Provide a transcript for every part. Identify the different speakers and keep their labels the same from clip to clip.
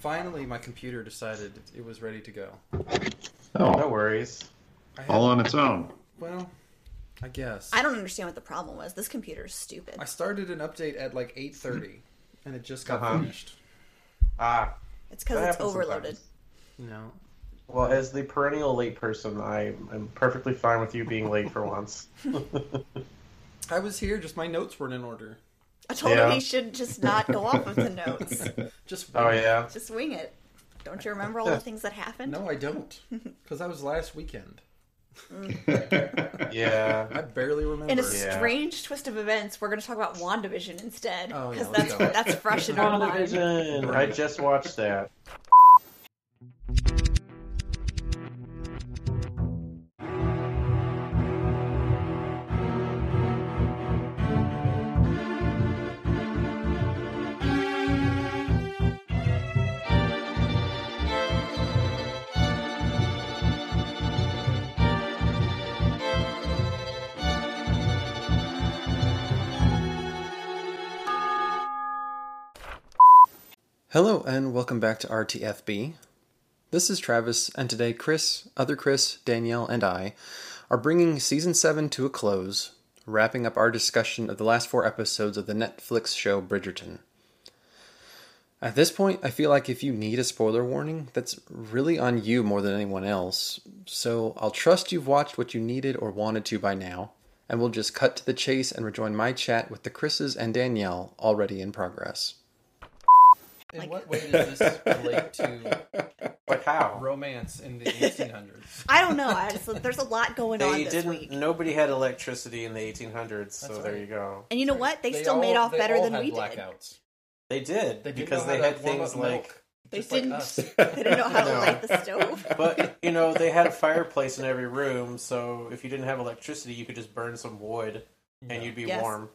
Speaker 1: Finally, my computer decided it was ready to go.
Speaker 2: No
Speaker 3: Oh,
Speaker 2: worries.
Speaker 1: I had,
Speaker 3: all on its own.
Speaker 1: well, I guess
Speaker 4: I don't understand what the problem was. This computer is stupid.
Speaker 1: I started an update at like eight thirty, and it just got
Speaker 2: Uh-huh.
Speaker 1: finished.
Speaker 2: Ah,
Speaker 4: It's because
Speaker 2: that
Speaker 4: it's
Speaker 2: happens
Speaker 4: overloaded.
Speaker 2: sometimes.
Speaker 1: No,
Speaker 2: Well, as the perennial late person, I am perfectly fine with you being late for once. Oh,
Speaker 1: I was here. Just my notes weren't in order.
Speaker 4: I told
Speaker 2: Yeah.
Speaker 4: him he should just not go off of the notes.
Speaker 1: Just
Speaker 2: oh yeah.
Speaker 4: Just wing it. Don't you remember all the things that happened?
Speaker 1: No, I don't, because that was last weekend.
Speaker 2: Yeah.
Speaker 1: I barely remember.
Speaker 4: In a
Speaker 2: Yeah.
Speaker 4: strange twist of events, we're going to talk about WandaVision instead.
Speaker 1: Oh, yeah,
Speaker 4: Because
Speaker 1: let's
Speaker 4: that's,
Speaker 1: go.
Speaker 4: that's fresh in our mind.
Speaker 2: WandaVision. I just watched that.
Speaker 1: Hello and welcome back to RTFB. This is Travis, and today Chris, other Chris, Danielle, and I are bringing season 7 to a close, wrapping up our discussion of the last four episodes of the Netflix show Bridgerton. At this point, I feel like if you need a spoiler warning, that's really on you more than anyone else, so I'll trust you've watched what you needed or wanted to by now, and we'll just cut to the chase and rejoin my chat with the Chris's and Danielle already in progress. In
Speaker 4: Like-
Speaker 1: what way does this relate to
Speaker 2: But how?
Speaker 1: romance in the 1800s?
Speaker 4: I don't know. I just, there's a lot going on
Speaker 2: They
Speaker 4: this
Speaker 2: didn't.
Speaker 4: week.
Speaker 2: Nobody had electricity in the 1800s, so
Speaker 1: That's
Speaker 2: there
Speaker 1: right.
Speaker 2: you go.
Speaker 4: And you know what? They, still made off better than we did.
Speaker 2: They did
Speaker 1: They
Speaker 2: because they had things like.
Speaker 4: They didn't. They didn't know how to
Speaker 2: No.
Speaker 4: light the stove.
Speaker 2: But you know they had a fireplace in every room, so if you didn't have electricity, you could just burn some wood and you'd be
Speaker 4: Yes.
Speaker 2: warm.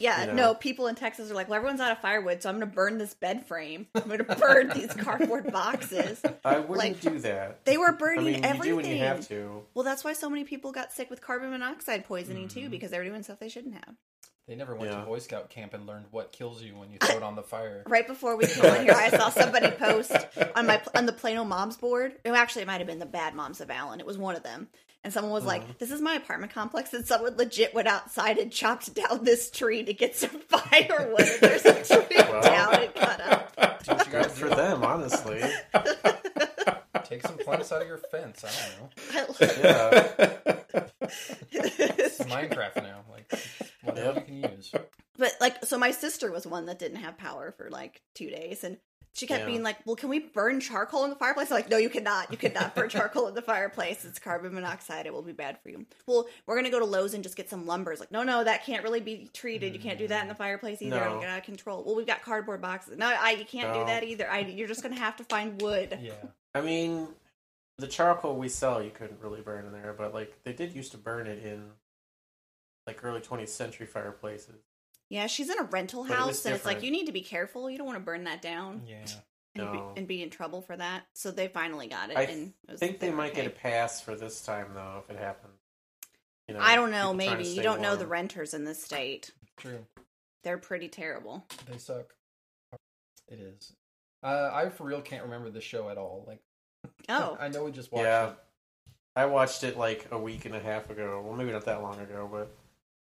Speaker 4: Yeah,
Speaker 2: You know.
Speaker 4: no, people in Texas are like, well, everyone's out of firewood, so I'm going to burn this bed frame. I'm going to burn these cardboard boxes.
Speaker 2: I wouldn't
Speaker 4: Like-
Speaker 2: do that.
Speaker 4: They were
Speaker 2: I
Speaker 4: burning
Speaker 2: mean, you
Speaker 4: everything.
Speaker 2: do when you have to.
Speaker 4: Well, that's why so many people got sick with carbon monoxide poisoning,
Speaker 2: Mm-hmm.
Speaker 4: too, because they were doing stuff they shouldn't have.
Speaker 1: They never went
Speaker 2: Yeah.
Speaker 1: to Boy Scout camp and learned what kills you when you throw it on the fire.
Speaker 4: Right before we came on here, I saw somebody post on my on the Plano Moms board. Oh, actually, it might have been the Bad Moms of Allen. It was one of them. And someone was
Speaker 2: Uh-huh.
Speaker 4: like, "This is my apartment complex," and someone legit went outside and chopped down this tree to get some firewood. And there's a tree down and cut up.
Speaker 1: That's what you
Speaker 2: Good
Speaker 1: guys
Speaker 2: for them, honestly.
Speaker 1: Take some plants out of your fence. I don't know.
Speaker 2: Yeah.
Speaker 1: It's Minecraft now. Like, whatever you can use.
Speaker 4: but like so my sister was one that didn't have power for like two days and she kept
Speaker 2: Yeah.
Speaker 4: being like well can we burn charcoal in the fireplace i'm like no you cannot you cannot burn charcoal in the fireplace it's carbon monoxide it will be bad for you well we're gonna go to lowes and just get some lumber it's like no no that can't really be treated you can't do that in the fireplace either
Speaker 2: Mm, No.
Speaker 4: i'm gonna control well we've got cardboard boxes no i you can't
Speaker 2: No.
Speaker 4: do that either i you're just gonna have to find wood
Speaker 1: Yeah.
Speaker 2: I mean, the charcoal we sell, you couldn't really burn in there, but like they did used to burn it in like early 20th century fireplaces.
Speaker 4: yeah she's in a rental
Speaker 2: But it was
Speaker 4: house and it's like
Speaker 2: different.
Speaker 4: you need to be careful you don't want to burn that down
Speaker 1: Yeah.
Speaker 4: and,
Speaker 2: No.
Speaker 4: be, and be in trouble for that so they finally got it
Speaker 2: I
Speaker 4: and it
Speaker 2: I
Speaker 4: was-
Speaker 2: think they
Speaker 4: were
Speaker 2: might
Speaker 4: okay.
Speaker 2: get a pass for this time though if it happened. You
Speaker 4: I don't know.
Speaker 2: people trying to
Speaker 4: Maybe you
Speaker 2: stay
Speaker 4: don't know
Speaker 2: warm.
Speaker 4: the renters in this state.
Speaker 1: True.
Speaker 4: They're pretty terrible.
Speaker 1: They suck. It is. Uh, I, for real, can't remember the show at all. Like,
Speaker 4: Oh,
Speaker 1: I know we just watched
Speaker 2: Yeah,
Speaker 1: it.
Speaker 2: I watched it like a week and a half ago. Well, maybe not that long ago, but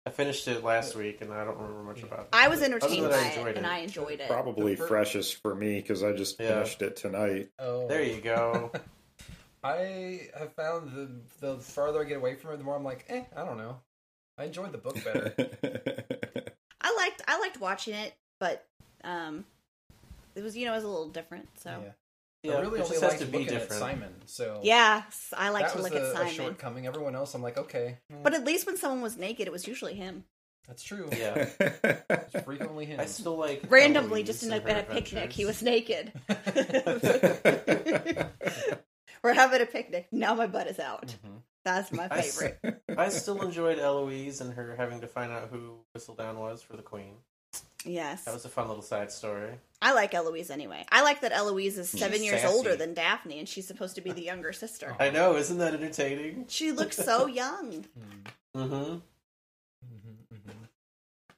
Speaker 2: I finished it last week and I don't remember much about it.
Speaker 4: I was
Speaker 2: Other than
Speaker 4: entertained
Speaker 2: that,
Speaker 4: by
Speaker 2: I
Speaker 4: it,
Speaker 2: enjoyed
Speaker 4: and I enjoyed it.
Speaker 3: Probably
Speaker 1: The fir-
Speaker 3: freshest for me because I just
Speaker 2: Yeah.
Speaker 3: finished it tonight.
Speaker 1: Oh.
Speaker 2: There you go.
Speaker 1: I have found the the farther I get away from it, the more I'm like, eh, I don't know. I enjoyed the book better.
Speaker 4: I liked I liked watching it, but um, it was you know it was a little different. So
Speaker 1: yeah.
Speaker 2: yeah,
Speaker 1: I really
Speaker 2: it
Speaker 1: only
Speaker 2: just has
Speaker 1: liked
Speaker 2: to be
Speaker 1: looking
Speaker 2: different.
Speaker 1: at Simon. So
Speaker 4: yes, I like
Speaker 1: that
Speaker 4: to
Speaker 1: was
Speaker 4: look
Speaker 1: a,
Speaker 4: at
Speaker 1: a
Speaker 4: Simon.
Speaker 1: shortcoming. Everyone else, I'm like, okay, mm,
Speaker 4: But at least when someone was naked, it was usually him.
Speaker 1: that's true.
Speaker 2: Yeah.
Speaker 1: It's frequently him.
Speaker 2: I still like
Speaker 4: Randomly, just in
Speaker 2: Eloise
Speaker 4: a,
Speaker 2: and her
Speaker 4: at a picnic, he
Speaker 2: adventures.
Speaker 4: was naked.
Speaker 1: Mm-hmm,
Speaker 4: We're having a picnic. Now my butt is out.
Speaker 1: Mhm.
Speaker 4: That's my
Speaker 2: I s-
Speaker 4: favorite.
Speaker 2: I still enjoyed Eloise and her having to find out who Whistledown was for the Queen.
Speaker 4: yes.
Speaker 2: That was a fun little side story.
Speaker 4: I like Eloise anyway. I like that Eloise is
Speaker 2: She's
Speaker 4: seven years
Speaker 2: sassy.
Speaker 4: older than Daphne, and she's supposed to be the younger sister.
Speaker 2: I know, isn't that entertaining?
Speaker 4: She looks so young.
Speaker 1: Mhm,
Speaker 2: Mm-hmm.
Speaker 1: mhm, mhm.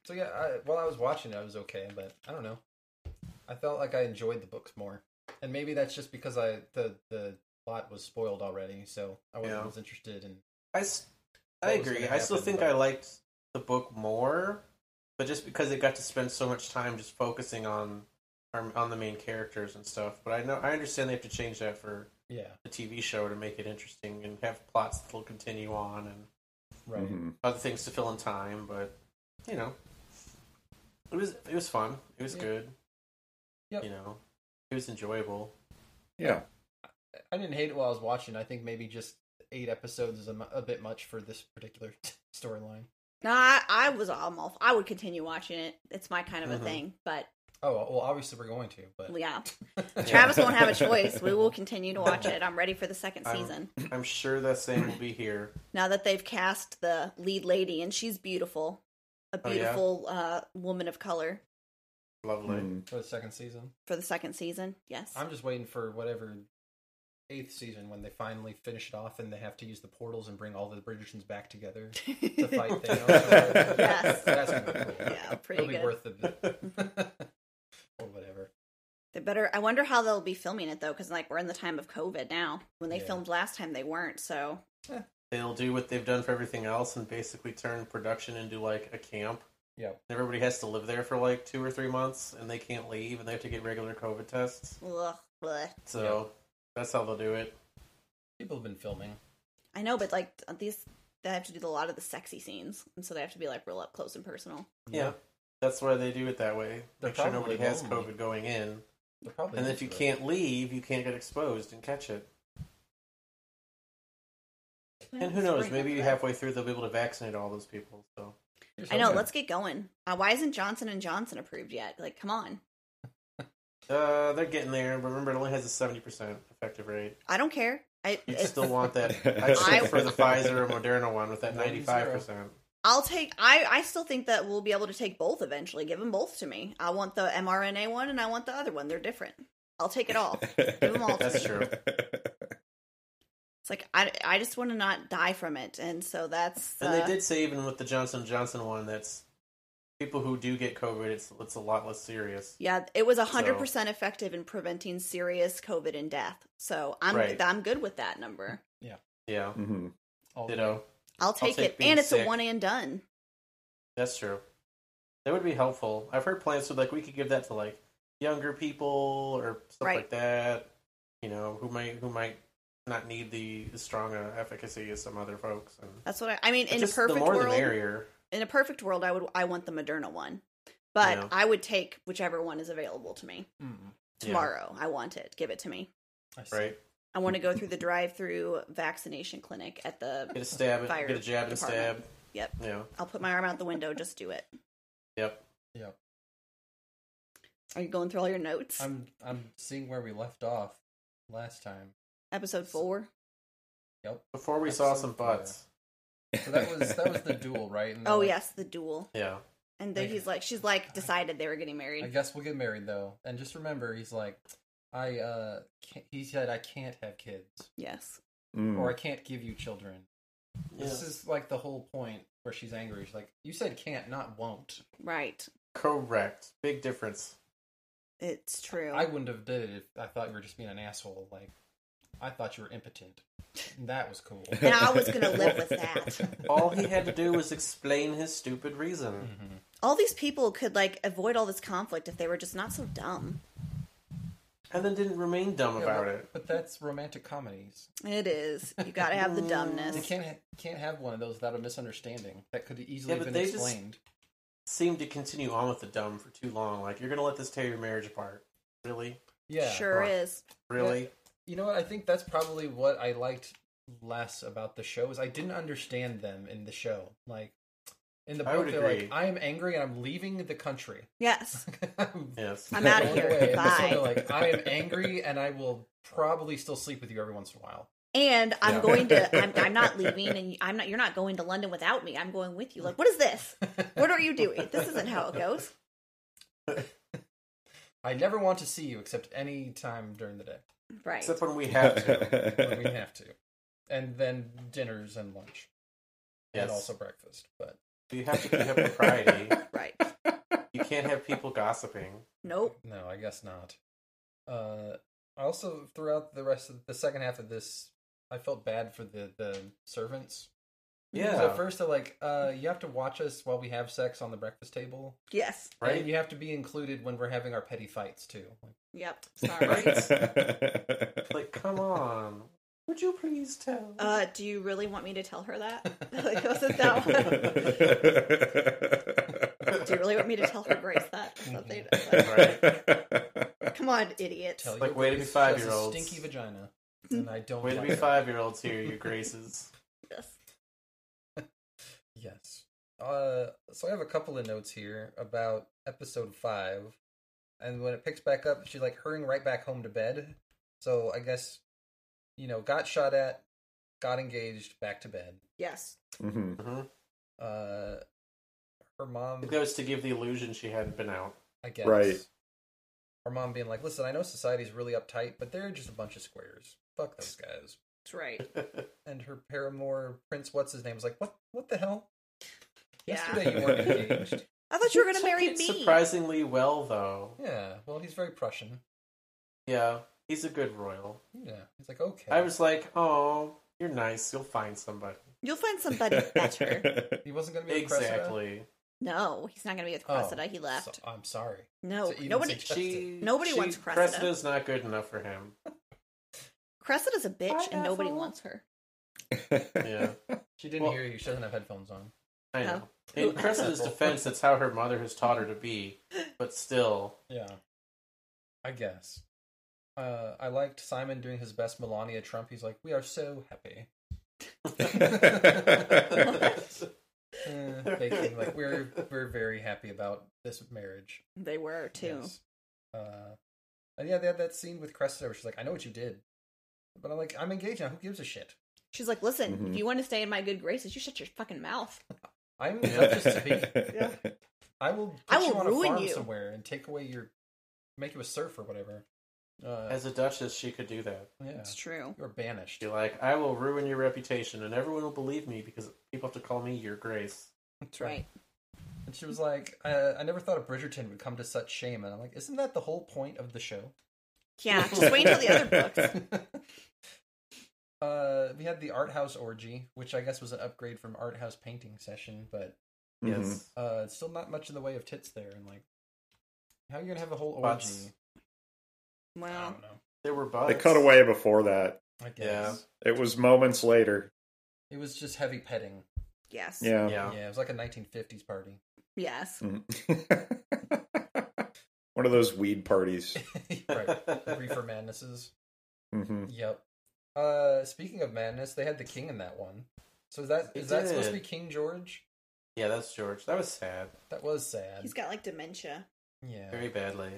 Speaker 1: So yeah, I, while I was watching it, I was okay, but I don't know. I felt like I enjoyed the books more. and maybe that's just because I the the plot was spoiled already, so I wasn't
Speaker 2: Yeah.
Speaker 1: as interested in.
Speaker 2: I, s- I
Speaker 1: What was
Speaker 2: agree.
Speaker 1: gonna
Speaker 2: I still
Speaker 1: happen,
Speaker 2: think
Speaker 1: but-
Speaker 2: I liked the book more, but just because it got to spend so much time just focusing on on on the main characters and stuff. But I know I understand they have to change that for
Speaker 1: Yeah,
Speaker 2: the TV show to make it interesting and have plots that'll continue on and
Speaker 1: right.
Speaker 3: Mhm.
Speaker 2: other things to fill in time. But you know, it was it was fun. It was
Speaker 1: Yeah.
Speaker 2: good.
Speaker 1: Yep.
Speaker 2: You know, it was enjoyable.
Speaker 3: Yeah.
Speaker 1: I didn't hate it while I was watching. I think maybe just eight episodes is a, mu- a bit much for this particular storyline.
Speaker 4: No, I, I was almost. I would continue watching it. It's my kind of
Speaker 1: Uh-huh.
Speaker 2: Mhm.
Speaker 4: a thing. But
Speaker 1: Oh well, obviously we're going to, but
Speaker 4: yeah,
Speaker 2: Yeah.
Speaker 4: Travis won't have a choice. We will continue to watch it. I'm ready for the 2nd
Speaker 2: I'm-
Speaker 4: season.
Speaker 2: I'm sure that same will be here.
Speaker 4: Now that they've cast the lead lady, and she's beautiful, a
Speaker 2: Oh, yeah?
Speaker 4: beautiful uh, woman of color
Speaker 2: Lovely.
Speaker 4: Hmm.
Speaker 3: Mm.
Speaker 1: for the second season,
Speaker 4: for the second season. Yes.
Speaker 1: I'm just waiting for whatever eighth season when they finally finish it off and they have to use the portals and bring all the Bridgertons back together to fight Thanos.
Speaker 4: Yes.
Speaker 1: That's gonna be cool.
Speaker 4: yeah, pretty
Speaker 1: It'll be
Speaker 4: good.
Speaker 1: worth the or whatever.
Speaker 4: They better. I wonder how they'll be filming it though, because like we're in the time of COVID now. When they
Speaker 1: Yeah.
Speaker 4: filmed last time, they weren't. So
Speaker 2: They'll do what they've done for everything else and basically turn production into like a camp.
Speaker 1: Yep.
Speaker 2: Everybody has to live there for like two or three months and they can't leave and they have to get regular COVID tests.
Speaker 4: ugh, bleh.
Speaker 2: So that's how they'll do it.
Speaker 1: People have been filming.
Speaker 4: I know, but like these, they have to do a lot of the sexy scenes, and so they have to be like real up close and personal.
Speaker 2: Yeah. That's why they do it that way.
Speaker 1: They're
Speaker 2: Make sure
Speaker 1: probably
Speaker 2: nobody has
Speaker 1: lonely.
Speaker 2: COVID going in.
Speaker 1: They're probably
Speaker 2: and
Speaker 1: used
Speaker 2: if you
Speaker 1: to it.
Speaker 2: can't leave, you can't get exposed and catch it. And who knows, maybe halfway through they'll be able to vaccinate all those people. So
Speaker 1: Here's
Speaker 4: I know.
Speaker 1: hoping.
Speaker 4: Let's get going. Uh, why isn't Johnson and Johnson approved yet? Like, come on.
Speaker 2: uh, they're getting there. But Remember, it only has a seventy percent effective rate.
Speaker 4: I don't care. I
Speaker 2: You
Speaker 4: it's-
Speaker 2: still want that? I
Speaker 4: I-
Speaker 2: still prefer the Pfizer or Moderna one with
Speaker 1: One
Speaker 2: that
Speaker 1: zero.
Speaker 2: ninety-five percent.
Speaker 4: I'll take. I I still think that we'll be able to take both eventually. Give them both to me. I want the mRNA one, and I want the other one. They're different. I'll take it all. them all.
Speaker 2: That's true.
Speaker 4: It's like I, I just want to not die from it, and so that's.
Speaker 2: And they
Speaker 4: uh,
Speaker 2: did say even with the Johnson Johnson one, that's people who do get COVID, it's it's a lot less serious.
Speaker 4: Yeah, it was hundred percent effective in preventing serious COVID and death. So I'm
Speaker 2: Right.
Speaker 4: I'm good with that number.
Speaker 2: Yeah,
Speaker 3: hmm
Speaker 1: All the
Speaker 2: ditto.
Speaker 4: I'll take,
Speaker 2: take
Speaker 4: it,
Speaker 2: being
Speaker 4: and it's
Speaker 2: sick.
Speaker 4: a one and done.
Speaker 2: That's true. That would be helpful. I've heard plans for like we could give that to like younger people or stuff
Speaker 4: Right.
Speaker 2: like that. You know, who might who might not need the strong uh, efficacy as some other folks. And
Speaker 4: That's what I, I mean.
Speaker 2: but
Speaker 4: In a
Speaker 2: just
Speaker 4: perfect
Speaker 2: the more the
Speaker 4: world,
Speaker 2: merrier.
Speaker 4: in a perfect world, I would I want the Moderna one, but
Speaker 2: Yeah.
Speaker 4: I would take whichever one is available to me
Speaker 1: Mm,
Speaker 2: Yeah.
Speaker 4: tomorrow. I want it. Give it to me.
Speaker 1: I see.
Speaker 2: Right,
Speaker 4: I want to go through the drive-through vaccination clinic at the.
Speaker 2: get a stab,
Speaker 4: Fire
Speaker 2: and get a jab and
Speaker 4: department.
Speaker 2: stab.
Speaker 4: Yep.
Speaker 2: Yeah,
Speaker 4: I'll put my arm out the window. Just do it.
Speaker 2: yep.
Speaker 1: Yep.
Speaker 4: Are you going through all your notes?
Speaker 1: I'm I'm seeing where we left off last time.
Speaker 4: Episode four.
Speaker 1: Yep.
Speaker 2: Before we saw
Speaker 1: Episode
Speaker 2: some
Speaker 1: four.
Speaker 2: butts.
Speaker 1: So that was that was the duel, right? And they're
Speaker 4: Oh
Speaker 1: like,
Speaker 4: yes, the duel.
Speaker 2: Yeah,
Speaker 4: And then
Speaker 1: Like-
Speaker 4: he's like, she's like, decided they were getting married.
Speaker 1: I guess we'll get married though. And just remember, he's like, I uh, can't, he said I can't have kids,
Speaker 4: yes.
Speaker 2: Hmm.
Speaker 3: Mm.
Speaker 1: or I can't give you children.
Speaker 2: yeah.
Speaker 1: This is like the whole point where she's angry. She's like, you said can't, not won't.
Speaker 4: Right.
Speaker 2: correct. Big difference.
Speaker 4: It's true.
Speaker 1: I wouldn't have did it if I thought you were just being an asshole. Like, I thought you were impotent. And that was cool.
Speaker 4: and I was gonna live with that.
Speaker 2: All he had to do was explain his stupid reason.
Speaker 1: Mhm.
Speaker 4: All these people could like avoid all this conflict if they were just not so dumb.
Speaker 2: And then didn't remain dumb
Speaker 1: Yeah,
Speaker 2: about
Speaker 1: but,
Speaker 2: it.
Speaker 1: but that's romantic comedies.
Speaker 4: It is. You gotta have the
Speaker 1: You
Speaker 4: dumbness.
Speaker 1: can't ha- can't have one of those without a misunderstanding that could easily
Speaker 2: Yeah,
Speaker 1: have been
Speaker 2: but they just-
Speaker 1: explained.
Speaker 2: Seemed to continue on with the dumb for too long. Like, you're going to let this tear your marriage apart. Really?
Speaker 1: Yeah,
Speaker 4: sure
Speaker 2: Right.
Speaker 4: is.
Speaker 2: Really?
Speaker 1: You know what? I think that's probably what I liked less about the show is I didn't understand them in the show. Like in the
Speaker 2: I
Speaker 1: book,
Speaker 2: would
Speaker 1: they're
Speaker 2: agree.
Speaker 1: like, "I am angry and I'm leaving the country."
Speaker 4: Yes.
Speaker 1: I'm
Speaker 2: Yes.
Speaker 4: I'm outta
Speaker 1: going
Speaker 4: here.
Speaker 1: away. And this
Speaker 4: Bye.
Speaker 1: they're like, "I am angry and I will probably still sleep with you every once in a while."
Speaker 4: And I'm
Speaker 3: Yeah.
Speaker 4: going to. I'm, I'm not leaving, and I'm not. You're not going to London without me. I'm going with you. Like, what is this? What are you doing? This isn't how it goes.
Speaker 1: I never want to see you except any time during the day
Speaker 4: Right.
Speaker 2: Except when we have to.
Speaker 1: when we have to, and then dinners and lunch,
Speaker 2: Yes.
Speaker 1: and also breakfast. But
Speaker 2: You have to keep up propriety.
Speaker 4: Right.
Speaker 2: You can't have people gossiping.
Speaker 4: Nope.
Speaker 1: No, I guess not. Uh, I also throughout the rest of the second half of this, I felt bad for the the servants.
Speaker 2: Yeah.
Speaker 1: So at first they're like, uh, "You have to watch us while we have sex on the breakfast table,
Speaker 4: Yes.
Speaker 1: right?
Speaker 2: right?
Speaker 1: you have to be included when we're having our petty fights too."
Speaker 4: Yep. Sorry.
Speaker 3: Right?
Speaker 2: Like, come on. Would you please tell?
Speaker 4: uh, do you really want me to tell her that? like, was it that one? Do you really want me to tell her Grace that? Something. like,
Speaker 2: Right.
Speaker 4: Come on, idiots.
Speaker 1: Tell
Speaker 2: Like,
Speaker 1: your
Speaker 2: way to be
Speaker 1: grace has a
Speaker 2: five-year-olds.
Speaker 1: stinky vagina, and I don't.
Speaker 2: Way to
Speaker 1: like
Speaker 2: be
Speaker 1: that.
Speaker 2: five year olds here, you graces.
Speaker 4: Yes.
Speaker 1: Yes. Uh, so I have a couple of notes here about episode five, and when it picks back up, she's like hurrying right back home to bed. So I guess, you know, got shot at, got engaged, back to bed.
Speaker 4: Yes.
Speaker 3: Mhm.
Speaker 2: Mhm.
Speaker 1: Uh, her mom,
Speaker 2: It goes to give the illusion she hadn't been out.
Speaker 1: I guess,
Speaker 3: Right.
Speaker 1: Her mom being like, "Listen, I know society's really uptight, but they're just a bunch of squares. Fuck those guys."
Speaker 4: That's right.
Speaker 1: And her paramour, Prince, what's his name, is like, "What? What the hell?
Speaker 4: Yeah.
Speaker 1: Yesterday you weren't engaged."
Speaker 4: I thought you were going to
Speaker 2: Took
Speaker 4: marry
Speaker 2: it
Speaker 4: me.
Speaker 2: Surprisingly well, though.
Speaker 1: Yeah. Well, he's very Prussian.
Speaker 2: Yeah, he's a good royal.
Speaker 1: Yeah. He's like, okay.
Speaker 2: I was like, oh, you're nice. You'll find somebody.
Speaker 4: You'll find somebody better.
Speaker 1: He wasn't going to be Impressed
Speaker 2: Exactly.
Speaker 4: No, he's not going to be with Cressida. he left.
Speaker 1: I'm sorry.
Speaker 4: no,
Speaker 1: so Oh, even
Speaker 4: nobody.
Speaker 1: suggest-
Speaker 2: She.
Speaker 4: Nobody
Speaker 2: she,
Speaker 4: wants Cressida.
Speaker 2: Cressida's not good enough for him.
Speaker 4: Cressida's a bitch,
Speaker 2: Bye,
Speaker 4: and nobody
Speaker 2: asshole.
Speaker 4: wants her.
Speaker 2: Yeah,
Speaker 1: She didn't
Speaker 2: Well-
Speaker 1: hear you. She doesn't have headphones on.
Speaker 2: I
Speaker 4: Yeah.
Speaker 2: know. In Cressida's defense, that's how her mother has taught her to be. But still,
Speaker 1: Yeah. I guess. Uh, I liked Simon doing his best Melania Trump. He's like, we are so happy. Eh, baking, like we're we're very happy about this marriage.
Speaker 4: They were too.
Speaker 1: Yes. Uh, and yeah, they had that scene with Cressida where she's like, I know what you did, but I'm like, I'm engaged now. Who gives a shit?
Speaker 4: She's like, "Listen,
Speaker 1: Mm-hmm.
Speaker 3: Mhm.
Speaker 4: if you want to stay in my good graces, you shut your fucking mouth."
Speaker 1: I'm just to be I will. Put
Speaker 4: I
Speaker 1: you
Speaker 4: will
Speaker 1: on
Speaker 4: ruin
Speaker 1: a farm
Speaker 4: you.
Speaker 1: somewhere and take away your, make you a serf or whatever. Uh,
Speaker 2: as a duchess, she could do that.
Speaker 1: yeah,
Speaker 4: It's true.
Speaker 1: you're banished.
Speaker 2: Be like, I will ruin your reputation, and everyone will believe me because people have to call me Your Grace.
Speaker 4: That's right.
Speaker 1: And she was like, I, "I never thought a Bridgerton would come to such shame." And I'm like, "Isn't that the whole point of the show?"
Speaker 4: Yeah, just wait until the other books.
Speaker 3: Mm-hmm.
Speaker 1: uh, we had the art house orgy, which I guess was an upgrade from art house painting session, but
Speaker 3: Mm-hmm.
Speaker 2: Yes.
Speaker 1: uh, it's still not much in the way of tits there. And like, how are you gonna have a whole orgy?
Speaker 2: Butts.
Speaker 1: I
Speaker 4: Well,
Speaker 1: don't know.
Speaker 2: There were butts.
Speaker 3: They cut away before that.
Speaker 1: I guess
Speaker 3: It was moments later.
Speaker 1: it was just heavy petting.
Speaker 4: yes,
Speaker 3: Yeah.
Speaker 2: Yeah.
Speaker 1: Yeah, it was like a 1950s party.
Speaker 4: yes.
Speaker 3: One of those weed parties.
Speaker 1: right. Reefer Madnesses.
Speaker 3: hmm
Speaker 1: Yep. Uh, speaking of madness, they had the king in that one. So is that
Speaker 2: They
Speaker 1: is that supposed to be
Speaker 2: did.
Speaker 1: King George?
Speaker 2: yeah, that's George. That was sad.
Speaker 1: That was sad.
Speaker 4: He's got like dementia,
Speaker 1: yeah,
Speaker 2: Very badly.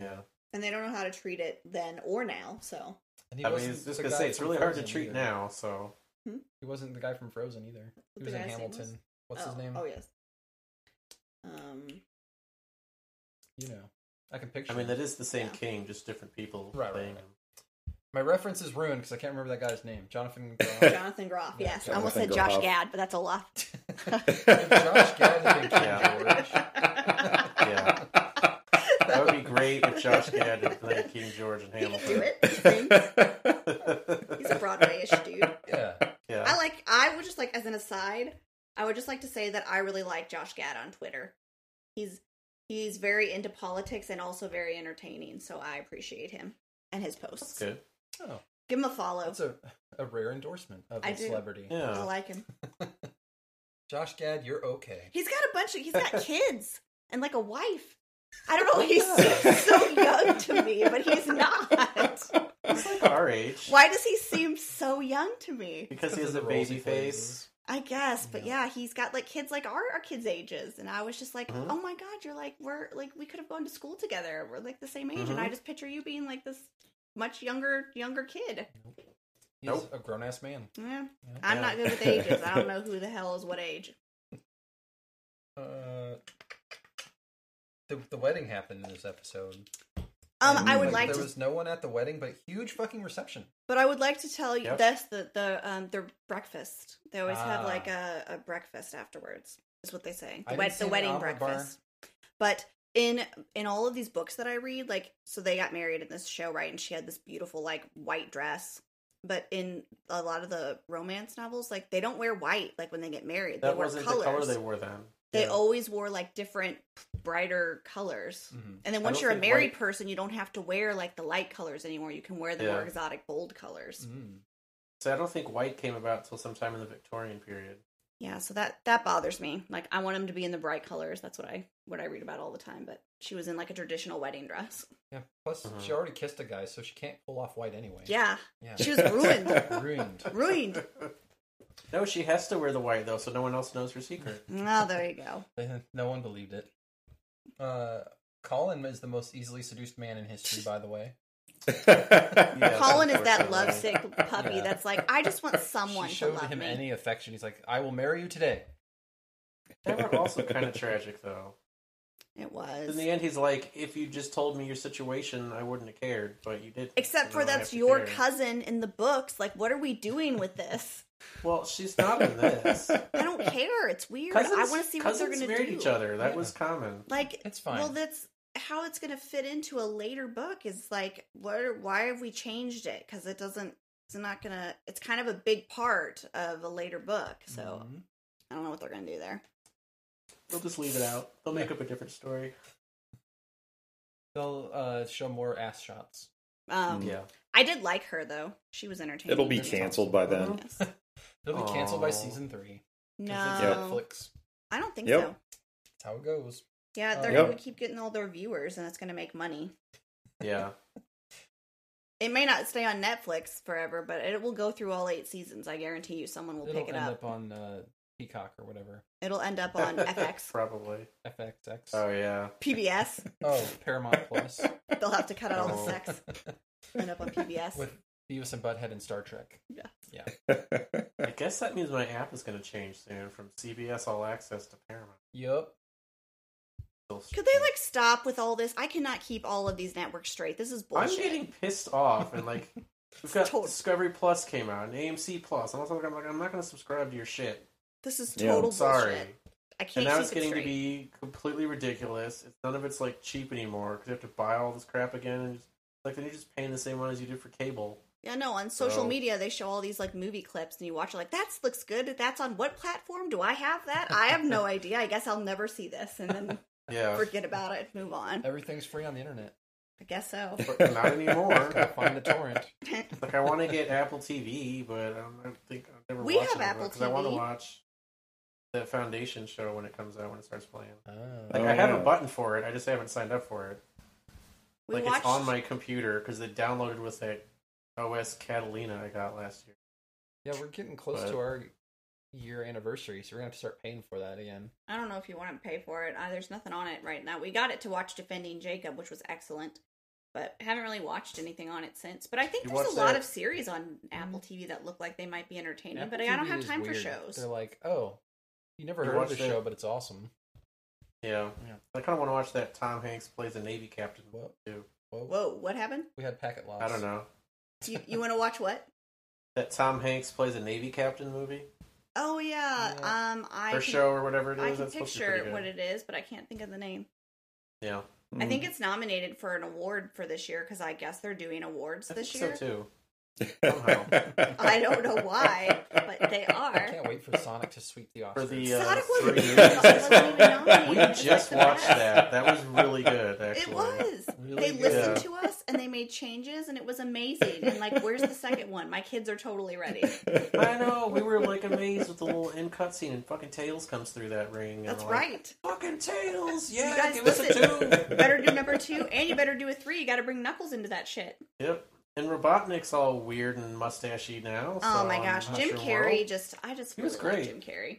Speaker 2: Yeah.
Speaker 4: and they don't know how to treat it then or now. So
Speaker 1: and he
Speaker 2: I mean,
Speaker 1: wasn't
Speaker 2: it's just
Speaker 1: the
Speaker 2: gonna say
Speaker 1: guy
Speaker 2: it's
Speaker 1: from
Speaker 2: really hard to
Speaker 1: Frozen
Speaker 2: treat
Speaker 1: either.
Speaker 2: now. So
Speaker 1: He wasn't the guy from Frozen either. He
Speaker 4: The
Speaker 1: was in
Speaker 4: guy's name was-
Speaker 1: Hamilton. What's
Speaker 4: oh,
Speaker 1: his name?
Speaker 4: Oh yes. Um.
Speaker 1: You know, I can picture.
Speaker 2: I mean, that is the same
Speaker 4: Yeah.
Speaker 2: king, just different people
Speaker 1: Right, right,
Speaker 2: playing
Speaker 1: right.
Speaker 2: him.
Speaker 1: My reference is ruined because I can't remember that guy's name. Jonathan. Groff.
Speaker 4: Jonathan Groff,
Speaker 1: Yeah,
Speaker 4: yes. I almost said
Speaker 3: Jonathan
Speaker 4: Josh
Speaker 3: Groff.
Speaker 4: Gad, but that's a lot.
Speaker 1: Josh Gad had been
Speaker 2: Yeah. That would be great if Josh Gad had played King George and
Speaker 4: He can do
Speaker 2: Hamilton.
Speaker 4: it. he thinks. He's a Broadway-ish dude.
Speaker 1: yeah.
Speaker 4: I
Speaker 2: yeah.
Speaker 4: like. I would just like, as an aside, I would just like to say that I really like Josh Gad on Twitter. He's he's very into politics and also very entertaining, so I appreciate him and his
Speaker 2: That's
Speaker 4: posts.
Speaker 2: good.
Speaker 1: Oh,
Speaker 4: Give him a follow.
Speaker 1: that's a a rare endorsement of
Speaker 4: I
Speaker 1: a
Speaker 4: do.
Speaker 1: celebrity.
Speaker 4: I
Speaker 2: Yeah.
Speaker 4: like him.
Speaker 1: Josh Gad, you're okay.
Speaker 4: He's got a bunch of. He's got kids and like a wife. I don't know. He seems so young to me, but he's not.
Speaker 2: He's like our age.
Speaker 4: Why does he seem so young to me?
Speaker 2: Because he
Speaker 1: Because
Speaker 2: has
Speaker 1: of
Speaker 2: a
Speaker 1: the roles
Speaker 2: baby
Speaker 1: he plays.
Speaker 2: face.
Speaker 4: I guess, but
Speaker 1: Yeah.
Speaker 4: yeah, he's got like kids like our, our kids' ages, and I was just like,
Speaker 1: Uh-huh.
Speaker 2: Mhm.
Speaker 4: oh my god, you're like we're like we could have gone to school together. We're like the same age,
Speaker 2: Mhm.
Speaker 1: Uh-huh.
Speaker 4: and I just picture you being like this much younger younger kid.
Speaker 1: He's
Speaker 2: Nope.
Speaker 1: a grown ass man.
Speaker 4: Yeah,
Speaker 1: Yeah.
Speaker 4: I'm
Speaker 2: Yeah.
Speaker 4: not good with ages. I don't know who the hell is what age.
Speaker 1: Uh, the the wedding happened in this episode.
Speaker 4: Um,
Speaker 3: Mm,
Speaker 4: I would
Speaker 3: like,
Speaker 4: like
Speaker 1: there
Speaker 4: to,
Speaker 1: was no one at the wedding, but a huge fucking reception.
Speaker 4: but I would like to tell you
Speaker 2: Yep.
Speaker 4: this: the the um their breakfast. They always have
Speaker 1: Ah.
Speaker 4: like a, a breakfast afterwards. Is what they say.
Speaker 1: I
Speaker 4: The,
Speaker 1: didn't
Speaker 4: wed-
Speaker 1: see
Speaker 4: the
Speaker 1: an
Speaker 4: wedding
Speaker 1: omelet bar.
Speaker 4: breakfast. But in in all of these books that I read, like so they got married in this show, right? And she had this beautiful like white dress. But in a lot of the romance novels, like they don't wear white like when they get married.
Speaker 2: That
Speaker 4: they wear
Speaker 2: wasn't the
Speaker 4: colors.
Speaker 2: color they wore then.
Speaker 4: They
Speaker 2: Yeah.
Speaker 4: always wore like different brighter colors.
Speaker 1: Mhm.
Speaker 4: And then
Speaker 2: Mm. I
Speaker 4: once
Speaker 2: don't
Speaker 4: you're a
Speaker 2: think
Speaker 4: married
Speaker 2: white-
Speaker 4: person, you don't have to wear like the light colors anymore. You can wear the more
Speaker 2: Yeah.
Speaker 4: exotic bold colors.
Speaker 1: Mm.
Speaker 2: So I don't think white came about till sometime in the Victorian period.
Speaker 4: Yeah, so that that bothers me. Like I want them to be in the bright colors. That's what I what I read about all the time, but she was in like a traditional wedding dress.
Speaker 1: Yeah. Plus, she already kissed a guy, so she can't pull off white anyway.
Speaker 4: Yeah.
Speaker 1: Yeah.
Speaker 4: She was ruined.
Speaker 1: Ruined.
Speaker 4: ruined.
Speaker 2: No, she has to wear the white though, so no one else knows her secret.
Speaker 4: Oh, there you go.
Speaker 1: no one believed it. Uh, Colin is the most easily seduced man in history, by the way.
Speaker 2: Yeah,
Speaker 4: Colin is that
Speaker 2: unfortunately.
Speaker 4: lovesick puppy
Speaker 1: Yeah.
Speaker 4: that's like, I just want someone
Speaker 1: she
Speaker 4: to
Speaker 1: showed
Speaker 4: love
Speaker 1: him
Speaker 4: me.
Speaker 1: any affection. He's like, I will marry you today.
Speaker 2: That were also kind of tragic though.
Speaker 4: it was.
Speaker 2: In the end, he's like, "If you just told me your situation, I wouldn't have cared." But you didn't.
Speaker 4: Except
Speaker 2: so
Speaker 4: for
Speaker 2: now I have
Speaker 4: that's
Speaker 2: to
Speaker 4: your
Speaker 2: care.
Speaker 4: cousin in the books. Like, what are we doing with this?
Speaker 2: Well, she's not in this.
Speaker 4: I don't care. It's weird. I want to see what
Speaker 2: cousins
Speaker 4: they're going to
Speaker 2: married
Speaker 4: do.
Speaker 2: each other. That
Speaker 1: Yeah.
Speaker 2: was common.
Speaker 4: Like,
Speaker 1: It's fine.
Speaker 4: Well, that's how it's going to fit into a later book. Is like, what? are- Why have we changed it? Because it doesn't. It's not going to. It's kind of a big part of a later book. So
Speaker 1: Mhm.
Speaker 4: I don't know what they're going to do there.
Speaker 2: They'll just leave it out. They'll make up a different story.
Speaker 1: they'll uh, show more ass shots.
Speaker 4: Um,
Speaker 2: Yeah.
Speaker 4: I did like her though. She was entertaining.
Speaker 3: It'll be
Speaker 4: to me.
Speaker 3: canceled by then.
Speaker 4: Yes.
Speaker 1: They'll be canceled by
Speaker 2: Aw.
Speaker 1: season three. 'cause it's
Speaker 4: No,
Speaker 1: Netflix.
Speaker 4: I don't think
Speaker 3: Yep.
Speaker 4: so.
Speaker 1: That's how it goes.
Speaker 4: Yeah, they're
Speaker 1: Yep.
Speaker 4: going to keep getting all their viewers, and it's going to make money.
Speaker 2: Yeah.
Speaker 4: It may not stay on Netflix forever, but it will go through all eight seasons. I guarantee you, someone will
Speaker 1: It'll
Speaker 4: pick it
Speaker 1: end
Speaker 4: up.
Speaker 1: up, on uh, Peacock or whatever.
Speaker 4: It'll end up on FX,
Speaker 2: Probably.
Speaker 1: FXX.
Speaker 2: Oh yeah.
Speaker 4: PBS.
Speaker 1: Oh, Paramount Plus.
Speaker 4: They'll have to cut out all
Speaker 2: Oh.
Speaker 4: the sex. End up on PBS.
Speaker 1: With Beavis and Butthead and Star Trek.
Speaker 2: I guess that means my app is going to change soon from CBS All Access to Paramount.
Speaker 1: Yup.
Speaker 4: Could they like stop with all this? I cannot keep all of these networks straight. This is
Speaker 2: I'm
Speaker 4: bullshit.
Speaker 2: getting pissed off and like we've got
Speaker 4: Tot-
Speaker 2: Discovery Plus came out and AMC Plus. And also, I'm like, I'm not going to subscribe to your shit.
Speaker 4: This is
Speaker 3: Yeah.
Speaker 4: total
Speaker 2: Sorry.
Speaker 4: bullshit. I
Speaker 2: And
Speaker 4: can't
Speaker 2: now
Speaker 4: keep
Speaker 2: it's
Speaker 4: it
Speaker 2: getting to
Speaker 4: straight.
Speaker 2: be completely ridiculous. It's, none of it's like cheap anymore because you have to buy all this crap again and just like then you're just paying the same one as you did for cable.
Speaker 4: Yeah, no. On social
Speaker 2: So-
Speaker 4: media, they show all these like movie clips, and you watch it like that looks good. That's on what platform? Do I have that? I have no idea. I guess I'll never see this, and then
Speaker 2: Yeah,
Speaker 4: forget about it, move on.
Speaker 1: Everything's free on the internet.
Speaker 4: I guess so.
Speaker 2: but not anymore.
Speaker 1: Gotta find a torrent.
Speaker 2: like I want to get Apple TV, but I don't, I don't think I'll never
Speaker 4: We
Speaker 2: watch
Speaker 4: have
Speaker 2: it
Speaker 4: Apple
Speaker 2: because I want to
Speaker 4: TV.
Speaker 2: watch the Foundation show when it comes out when it starts playing.
Speaker 1: Oh.
Speaker 2: Like
Speaker 3: Oh,
Speaker 2: I have
Speaker 3: yeah.
Speaker 2: a button for it, I just haven't signed up for it.
Speaker 4: We
Speaker 2: like
Speaker 4: watched.
Speaker 2: it's on my computer because they downloaded with that OS Catalina I got last year.
Speaker 1: Yeah, we're getting close
Speaker 2: But-
Speaker 1: to our year anniversary, so we're gonna have to start paying for that again.
Speaker 4: I don't know if you want to pay for it. Uh, there's nothing on it right now. We got it to watch Defending Jacob, which was excellent, but haven't really watched anything on it since. But I think
Speaker 2: You
Speaker 4: there's a
Speaker 2: watched
Speaker 4: lot
Speaker 2: that- Mhm.
Speaker 4: of series on Apple TV that look like they might be entertaining,
Speaker 1: Apple
Speaker 4: but I don't
Speaker 1: TV
Speaker 4: have
Speaker 1: is
Speaker 4: time for
Speaker 1: weird.
Speaker 4: shows.
Speaker 1: They're like, oh, you never
Speaker 2: You
Speaker 1: heard of
Speaker 2: watch
Speaker 1: the
Speaker 2: that-
Speaker 1: show, but it's awesome.
Speaker 2: Yeah,
Speaker 1: Yeah.
Speaker 2: I kind of want to watch that. Tom Hanks plays a Navy captain
Speaker 1: Whoa,
Speaker 2: too.
Speaker 1: whoa.
Speaker 4: Whoa, what happened?
Speaker 1: We had packet loss.
Speaker 2: I don't know
Speaker 4: You, you want to watch what?
Speaker 2: that Tom Hanks plays a Navy captain movie
Speaker 4: Oh yeah,
Speaker 1: Yeah.
Speaker 4: um, I
Speaker 2: or
Speaker 4: can,
Speaker 2: show or whatever it is.
Speaker 4: I can
Speaker 2: That's supposed to be
Speaker 4: picture
Speaker 2: pretty
Speaker 4: what
Speaker 2: good. Mm-hmm.
Speaker 4: it is, but I can't think of the name.
Speaker 2: Yeah,
Speaker 4: I think it's nominated for an award for this year because I guess they're doing awards
Speaker 2: I
Speaker 4: this
Speaker 2: think
Speaker 4: year.
Speaker 2: so too.
Speaker 4: I don't know why, but they
Speaker 1: I
Speaker 4: are.
Speaker 1: can't wait for Sonic to sweep the Oscars.
Speaker 2: For the uh,
Speaker 4: Sonic wasn't
Speaker 2: three
Speaker 4: even,
Speaker 2: years.
Speaker 4: wasn't even nominated.
Speaker 2: We
Speaker 4: It was, like,
Speaker 2: just
Speaker 4: the
Speaker 2: watched
Speaker 4: best.
Speaker 2: that. That was really good. Actually,
Speaker 4: It was.
Speaker 1: Really
Speaker 4: they
Speaker 1: good.
Speaker 4: listened
Speaker 2: Yeah.
Speaker 4: to us and they made changes and it was amazing. And like, where's the second one? My kids are totally ready.
Speaker 2: I know. We were like amazed with the little end cutscene, and fucking Tails comes through that ring. And
Speaker 4: That's
Speaker 2: we're like,
Speaker 4: right.
Speaker 2: Fucking Tails.
Speaker 4: You
Speaker 2: Yeah,
Speaker 4: guys
Speaker 2: give us a
Speaker 4: listen.
Speaker 2: two.
Speaker 4: Better do number two, and you better do a three. You got to bring Knuckles into that shit.
Speaker 2: Yep. And Robotnik's all weird and mustachy now.
Speaker 4: oh
Speaker 2: so
Speaker 4: my
Speaker 2: I'm
Speaker 4: gosh,
Speaker 2: not
Speaker 4: Jim
Speaker 2: sure
Speaker 4: Carrey
Speaker 2: world.
Speaker 4: just I just
Speaker 2: He
Speaker 4: really
Speaker 2: was
Speaker 4: like
Speaker 2: great.
Speaker 4: Jim Carrey.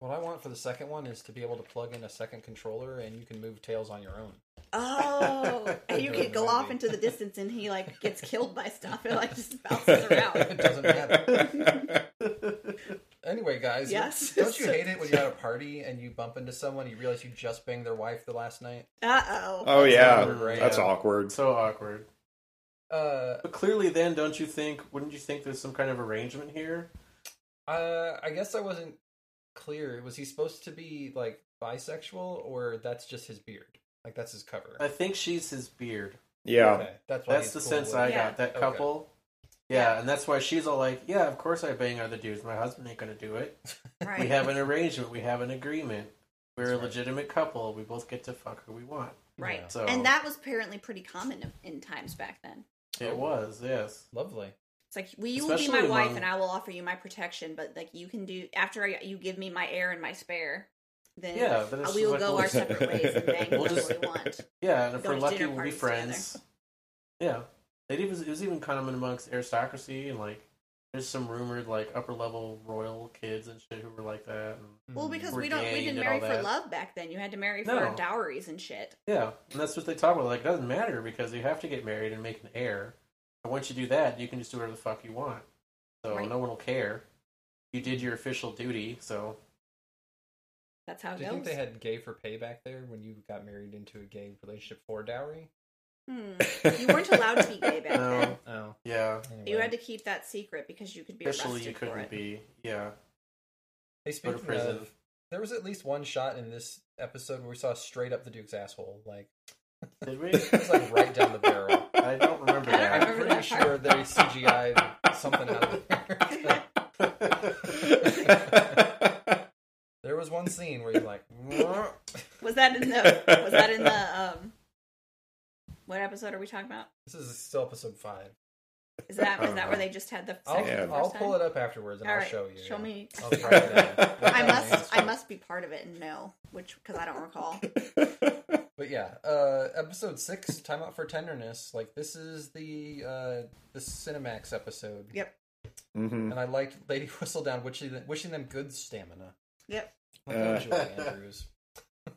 Speaker 1: What I want for the second one is to be able to plug in a second controller and you can move tails on your own.
Speaker 4: Oh, and you can go off into the distance, and he like gets killed by stuff. It like just bounces around.
Speaker 1: It doesn't matter. anyway, guys,
Speaker 4: Yes.
Speaker 1: don't you hate it when you're at a party and you bump into someone you realize you just banged their wife the last night?
Speaker 4: Uh oh.
Speaker 3: oh yeah,
Speaker 2: awkward, right?
Speaker 3: that's
Speaker 2: Mm-hmm. Yeah.
Speaker 3: awkward.
Speaker 2: So awkward.
Speaker 1: Uh,
Speaker 2: But clearly, then, don't you think? Wouldn't you think there's some kind of arrangement here?
Speaker 1: uh, I guess I wasn't clear. Was he supposed to be like bisexual or that's just his beard? Like that's his cover.
Speaker 2: I think she's his beard.
Speaker 3: Yeah.
Speaker 1: Okay, that's why he's
Speaker 2: That's the
Speaker 1: cool
Speaker 2: sense
Speaker 1: with-
Speaker 2: I
Speaker 4: Yeah.
Speaker 2: got. That
Speaker 1: Okay.
Speaker 2: couple. Yeah,
Speaker 4: Yeah.
Speaker 2: and that's why she's all like, "Yeah, of course I bang other dudes. My husband ain't gonna do it.
Speaker 4: Right.
Speaker 2: We have an arrangement. We have an agreement. We're
Speaker 1: That's
Speaker 2: a
Speaker 1: right.
Speaker 2: legitimate couple. We both get to fuck who we want."
Speaker 4: right.
Speaker 1: Yeah.
Speaker 2: So
Speaker 4: And that was apparently pretty common in times back then.
Speaker 1: Oh.
Speaker 2: it was, yes.
Speaker 1: Lovely.
Speaker 4: It's like, well, you will be my
Speaker 2: Especially
Speaker 4: wife
Speaker 2: among-
Speaker 4: and I will offer you my protection, but like you can do after I, you give me my air and my spare, then
Speaker 2: Yeah, then it's
Speaker 4: we will
Speaker 2: just like,
Speaker 4: go
Speaker 2: we'll-
Speaker 4: our separate ways and bang
Speaker 2: We'll
Speaker 4: whoever
Speaker 2: just-
Speaker 4: we want.
Speaker 2: Yeah, and if
Speaker 4: Go
Speaker 2: we're
Speaker 4: to
Speaker 2: lucky,
Speaker 4: dinner
Speaker 2: we'll be
Speaker 4: parties
Speaker 2: friends. Yeah, it even it was even common amongst aristocracy and like there's some rumored like upper level royal kids and shit who were like that. And,
Speaker 1: Mm, Mm-hmm.
Speaker 4: Well, because
Speaker 2: We're
Speaker 4: we don't we
Speaker 2: gay and
Speaker 4: didn't
Speaker 2: all
Speaker 4: marry for
Speaker 2: that.
Speaker 4: love back then. You had to marry
Speaker 2: No.
Speaker 4: for dowries and shit.
Speaker 2: yeah, and that's what they talk about. Like, it doesn't matter because you have to get married and make an heir. And once you do that, you can just do whatever the fuck you want. So
Speaker 4: Right.
Speaker 2: no one will care. You did your official duty, so
Speaker 4: That's how it
Speaker 1: do you
Speaker 4: goes.
Speaker 1: think they had gay for pay back there when you got married into a gay relationship for dowry?
Speaker 4: Hmm. You weren't allowed to be gay back
Speaker 2: No.
Speaker 4: then.
Speaker 1: Oh,
Speaker 2: yeah.
Speaker 1: anyway.
Speaker 4: You had to keep that secret because you could be
Speaker 2: Officially,
Speaker 4: arrested
Speaker 2: you
Speaker 4: for
Speaker 2: couldn't
Speaker 4: it.
Speaker 2: be. Yeah,
Speaker 1: Hey,
Speaker 2: go to
Speaker 1: speaking
Speaker 2: prison.
Speaker 1: of, there was at least one shot in this episode where we saw straight up the Duke's asshole. Like
Speaker 2: Did we?
Speaker 1: it was like right down the barrel.
Speaker 2: I don't remember
Speaker 4: I don't
Speaker 2: that.
Speaker 1: I'm pretty sure they CGI'd something out of there. there was one scene where you're like, "Mwah."
Speaker 4: Was that in the was that in the um what episode are we talking about?
Speaker 1: this is still episode five.
Speaker 4: Is that
Speaker 2: I
Speaker 4: is
Speaker 2: don't
Speaker 4: that
Speaker 2: know.
Speaker 4: where they just had the
Speaker 1: I'll,
Speaker 4: sex for the
Speaker 1: I'll
Speaker 4: first
Speaker 1: pull
Speaker 4: time?
Speaker 1: it up afterwards and
Speaker 4: All
Speaker 1: I'll
Speaker 4: right,
Speaker 1: show you.
Speaker 4: show me.
Speaker 1: I'll track it uh, down.
Speaker 4: I must I
Speaker 1: Yeah.
Speaker 4: must be part of it and know which because I don't recall.
Speaker 1: But yeah, uh, episode six, time out for tenderness. Like this is the uh, the Cinemax episode,
Speaker 4: Yep.
Speaker 3: hmm
Speaker 1: and I liked Lady Whistledown wishing them, wishing them good stamina.
Speaker 4: Yep.
Speaker 1: Like,
Speaker 3: Uh.
Speaker 1: oh, Julie Andrews.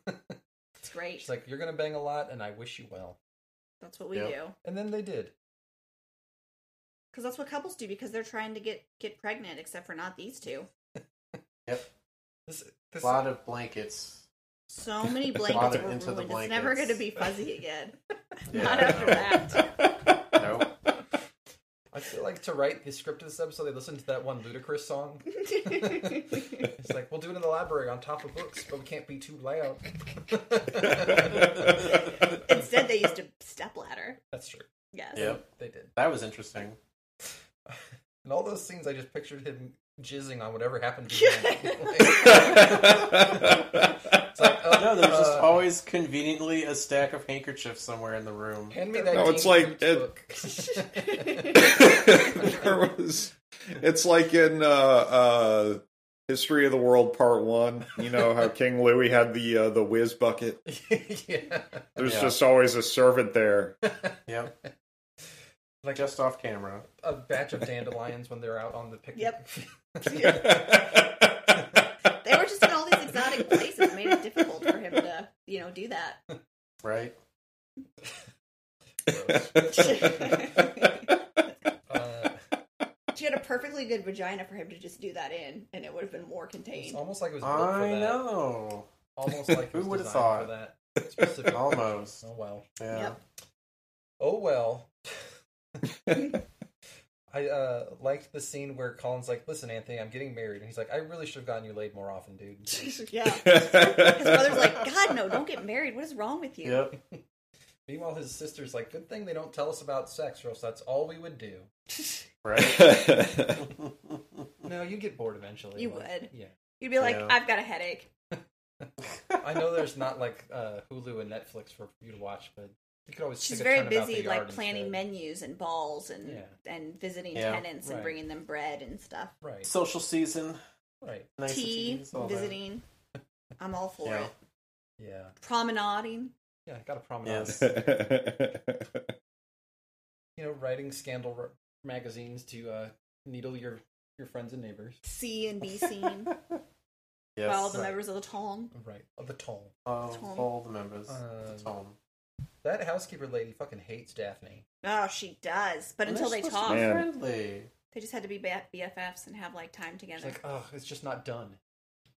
Speaker 4: It's great.
Speaker 1: She's like, "You're gonna bang a lot, and I wish you well."
Speaker 4: that's what we
Speaker 2: Yep.
Speaker 4: do
Speaker 1: And then they did.
Speaker 4: because that's what couples do because they're trying to get get pregnant except for not these two.
Speaker 1: This this
Speaker 2: A lot of blankets.
Speaker 4: So many
Speaker 2: Bought
Speaker 4: blankets
Speaker 2: it
Speaker 4: were
Speaker 2: into the
Speaker 4: ruined. It's never going
Speaker 2: blankets.
Speaker 4: to be fuzzy again.
Speaker 2: Yeah,
Speaker 4: Not
Speaker 2: I
Speaker 4: after
Speaker 2: know.
Speaker 4: that.
Speaker 2: Nope.
Speaker 1: I feel like to write the script of this episode, they listened to that one ludicrous song. It's like we'll do it in the library on top of books, but we can't be too loud.
Speaker 4: Instead, they used a stepladder.
Speaker 1: That's true.
Speaker 4: Yes.
Speaker 2: Yep,
Speaker 1: They did.
Speaker 2: that was interesting.
Speaker 1: And all those scenes, I just pictured him jizzing on whatever happened to him. Like, it's like, oh,
Speaker 2: No, there's just
Speaker 1: uh,
Speaker 2: always conveniently a stack of handkerchiefs somewhere in the room.
Speaker 1: Hand me that.
Speaker 3: No, it's
Speaker 1: Dean
Speaker 3: like-
Speaker 1: Koontz
Speaker 3: it-
Speaker 1: book.
Speaker 3: there was. It's like in uh, uh, History of the World Part One. You know how King Louis had the uh, the whiz bucket.
Speaker 1: yeah.
Speaker 3: There's
Speaker 2: Yeah.
Speaker 3: just always a servant there.
Speaker 2: Yep,
Speaker 1: Like
Speaker 2: just off camera.
Speaker 1: a batch of dandelions when they're out on the picnic.
Speaker 4: Yep. They were just in all these exotic places. It made it difficult for him to, you know, do that.
Speaker 2: Right?
Speaker 1: Gross. Uh,
Speaker 4: She had a perfectly good vagina for him to just do that in, and it would have been more
Speaker 1: it's
Speaker 4: contained.
Speaker 1: almost like it was built for
Speaker 2: I
Speaker 1: that.
Speaker 2: know.
Speaker 1: Almost like it
Speaker 2: Who
Speaker 1: was
Speaker 2: would've
Speaker 1: designed for
Speaker 2: thought?
Speaker 1: that specifically.
Speaker 2: Almost.
Speaker 1: Oh well.
Speaker 2: Yeah.
Speaker 4: Yep.
Speaker 1: Oh well. I uh, liked the scene where Colin's like, "Listen, Anthony, I'm getting married," and he's like, "I really should have gotten you laid more often, dude."
Speaker 4: yeah. His brother's like, God, no, don't get married. What is wrong with you?
Speaker 2: Yep.
Speaker 1: Meanwhile, his sister's like, "Good thing they don't tell us about sex, or else that's all we would do."
Speaker 2: Right.
Speaker 1: No, you get bored eventually.
Speaker 4: You
Speaker 1: like,
Speaker 4: would.
Speaker 1: Yeah,
Speaker 4: You'd be like,
Speaker 2: Yeah.
Speaker 4: I've got a headache.
Speaker 1: I know there's not like uh, Hulu and Netflix for you to watch, but you could always.
Speaker 4: She's
Speaker 1: take a
Speaker 4: very
Speaker 1: turn about the
Speaker 4: busy,
Speaker 1: yard
Speaker 4: like planning
Speaker 1: instead.
Speaker 4: menus and balls and
Speaker 1: Yeah.
Speaker 4: and visiting
Speaker 2: Yeah.
Speaker 4: tenants and
Speaker 1: Right.
Speaker 4: bringing them bread and stuff.
Speaker 1: Right,
Speaker 2: Social season.
Speaker 1: right,
Speaker 4: Tea,
Speaker 2: niceties, all that.
Speaker 4: visiting. I'm all for
Speaker 2: Yeah.
Speaker 4: it.
Speaker 1: yeah,
Speaker 4: Promenading.
Speaker 1: yeah. Got a promenade.
Speaker 2: Yes.
Speaker 1: You know, writing scandal r- magazines to uh, needle your your friends and neighbors.
Speaker 4: see and be seen by
Speaker 2: Yes.
Speaker 4: all the
Speaker 1: Right.
Speaker 4: members of the Tom.
Speaker 1: Right, of the toll.
Speaker 2: Of
Speaker 4: Tom.
Speaker 2: all the members.
Speaker 1: Um,
Speaker 2: It's home.
Speaker 1: That housekeeper lady fucking hates Daphne.
Speaker 4: Oh, she does. But until they
Speaker 2: They're supposed to
Speaker 4: talk,
Speaker 2: be
Speaker 3: Man.
Speaker 2: friendly.
Speaker 4: they just had to be ba- BFFs and have like time
Speaker 1: She's
Speaker 4: together.
Speaker 1: like, oh, it's just not done.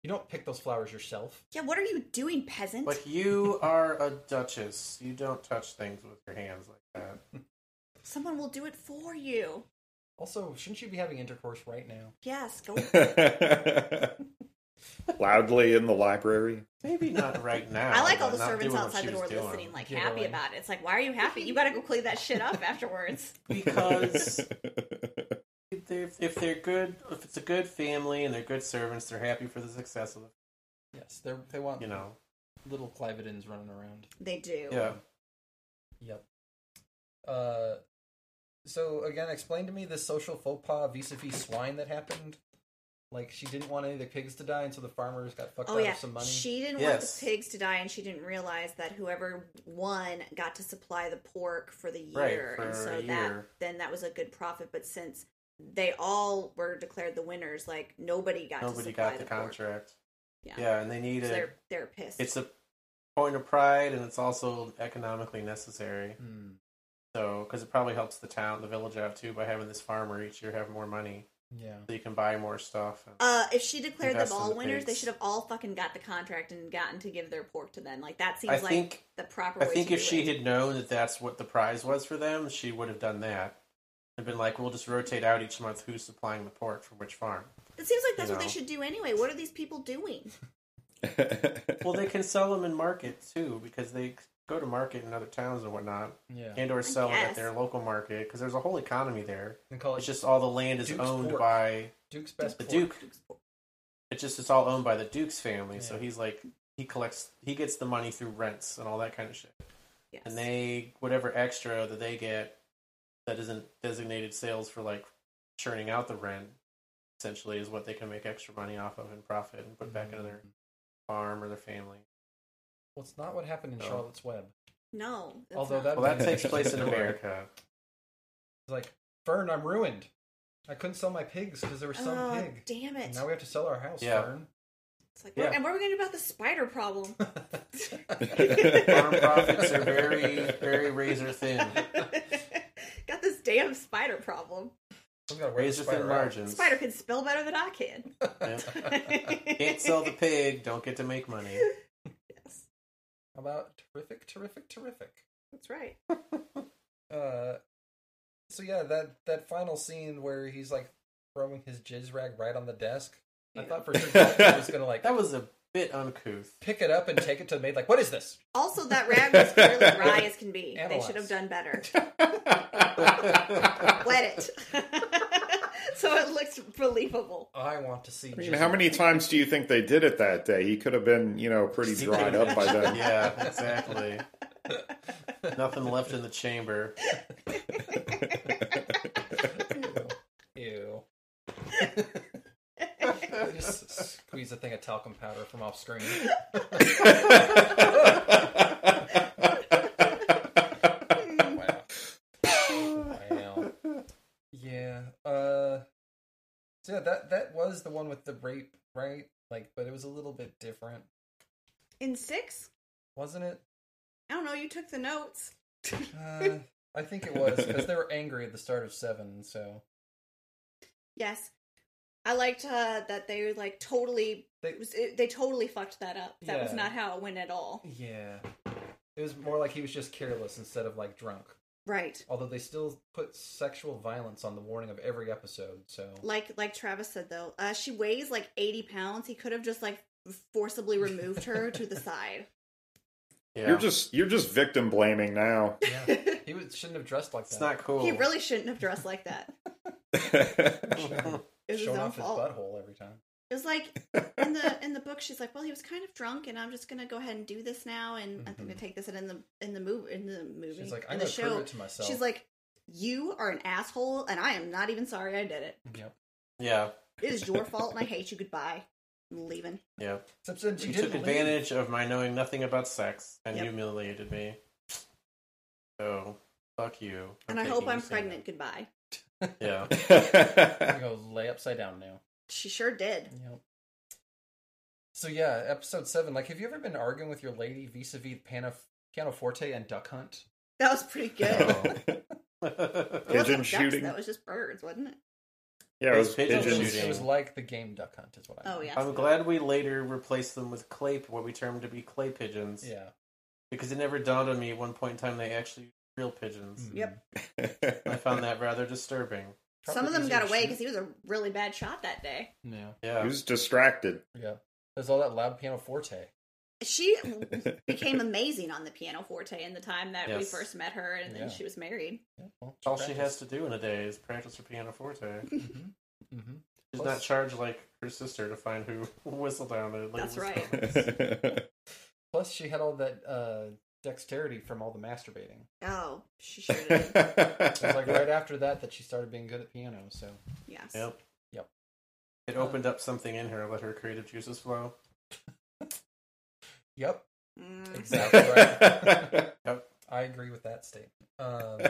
Speaker 1: You don't pick those flowers yourself.
Speaker 4: yeah, what are you doing, peasant?
Speaker 2: But you are a duchess. You don't touch things with your hands like that.
Speaker 4: Someone will do it for you.
Speaker 1: Also, shouldn't you be having intercourse right now?
Speaker 4: Yes, go.
Speaker 3: loudly in the library.
Speaker 2: Maybe not right now.
Speaker 4: I like all
Speaker 2: but
Speaker 4: the
Speaker 2: Oh, not
Speaker 4: servants
Speaker 2: doing what
Speaker 4: outside
Speaker 2: she
Speaker 4: the door
Speaker 2: was doing.
Speaker 4: listening, like
Speaker 1: Giggling.
Speaker 4: happy about it. It's like, why are you happy? You got to go clean that shit up afterwards.
Speaker 2: because if they're, if they're good, if it's a good family and they're good servants, they're happy for the success of the,
Speaker 1: Yes, they they want
Speaker 2: you know.
Speaker 1: little Clividins running around.
Speaker 4: They do.
Speaker 2: Yeah,
Speaker 1: Yep. Uh, so again, explain to me the social faux pas vis-a-vis swine that happened. Like she didn't want any of the pigs to die, and so the farmers got fucked
Speaker 4: Oh
Speaker 1: out
Speaker 4: yeah,
Speaker 1: of some money.
Speaker 4: she didn't want
Speaker 2: Yes.
Speaker 4: the pigs to die, and she didn't realize that whoever won got to supply the pork for the
Speaker 2: Right,
Speaker 4: year, and
Speaker 2: for
Speaker 4: so
Speaker 2: a
Speaker 4: that
Speaker 2: year.
Speaker 4: then that was a good profit. But since they all were declared the winners, like nobody got to
Speaker 2: nobody
Speaker 4: supply
Speaker 2: got the,
Speaker 4: pork.
Speaker 2: contract.
Speaker 4: Yeah.
Speaker 2: yeah, and they
Speaker 4: so
Speaker 2: needed.
Speaker 4: they're they're pissed.
Speaker 2: it's a point of pride, and it's also economically necessary.
Speaker 1: Hmm.
Speaker 2: So, because it probably helps the town, the village out too, by having this farmer each year have more money,
Speaker 1: Yeah.
Speaker 2: so you can buy more stuff. And,
Speaker 4: uh, if she declared them
Speaker 2: Invest in
Speaker 4: all
Speaker 2: the
Speaker 4: winners, they
Speaker 2: pigs.
Speaker 4: should have all fucking got the contract and gotten to give their pork to them. Like that seems
Speaker 2: I
Speaker 4: like
Speaker 2: think
Speaker 4: the proper.
Speaker 2: I
Speaker 4: way
Speaker 2: think
Speaker 4: to
Speaker 2: if
Speaker 4: do
Speaker 2: she
Speaker 4: it.
Speaker 2: had known that that's what the prize was for them, she would have done that and been like, "We'll just rotate out each month who's supplying the pork for which farm."
Speaker 4: it seems like that's
Speaker 2: you
Speaker 4: what
Speaker 2: know.
Speaker 4: they should do anyway. What are these people doing?
Speaker 2: Well, they can sell them in market too because they go to market in other towns and whatnot,
Speaker 1: Yeah.
Speaker 2: and or sell it at
Speaker 4: guess.
Speaker 2: their local market because there's a whole economy there.
Speaker 1: They call it
Speaker 2: It's just all the land is
Speaker 1: Duke's
Speaker 2: owned
Speaker 1: pork.
Speaker 2: by
Speaker 1: Duke's best.
Speaker 2: the
Speaker 1: pork.
Speaker 2: Duke. It's just it's all owned by the Duke's family, so
Speaker 1: Yeah.
Speaker 2: he's like he collects he gets the money through rents and all that kind of shit.
Speaker 4: Yes.
Speaker 2: and they whatever extra that they get that isn't designated sales for like churning out the rent essentially is what they can make extra money off of and profit and put back into their
Speaker 4: Mm-hmm.
Speaker 2: farm or their family
Speaker 1: Hmm. Well, it's not what happened in
Speaker 2: No.
Speaker 1: Charlotte's Web.
Speaker 4: no. that's
Speaker 1: Although
Speaker 4: not-
Speaker 1: that
Speaker 2: well that takes place in
Speaker 3: Sure.
Speaker 2: america
Speaker 1: It's like Fern, I'm ruined. I couldn't sell my pigs because there was some
Speaker 4: oh,
Speaker 1: pig.
Speaker 4: damn it!
Speaker 1: And now we have to sell our house,
Speaker 2: Yeah.
Speaker 1: Fern.
Speaker 4: It's like,
Speaker 2: Yeah.
Speaker 4: and what are we going to do about the spider problem?
Speaker 2: farm profits are very very razor thin
Speaker 4: Got this damn spider problem.
Speaker 1: We gotta wear the
Speaker 2: razor thin
Speaker 1: spider out.
Speaker 2: margins
Speaker 4: Spider can spell better than I can.
Speaker 2: Yeah. can't sell the pig don't get to make money
Speaker 4: Yes,
Speaker 1: How about terrific, terrific, terrific?
Speaker 4: that's right.
Speaker 1: Uh, so yeah, that that final scene where he's like throwing his jizz rag right on the desk. I
Speaker 4: Yeah.
Speaker 1: thought for sure Jackson was gonna like
Speaker 2: that was a bit uncouth
Speaker 1: pick it up and take it to the maid. Like, what is this?
Speaker 4: Also, that rag was clearly dry as can be. They
Speaker 1: Analyze.
Speaker 4: should have done better. Wet it, so it looks believable.
Speaker 1: I want to see.
Speaker 3: I mean,
Speaker 1: jizz
Speaker 3: how
Speaker 1: rag.
Speaker 3: many times do you think they did it that day? He could have been, you know, pretty dried up by then.
Speaker 2: yeah exactly nothing left in the chamber
Speaker 1: Ew. Just squeeze a thing of talcum powder from off screen. wow. wow. Yeah. Uh. So yeah, that that was the one with the rape, right? Like, but it was a little bit different,
Speaker 4: In six,
Speaker 1: wasn't it?
Speaker 4: I don't know. You took the notes.
Speaker 1: Uh, I think it was because they were angry at the start of seven. So
Speaker 4: Yes, I liked uh, that they like totally.
Speaker 1: They-
Speaker 4: It was, it, they totally fucked that up. That was
Speaker 1: Yeah.
Speaker 4: not how it went at all.
Speaker 1: yeah, it was more like he was just careless instead of like drunk.
Speaker 4: Right.
Speaker 1: Although they still put sexual violence on the warning of every episode. So
Speaker 4: like like Travis said though, uh, she weighs like eighty pounds. He could have just like forcibly removed her to the side.
Speaker 2: yeah
Speaker 3: You're just you're just victim blaming now.
Speaker 1: yeah, he was, shouldn't have dressed like
Speaker 2: It's
Speaker 1: that.
Speaker 2: not cool.
Speaker 4: He really shouldn't have dressed like that. It was his
Speaker 1: Showing
Speaker 4: own
Speaker 1: off his
Speaker 4: fault.
Speaker 1: butthole every time.
Speaker 4: It was like in the in the book, she's like, "Well, he was kind of drunk, and I'm just gonna go ahead and do this now, and I'm gonna take this." And in the in the movie, in the movie,
Speaker 1: Mm-hmm. She's like,
Speaker 4: in
Speaker 1: I'm
Speaker 4: the
Speaker 1: gonna prove it to myself.
Speaker 4: she's like, "You are an asshole, and I am not even sorry I did it.
Speaker 1: yep.
Speaker 2: yeah,
Speaker 4: It is your fault, and I hate you. Goodbye. I'm leaving."
Speaker 2: yeah.
Speaker 1: Except since
Speaker 2: You
Speaker 1: you
Speaker 2: took
Speaker 1: didn't leave.
Speaker 2: advantage of my knowing nothing about sex and
Speaker 4: Yep.
Speaker 2: humiliated me. So fuck you.
Speaker 4: and I
Speaker 2: taking
Speaker 4: hope
Speaker 2: you
Speaker 4: I'm
Speaker 2: single.
Speaker 4: pregnant. Goodbye.
Speaker 2: Yeah.
Speaker 1: I'm gonna go lay upside down now.
Speaker 4: She sure did.
Speaker 1: Yep. So yeah, episode seven. Like, have you ever been arguing with your lady vis-a-vis piano, piano forte and duck hunt?
Speaker 4: That was pretty good. It
Speaker 3: Pigeon
Speaker 4: wasn't ducks,
Speaker 3: shooting.
Speaker 4: That was just birds, wasn't it?
Speaker 3: yeah, it was
Speaker 2: Pigeon
Speaker 1: It was,
Speaker 3: pigeons.
Speaker 2: shooting.
Speaker 1: it was like the game duck hunt, is what I.
Speaker 4: Oh
Speaker 1: meant.
Speaker 4: yeah.
Speaker 2: I'm glad we later replaced them with clay, what we termed to be clay pigeons,
Speaker 1: Yeah.
Speaker 2: because it never dawned on me at one point in time they actually used real pigeons.
Speaker 1: Mm.
Speaker 4: Yep.
Speaker 2: I found that rather disturbing.
Speaker 1: Probably
Speaker 4: Some of them
Speaker 1: easier
Speaker 4: got
Speaker 1: to
Speaker 4: away
Speaker 1: shoot.
Speaker 4: because he was a really bad shot that day.
Speaker 1: Yeah.
Speaker 2: Yeah.
Speaker 3: He was distracted.
Speaker 1: Yeah. There's all that loud pianoforte.
Speaker 4: She became amazing on the pianoforte in the time that we
Speaker 2: Yes.
Speaker 4: first met her, and then
Speaker 1: Yeah.
Speaker 4: she was married.
Speaker 1: Yeah, well,
Speaker 2: All she has to do in a day is practice her pianoforte.
Speaker 1: Mm-hmm. Mm-hmm.
Speaker 2: She's
Speaker 1: Plus-
Speaker 2: not charged like her sister to find who whistled down it. Like,
Speaker 4: That's
Speaker 2: whistle-
Speaker 1: Plus, she had all that uh, dexterity from all the masturbating.
Speaker 4: Oh, she sure did.
Speaker 1: It was like right after that that she started being good at piano. So
Speaker 4: yes.
Speaker 2: Yep.
Speaker 1: Yep.
Speaker 2: It opened up something in her, let her creative juices flow.
Speaker 1: yep,
Speaker 4: Mm.
Speaker 1: exactly. right. I agree with that statement. Um,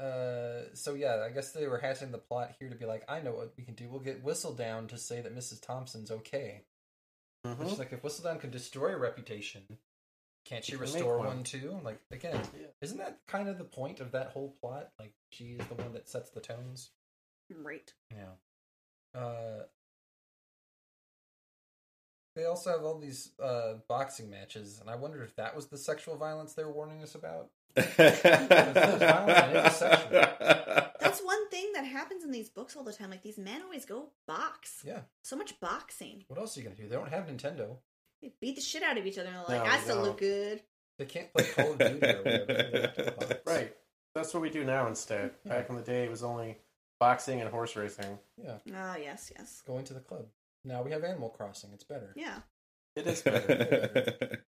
Speaker 1: uh, so yeah, I guess they were hatching the plot here to be like, I know what we can do. We'll get Whistledown to say that Mrs. Thompson's okay.
Speaker 2: Mhm.
Speaker 1: Which is like, if Whistledown can destroy a reputation, can't she
Speaker 2: She can make
Speaker 1: restore
Speaker 2: one.
Speaker 1: one. too? Like again,
Speaker 2: Yeah.
Speaker 1: isn't that kind of the point of that whole plot? Like she is the one that sets the tones.
Speaker 4: Right.
Speaker 1: Yeah. Uh, they also have all these uh, boxing matches, and I wonder if that was the sexual violence they were warning us about.
Speaker 4: That's one thing that happens in these books all the time. Like these men always go box.
Speaker 1: Yeah.
Speaker 4: So much boxing.
Speaker 1: What else are you gonna do? They don't have Nintendo.
Speaker 4: They beat the shit out of each other and they're like,
Speaker 2: No,
Speaker 4: I still
Speaker 2: no.
Speaker 4: look good.
Speaker 1: They can't play Call of Duty or whatever. They have to box.
Speaker 2: Right. That's what we do now instead. Back in the day, it was only boxing and horse racing.
Speaker 1: Yeah.
Speaker 4: Oh yes, yes.
Speaker 1: Go into the club. Now we have Animal Crossing. It's better.
Speaker 4: Yeah.
Speaker 2: It is better.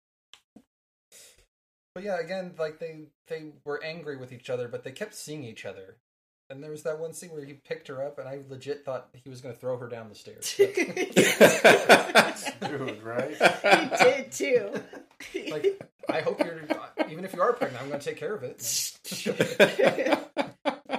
Speaker 1: But yeah, again, like they they were angry with each other, but they kept seeing each other. And there was that one scene where he picked her up, and I legit thought he was going to throw her down the stairs.
Speaker 2: Dude, right?
Speaker 4: you did too.
Speaker 1: like, I hope you're uh, even if you are pregnant, I'm going to take care of it. uh,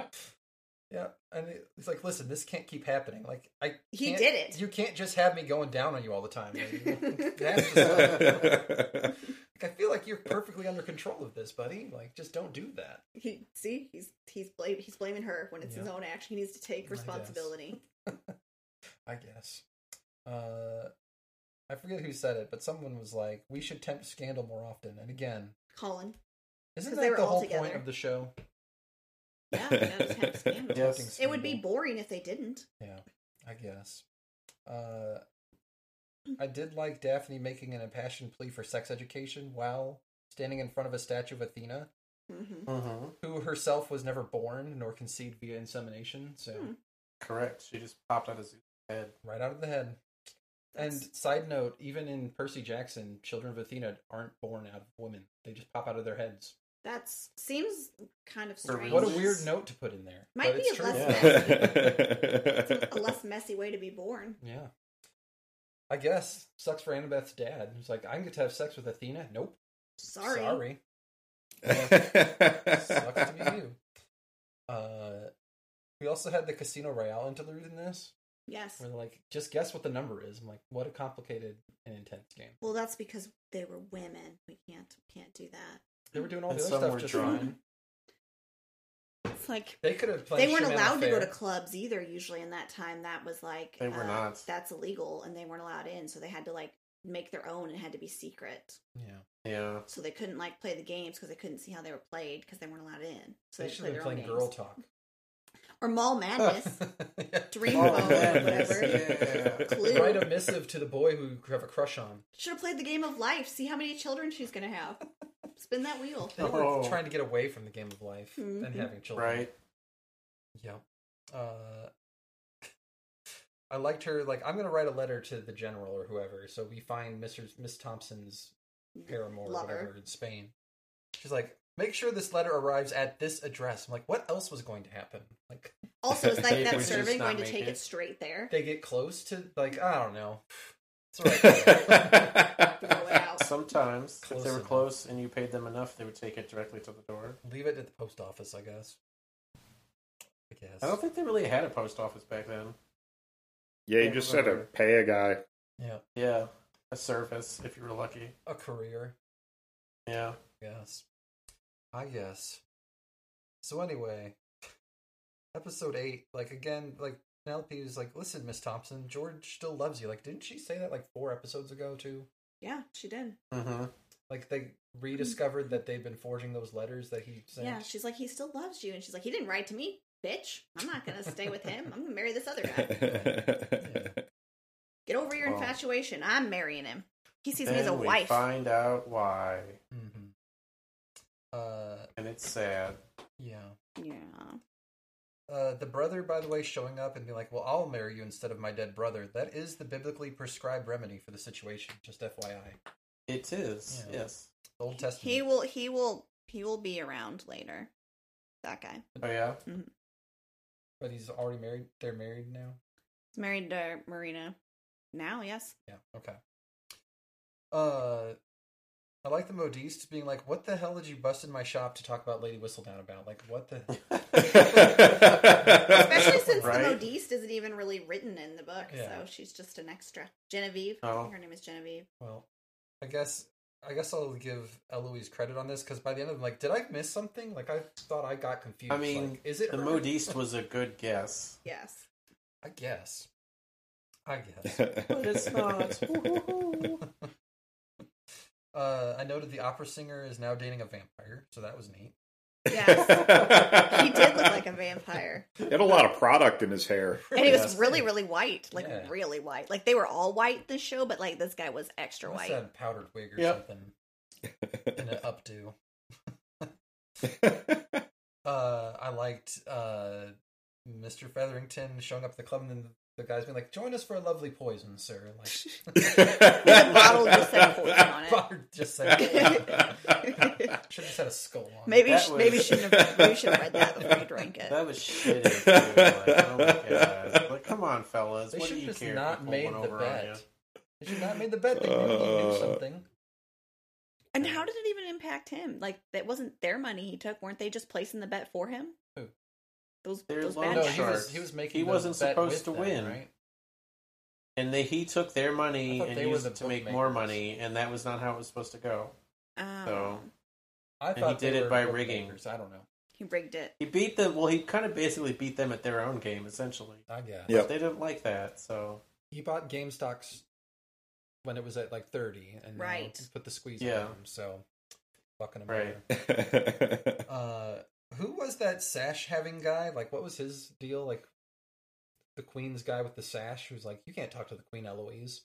Speaker 1: yeah, and it- it's like, listen, this can't keep happening. Like, I
Speaker 4: He
Speaker 1: can't-
Speaker 4: did it.
Speaker 1: You can't just have me going down on you all the time. lady. It has to stop. Like, I feel like you're perfectly under control of this, buddy. Like, just don't do that.
Speaker 4: He- see, he's he's blaming he's blaming her when it's his
Speaker 1: Yeah.
Speaker 4: own action. He needs to take
Speaker 1: I guess.
Speaker 4: responsibility.
Speaker 1: I guess. Uh, I forget who said it, but someone was like, "We should tempt scandal more often." And again,
Speaker 4: Colin.
Speaker 1: isn't
Speaker 4: 'Cause they
Speaker 1: that
Speaker 4: were
Speaker 1: the
Speaker 4: all
Speaker 1: whole point
Speaker 4: together.
Speaker 1: of the show?
Speaker 4: Yeah, that was half scandal.
Speaker 2: Yes.
Speaker 1: Tempting
Speaker 4: It would be
Speaker 1: scandal.
Speaker 4: boring if they didn't.
Speaker 1: Yeah, I guess. Uh, I did like Daphne making an impassioned plea for sex education while standing in front of a statue of Athena,
Speaker 4: hmm
Speaker 2: hmm
Speaker 1: who herself was never born nor conceived via insemination. So.
Speaker 4: Hmm.
Speaker 2: Correct. She just popped out of Zeus' head.
Speaker 1: right out of the head. And side note, even in Percy Jackson, children of Athena aren't born out of women; they just pop out of their heads.
Speaker 4: That seems kind of
Speaker 2: Or
Speaker 4: strange.
Speaker 1: What a weird note to put in there.
Speaker 4: Might
Speaker 1: but
Speaker 4: be
Speaker 1: it's
Speaker 4: a
Speaker 1: true.
Speaker 4: lesson. A less messy way to be born.
Speaker 1: Yeah, I guess sucks for Annabeth's dad. Who's like, I'm going to have sex with Athena. Nope,
Speaker 4: Sorry.
Speaker 1: sucks to be you. Uh, we also had the Casino Royale interlude in this,
Speaker 4: Yes.
Speaker 1: where they're like, just guess what the number is. I'm like, what a complicated and intense game.
Speaker 4: Well, that's because they were women. We can't can't do that.
Speaker 1: They were doing all
Speaker 2: And
Speaker 1: the
Speaker 2: some
Speaker 1: other stuff
Speaker 2: were
Speaker 1: just
Speaker 2: drawing.
Speaker 1: fine.
Speaker 4: It's like
Speaker 1: They could have. played
Speaker 4: they weren't
Speaker 1: Shimano
Speaker 4: allowed to go
Speaker 1: Fair.
Speaker 4: to clubs either. Usually in that time, that was like uh,
Speaker 2: They were not.
Speaker 4: That's illegal, and they weren't allowed in. So they had to like make their own, and it had to be secret.
Speaker 1: Yeah.
Speaker 2: Yeah.
Speaker 4: So they couldn't like play the games because they couldn't see how they were played because they weren't allowed in. So
Speaker 1: they
Speaker 4: they,
Speaker 1: should
Speaker 4: played
Speaker 1: have been
Speaker 4: their own
Speaker 1: playing
Speaker 4: games.
Speaker 1: Girl Talk.
Speaker 4: or Mall Madness, Dream Ball,
Speaker 2: Oh,
Speaker 4: whatever.
Speaker 2: yeah.
Speaker 4: Clue.
Speaker 1: Write a missive to the boy who you have a crush on.
Speaker 4: Should have played the game of life. See how many children she's gonna have. Spin that wheel.
Speaker 1: They were
Speaker 2: Oh.
Speaker 1: trying to get away from the game of life
Speaker 4: Mhm.
Speaker 1: and having children.
Speaker 2: Right.
Speaker 1: Yep. Uh, I liked her. Like, I'm going to write a letter to the general or whoever. So we find Mr. Miss Thompson's paramour or
Speaker 4: Lover.
Speaker 1: whatever in Spain. She's like, make sure this letter arrives at this address. I'm like, what else was going to happen? Like,
Speaker 4: Also, is like
Speaker 2: They
Speaker 4: that
Speaker 2: would just
Speaker 4: servant
Speaker 2: not
Speaker 4: going to
Speaker 2: make
Speaker 4: take it.
Speaker 2: it.
Speaker 4: straight there?
Speaker 1: they get close to, like, I don't know. It's all right.
Speaker 4: Throw it out.
Speaker 2: Sometimes,
Speaker 1: Close
Speaker 2: if they were
Speaker 1: enough.
Speaker 2: close and you paid them enough, they would take it directly to the door.
Speaker 1: Leave it at the post office, I guess. I guess.
Speaker 2: I don't think they really had a post office back then.
Speaker 3: yeah, you just said to pay a guy.
Speaker 1: Yeah.
Speaker 2: Yeah. A service, if you were lucky.
Speaker 1: A career.
Speaker 2: Yeah.
Speaker 1: Yes. I guess. So anyway, episode eight, like again, like Penelope is like, listen, Miss Thompson, George still loves you. Like, didn't she say that like four episodes ago too?
Speaker 4: Yeah, she did.
Speaker 2: Mm-hmm.
Speaker 1: Like they rediscovered that they've been forging those letters that he sent.
Speaker 4: Yeah, she's like, he still loves you, and she's like, he didn't write to me, bitch. I'm not gonna stay with him. I'm gonna marry this other guy. Get over your
Speaker 2: Well.
Speaker 4: infatuation. I'm marrying him. He sees me as
Speaker 2: Then
Speaker 4: a
Speaker 2: we
Speaker 4: wife.
Speaker 2: find out why,
Speaker 1: Mm-hmm. Uh,
Speaker 2: and it's sad.
Speaker 1: yeah.
Speaker 4: Yeah.
Speaker 1: Uh, the brother, by the way, showing up and being like, "Well, I'll marry you instead of my dead brother." That is the biblically prescribed remedy for the situation. Just FYI,
Speaker 2: It is
Speaker 1: Yeah.
Speaker 2: yes.
Speaker 1: the Old Testament.
Speaker 4: He will. He will. He will be around later. That guy.
Speaker 2: Oh yeah.
Speaker 1: but he's already married. They're married now.
Speaker 4: He's married to Marina. Now, yes.
Speaker 1: Yeah. Okay. Uh, I like the modiste being like, "What the hell did you bust in my shop to talk about Lady Whistledown about? Like, what the?"
Speaker 2: Oh,
Speaker 4: Especially since
Speaker 2: Right.
Speaker 4: the modiste isn't even really written in the book,
Speaker 1: Yeah.
Speaker 4: so she's just an extra. Genevieve. I
Speaker 2: Oh.
Speaker 4: think her name is Genevieve.
Speaker 1: Well, I guess I guess I'll give Eloise credit on this because by the end of it, like, did I miss something? Like, I thought I got confused.
Speaker 2: I mean,
Speaker 1: Like, is it
Speaker 2: The
Speaker 1: her?
Speaker 2: modiste was a good guess.
Speaker 4: Yes.
Speaker 1: I guess. I guess.
Speaker 2: But it's not.
Speaker 1: Uh, I noted the opera singer is now dating a vampire, so that was neat.
Speaker 4: Yes. he did look like a vampire,
Speaker 3: He had a lot of product in his hair.
Speaker 4: and he was
Speaker 1: Yes.
Speaker 4: really, really white. Like
Speaker 1: Yeah.
Speaker 4: really white. Like they were all white this show, but like this guy was extra
Speaker 1: Must
Speaker 4: white.
Speaker 1: have had a powdered wig or
Speaker 2: Yep.
Speaker 1: something, and an updo. Uh, I liked uh, Mr. Featherington showing up at the club, and then the guys being like, "Join us for a lovely poison, sir." Like,
Speaker 4: The bottle just said poison on it.
Speaker 1: Bard just said, "Should have just had a skull on." it.
Speaker 4: Maybe
Speaker 2: That
Speaker 4: sh- maybe
Speaker 2: was-
Speaker 4: shouldn't have maybe should have read that before you drank it.
Speaker 2: That was shitty. dude. Like, oh my god! Like, come on, fellas.
Speaker 1: They
Speaker 2: what
Speaker 1: should
Speaker 2: do
Speaker 1: have
Speaker 2: you
Speaker 1: just
Speaker 2: care?
Speaker 1: not
Speaker 2: People
Speaker 1: made
Speaker 2: went
Speaker 1: the
Speaker 2: over on you.
Speaker 1: bet. They should not made the bet. They knew he knew
Speaker 3: Uh,
Speaker 1: something.
Speaker 2: Oh,
Speaker 4: And how did it even impact him? Like that wasn't their money he took. Weren't they just placing the bet for him?
Speaker 1: Who?
Speaker 4: Those
Speaker 2: They're
Speaker 4: those
Speaker 2: loan
Speaker 4: bad
Speaker 1: No,
Speaker 2: sharks.
Speaker 1: he was
Speaker 4: sharks.
Speaker 1: he was making.
Speaker 2: He
Speaker 1: the
Speaker 2: wasn't
Speaker 1: bet
Speaker 2: supposed
Speaker 1: with
Speaker 2: to
Speaker 1: them,
Speaker 2: win.
Speaker 1: right?
Speaker 2: And they, he took their
Speaker 1: I
Speaker 2: money
Speaker 1: thought
Speaker 2: and
Speaker 1: they were
Speaker 2: used
Speaker 1: the
Speaker 2: it to make more
Speaker 1: bookmakers.
Speaker 2: money, and that was not how it was supposed to go.
Speaker 4: Oh,
Speaker 2: So-
Speaker 1: I
Speaker 2: he
Speaker 1: thought they
Speaker 2: did it
Speaker 1: were
Speaker 2: by
Speaker 1: bookmakers,
Speaker 2: rigging.
Speaker 1: I don't know.
Speaker 4: he rigged it.
Speaker 2: He beat them. Well, he kind of basically beat them at their own game, essentially.
Speaker 1: I guess
Speaker 3: Yep.
Speaker 2: They didn't like that, so
Speaker 1: he bought Game stocks when it was at like thirty, and now
Speaker 4: Right.
Speaker 1: he put the squeeze
Speaker 2: Yeah.
Speaker 1: on him. So fucking him
Speaker 2: Right.
Speaker 1: over. Uh, who was that sash having guy? Like, what was his deal? Like, the queen's guy with the sash who's like, "You can't talk to the queen, Eloise."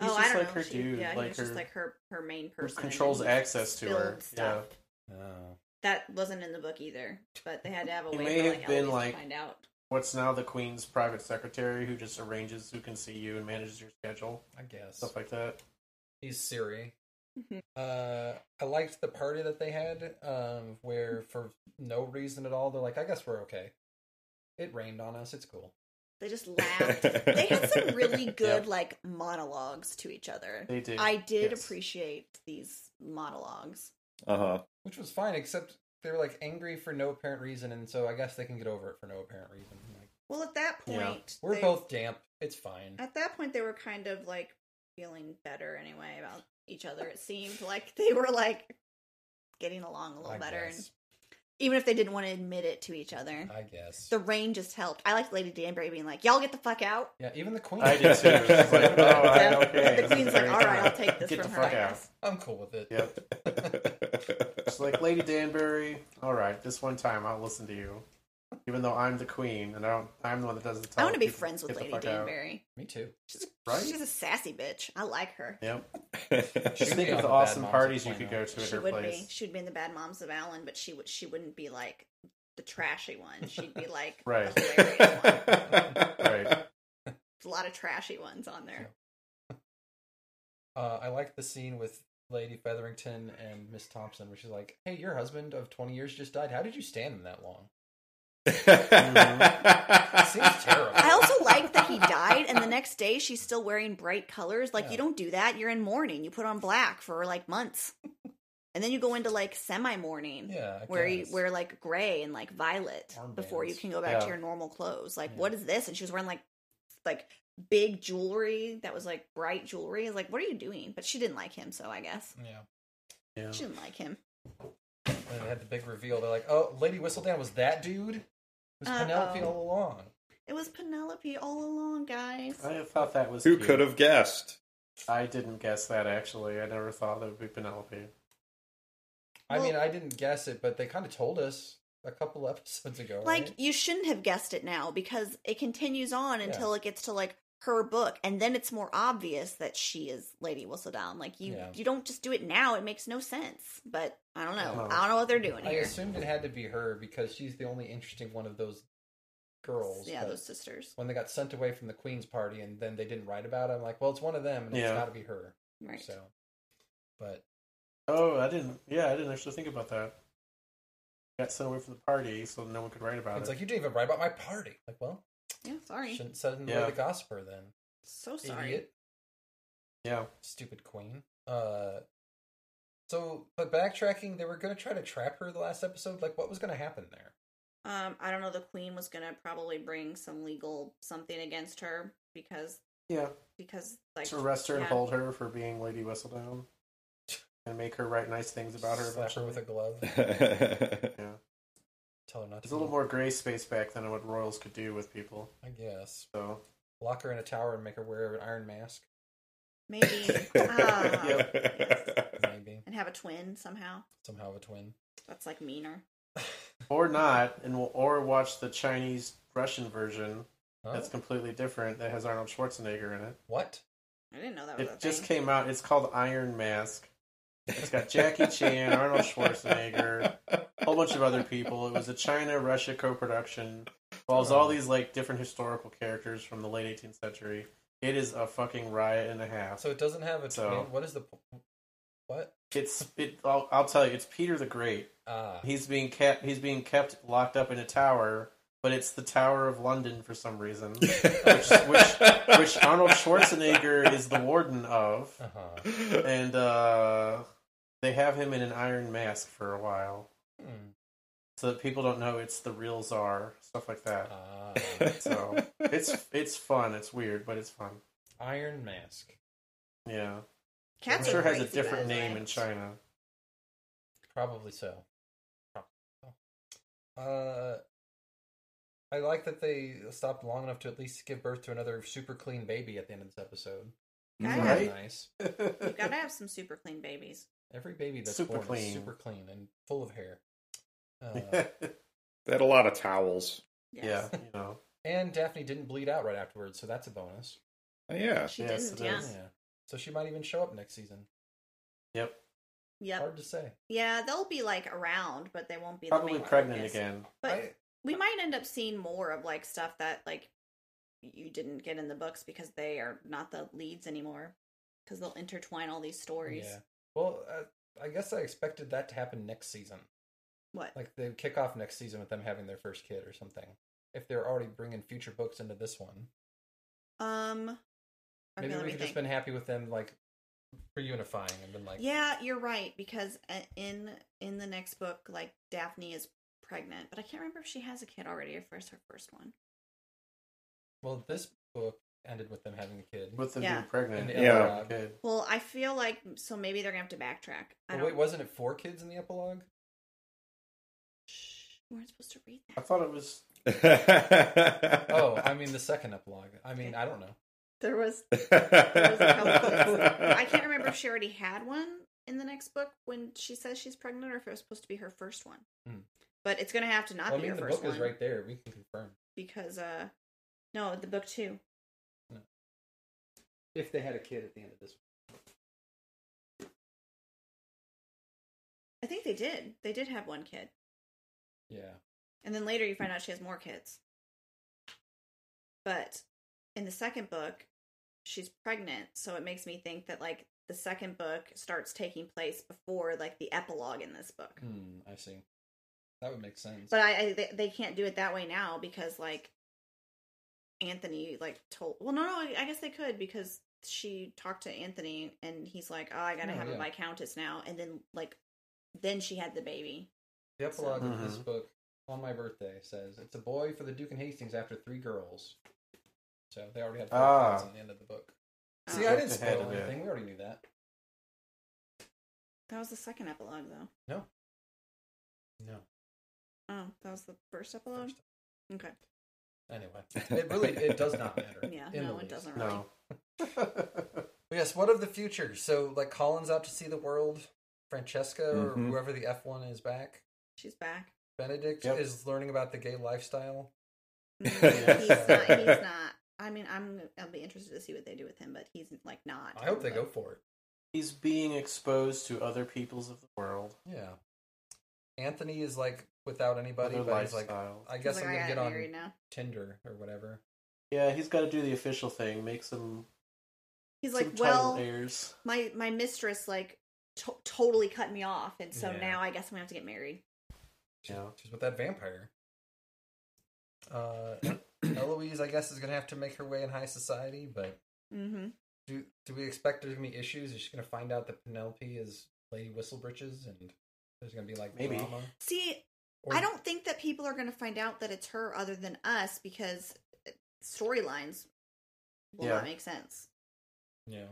Speaker 2: He's
Speaker 4: oh, I
Speaker 2: just
Speaker 4: don't
Speaker 2: like
Speaker 4: know.
Speaker 2: her dude,
Speaker 4: yeah,
Speaker 2: like
Speaker 4: he was just
Speaker 2: her-
Speaker 4: like her her main person. and
Speaker 2: controls
Speaker 4: he
Speaker 2: access to her,
Speaker 4: spilled Stuff.
Speaker 1: Oh,
Speaker 4: That wasn't in the book either, but they had to have a
Speaker 2: He
Speaker 4: way
Speaker 2: may
Speaker 4: for
Speaker 2: have
Speaker 4: like,
Speaker 2: been,
Speaker 4: Eloise to
Speaker 2: like-
Speaker 4: find out.
Speaker 2: what's now the queen's private secretary who just arranges who can see you and manages your schedule,
Speaker 1: I guess
Speaker 2: stuff like that.
Speaker 1: he's Siri.
Speaker 4: Mhm.
Speaker 1: Uh, I liked the party that they had, um, where for no reason at all, they're like, "I guess we're okay." It rained on us. It's cool.
Speaker 4: They just laughed. they had some really good like monologues to each other.
Speaker 2: They did.
Speaker 4: I did
Speaker 2: Yes.
Speaker 4: appreciate these monologues.
Speaker 3: Uh huh.
Speaker 1: Which was fine, except they were like angry for no apparent reason, and so I guess they can get over it for no apparent reason. Like,
Speaker 4: Well, at that point,
Speaker 2: Yeah.
Speaker 1: we're
Speaker 4: they-
Speaker 1: both damp. It's fine.
Speaker 4: At that point, they were kind of like feeling better anyway about each other. It seemed like they were like getting along a little
Speaker 1: I
Speaker 4: better, and
Speaker 1: guess.
Speaker 4: even if they didn't want to admit it to each other,
Speaker 1: I guess.
Speaker 4: the rain just helped. I liked Lady Danbury being like, "Y'all get the fuck out."
Speaker 1: Yeah, even the queen.
Speaker 2: I did too. It's like, oh, I,
Speaker 4: Yeah.
Speaker 2: okay.
Speaker 4: The queen's like, "All right, I'll take this
Speaker 2: Get
Speaker 4: from
Speaker 2: the
Speaker 4: her." I
Speaker 2: fuck out.
Speaker 4: guess.
Speaker 1: I'm cool with it.
Speaker 2: Yep. It's like Lady Danbury. All right, this one time I'll listen to you, even though I'm the queen and I don't, I'm the one that does the.
Speaker 4: I
Speaker 2: telling
Speaker 4: want to be
Speaker 2: people
Speaker 4: friends with
Speaker 2: get the
Speaker 4: Lady
Speaker 2: fuck out.
Speaker 4: Danbury.
Speaker 1: Me too.
Speaker 4: She's a,
Speaker 2: Right?
Speaker 4: she's a sassy bitch. I like her.
Speaker 2: Yep.
Speaker 1: She'd
Speaker 2: Just think
Speaker 1: be
Speaker 2: of
Speaker 1: on the
Speaker 2: the
Speaker 1: Bad
Speaker 2: awesome
Speaker 1: Moms
Speaker 2: parties you
Speaker 1: at
Speaker 2: could
Speaker 1: Plano.
Speaker 2: go to at
Speaker 4: She
Speaker 2: her
Speaker 4: would
Speaker 2: place.
Speaker 4: be. She would be in the Bad Moms of Allen, but she would she wouldn't be like the trashy one. She'd be like
Speaker 2: Right.
Speaker 4: the hilarious one.
Speaker 2: Right.
Speaker 4: There's a lot of trashy ones on there.
Speaker 1: Uh, I like the scene with Lady Featherington and Miss Thompson, where she's like, "Hey, your husband of 20 years just died. How did you stand him that long?" Seems terrible.
Speaker 4: I also like that he died, and the next day she's still wearing bright colors. Like
Speaker 1: Yeah.
Speaker 4: you don't do that. You're in mourning. You put on black for like months, and then you go into like semi mourning,
Speaker 1: Yeah, I
Speaker 4: where you
Speaker 1: guess.
Speaker 4: wear like gray and like violet before you
Speaker 1: Armbands.
Speaker 4: can go back to
Speaker 2: Yeah.
Speaker 4: your normal clothes. Like
Speaker 1: Yeah.
Speaker 4: what is this? And she was wearing like like big jewelry that was like bright jewelry. I was like, what are you doing? But she didn't like him, so I guess
Speaker 1: Yeah.
Speaker 2: Yeah.
Speaker 4: she didn't like him.
Speaker 1: And they had the big reveal. They're like, "Oh, Lady Whistledown was that dude? It was Penelope
Speaker 4: Uh-oh.
Speaker 1: all along."
Speaker 4: It was Penelope all along, guys.
Speaker 2: I thought that was
Speaker 3: Who
Speaker 2: cute.
Speaker 3: could have guessed?
Speaker 2: I didn't guess that actually. I never thought that would be Penelope.
Speaker 1: I
Speaker 4: Well-
Speaker 1: mean, I didn't guess it, but they kind of told us a couple episodes ago.
Speaker 4: Like
Speaker 1: right?
Speaker 4: you shouldn't have guessed it now because it continues on until it gets to like her book and then it's more obvious that she is lady whistledown like you
Speaker 1: Yeah.
Speaker 4: you don't just do it now it makes no sense but i don't know
Speaker 5: Oh.
Speaker 4: i don't know what they're doing
Speaker 1: Uh-huh. I
Speaker 4: here
Speaker 1: assumed it had to be her because she's the only interesting one of those girls.
Speaker 4: yeah
Speaker 1: but
Speaker 4: those sisters
Speaker 1: When they got sent away from the Queen's party and then they didn't write about it, I'm like, well, it's one of them, and
Speaker 2: Yeah.
Speaker 1: it's got to be her.
Speaker 4: right
Speaker 1: So, but
Speaker 2: Oh, I didn't. Yeah, I didn't actually think about that. Got sent away from the party, so no one could write about
Speaker 1: it's
Speaker 2: it.
Speaker 1: like you didn't even write about my party. Like, well,
Speaker 4: yeah sorry
Speaker 1: shouldn't set in the
Speaker 2: Yeah.
Speaker 1: way the gossiper then,
Speaker 4: so sorry
Speaker 1: idiot.
Speaker 2: yeah,
Speaker 1: stupid queen. Uh, so but backtracking, they were gonna try to trap her the last episode. Like, what was gonna happen there?
Speaker 4: um i don't know the queen was gonna probably bring some legal something against her because
Speaker 2: yeah.
Speaker 4: because like
Speaker 2: To arrest her and
Speaker 4: yeah.
Speaker 2: hold her for being Lady Whistledown, and make her write nice things about her.
Speaker 1: slap her
Speaker 2: eventually.
Speaker 1: with a glove.
Speaker 2: Yeah,
Speaker 1: Tell her not to.
Speaker 2: there's a little more gray space back than what royals could do with people.
Speaker 1: I guess.
Speaker 2: So
Speaker 1: Lock her in a tower and make her wear an iron mask.
Speaker 4: maybe Ah.
Speaker 1: Maybe
Speaker 4: and have a twin somehow
Speaker 1: somehow a twin.
Speaker 4: that's like meaner
Speaker 2: or not, and we'll, or watch the Chinese Russian version
Speaker 1: Huh?
Speaker 2: that's completely different that has Arnold Schwarzenegger in it.
Speaker 1: what?
Speaker 4: i didn't know that was a
Speaker 2: It just
Speaker 4: thing
Speaker 2: came out. It's called Iron Mask. It's got Jackie Chan, Arnold Schwarzenegger, a whole bunch of other people. It was a China Russia co production. Involves all these like different historical characters from the late 18th century. It is a fucking riot and a half.
Speaker 1: So it doesn't have a
Speaker 2: So-
Speaker 1: twin. What is the p- what?
Speaker 2: It's it. I'll, I'll tell you. It's Peter the Great.
Speaker 1: Ah,
Speaker 2: He's being kept. He's being kept locked up in a tower, but it's the Tower of London for some reason, which, which which Arnold Schwarzenegger is the warden of.
Speaker 1: uh huh.
Speaker 2: and uh, they have him in an iron mask for a while,
Speaker 1: Hmm.
Speaker 2: so that people don't know it's the real czar, stuff like that.
Speaker 1: Ah,
Speaker 2: So it's it's fun. It's weird, but it's fun.
Speaker 1: iron mask.
Speaker 2: Yeah, I'm
Speaker 4: cats are
Speaker 2: sure it has a
Speaker 4: crazy,
Speaker 2: different
Speaker 4: by the
Speaker 2: name
Speaker 4: way.
Speaker 2: in China.
Speaker 1: Probably so. Probably so. Uh, I like that they stopped long enough to at least give birth to another super clean baby at the end of this episode.
Speaker 4: Yeah.
Speaker 1: That was
Speaker 2: Right?
Speaker 1: Nice.
Speaker 4: you gotta have some super clean babies
Speaker 1: Every baby that's
Speaker 2: Super
Speaker 1: born
Speaker 2: clean.
Speaker 1: is super clean and full of hair. Uh,
Speaker 2: yeah,
Speaker 3: They had a lot of towels.
Speaker 2: you
Speaker 4: Yes.
Speaker 2: know.
Speaker 1: and Daphne didn't bleed out right afterwards, so that's a bonus.
Speaker 3: Yeah.
Speaker 4: she
Speaker 2: Yes,
Speaker 4: didn't
Speaker 2: it
Speaker 4: yeah
Speaker 2: is.
Speaker 1: Yeah. So she might even show up next season.
Speaker 2: Yep,
Speaker 4: yep
Speaker 1: Hard to say.
Speaker 4: Yeah, they'll be like around, but they won't be the
Speaker 2: probably
Speaker 4: main
Speaker 2: pregnant
Speaker 4: focus.
Speaker 2: again.
Speaker 4: But
Speaker 1: I-
Speaker 4: we might end up seeing more of like stuff that like you didn't get in the books because they are not the leads anymore. Because they'll intertwine all these stories.
Speaker 1: yeah. Well, uh, I guess I expected that to happen next season.
Speaker 4: What?
Speaker 1: Like they kick off next season with them having their first kid or something. If they're already bringing future books into this one,
Speaker 4: um. Okay,
Speaker 1: maybe
Speaker 4: let
Speaker 1: we
Speaker 4: me
Speaker 1: could just
Speaker 4: think.
Speaker 1: been happy with them like reunifying and been like,
Speaker 4: yeah, you're right. Because uh, in in the next book, like Daphne is pregnant, but I can't remember if she has a kid already or if it's her first one.
Speaker 1: Well, this book ended with them having a kid.
Speaker 2: With them
Speaker 4: Yeah.
Speaker 2: being pregnant,
Speaker 1: And
Speaker 3: Yeah.
Speaker 1: epilogue.
Speaker 2: Good.
Speaker 4: Well, I feel like so maybe they're gonna have to backtrack. I
Speaker 1: Oh,
Speaker 4: don't.
Speaker 1: wait, wasn't it four kids in the epilogue?
Speaker 4: Shh, we weren't supposed to read
Speaker 2: I
Speaker 4: that.
Speaker 2: thought it was.
Speaker 1: Oh,
Speaker 3: oh,
Speaker 1: I mean the second epilogue. I mean, I don't know.
Speaker 4: There was I
Speaker 3: I
Speaker 4: can't remember if she already had one in the next book when she says she's pregnant, or if it was supposed to be her first one.
Speaker 1: Hmm.
Speaker 4: But it's gonna have to not
Speaker 1: Well, I
Speaker 4: be
Speaker 1: mean,
Speaker 4: her
Speaker 1: the
Speaker 4: first
Speaker 1: book
Speaker 4: one
Speaker 1: is right there. We can confirm
Speaker 4: because, uh, no, the book two.
Speaker 1: if they had a kid at the end of this.
Speaker 4: I think they did. They did have one kid,
Speaker 1: One. Yeah.
Speaker 4: and then later you find out she has more kids. But in the second book, she's pregnant, so it makes me think that like the second book starts taking place before like the epilogue in this book.
Speaker 1: Hmm. I see. That would make sense.
Speaker 4: But I, I they, they can't do it that way now because like Anthony like told. Well, no, no, I guess they could because she talked to Anthony and he's like, "Oh, I gotta
Speaker 1: Oh,
Speaker 4: have
Speaker 1: yeah.
Speaker 4: a viscountess now," and then like then she had the baby.
Speaker 1: the epilogue of this
Speaker 2: Mhm.
Speaker 1: book on my birthday says it's a boy for the Duke and Hastings after three girls. So they already had four
Speaker 2: Ah.
Speaker 1: kids at the end of the book. See,
Speaker 4: Um,
Speaker 1: I didn't
Speaker 2: Jumped ahead
Speaker 1: spoil
Speaker 2: a bit.
Speaker 1: anything. We already knew that.
Speaker 4: that was the second epilogue though.
Speaker 1: No.
Speaker 4: Oh, that was the first epilogue.
Speaker 1: First. e-,
Speaker 4: Okay,
Speaker 1: Anyway, it really it does not matter.
Speaker 4: yeah,
Speaker 1: in e-, the
Speaker 4: no, it
Speaker 1: least.
Speaker 4: doesn't really.
Speaker 2: No.
Speaker 1: But yes, what of the future? So, like, Colin's out to see the world. Francesca or
Speaker 3: Mhm.
Speaker 1: whoever the F one is back.
Speaker 4: She's back.
Speaker 1: Benedict
Speaker 2: Yep.
Speaker 1: is learning about the gay lifestyle.
Speaker 4: Mm, he's Mm-hmm. not. He's not. I mean, I'm I'll be interested to see what they do with him, but he's like not.
Speaker 1: I hope they
Speaker 4: But-
Speaker 1: go for it.
Speaker 2: He's being exposed to other peoples of the world,
Speaker 1: Yeah. Anthony is like without anybody,
Speaker 2: other
Speaker 1: but he's like,
Speaker 2: lifestyles.
Speaker 1: I
Speaker 4: He's
Speaker 1: guess
Speaker 4: like,
Speaker 1: I'm
Speaker 4: I
Speaker 1: gonna
Speaker 4: got
Speaker 1: get on
Speaker 4: married now.
Speaker 1: Tinder or whatever.
Speaker 2: yeah, he's got to do the official thing, make some,
Speaker 4: He's
Speaker 2: some
Speaker 4: like,
Speaker 2: title
Speaker 4: well,
Speaker 2: heirs.
Speaker 4: my my mistress like to- totally cut me off, and so
Speaker 1: Yeah.
Speaker 4: now I guess I'm gonna have to get married.
Speaker 1: She's,
Speaker 2: Yeah.
Speaker 1: she's with that vampire. Uh, Eloise, I guess, is gonna have to make her way in high society, but
Speaker 4: Mm-hmm.
Speaker 1: do do we expect there's gonna be issues? Is she gonna find out that Penelope is Lady Whistlebritches, and there's gonna be like
Speaker 2: Maybe.
Speaker 1: drama?
Speaker 4: See,
Speaker 1: Or-
Speaker 4: I don't think that people are gonna find out that it's her other than us because eh, storylines will
Speaker 2: Yeah.
Speaker 4: not make sense.
Speaker 1: Yeah.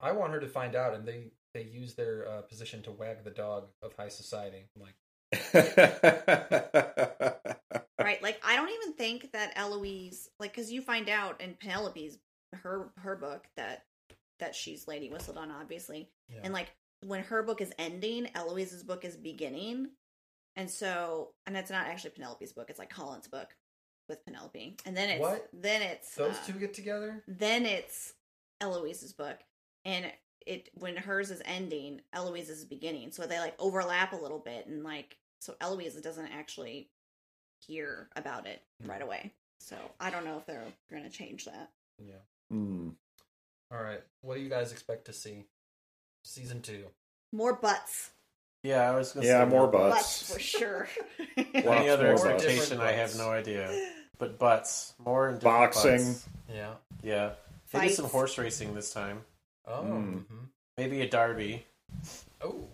Speaker 1: I want her to find out, and they they use their uh, position to wag the dog of high society. I'm like, Uh,
Speaker 4: right like i don't even think that eloise like because you find out in penelope's her her book that that she's lady whistledon obviously
Speaker 1: Yeah.
Speaker 4: and like when her book is ending eloise's book is beginning and so and that's not actually penelope's book it's like colin's book with penelope and then it's
Speaker 1: What?
Speaker 4: then it's
Speaker 1: those
Speaker 4: uh,
Speaker 1: two get together.
Speaker 4: then it's eloise's book and it when hers is ending eloise's is beginning so they like overlap a little bit and like so eloise doesn't actually hear about it
Speaker 2: Hmm.
Speaker 4: right away so i don't know if they're gonna change that
Speaker 1: Yeah.
Speaker 3: Hmm.
Speaker 1: All right. What do you guys expect to see? Season two.
Speaker 4: more butts
Speaker 2: Yeah, I was gonna
Speaker 3: Yeah,
Speaker 2: say
Speaker 3: more
Speaker 2: butts.
Speaker 4: butts
Speaker 3: butts.
Speaker 4: for sure
Speaker 2: Any
Speaker 3: Lots
Speaker 2: other
Speaker 3: more butts.
Speaker 2: expectation, I have no idea. But butts, more and different
Speaker 3: Boxing.
Speaker 2: butts.
Speaker 1: Yeah.
Speaker 2: Yeah, they did some
Speaker 4: Fights.
Speaker 2: horse racing this time.
Speaker 1: Oh.
Speaker 3: Mm.
Speaker 1: mhm.
Speaker 2: Maybe a derby.
Speaker 1: Oh.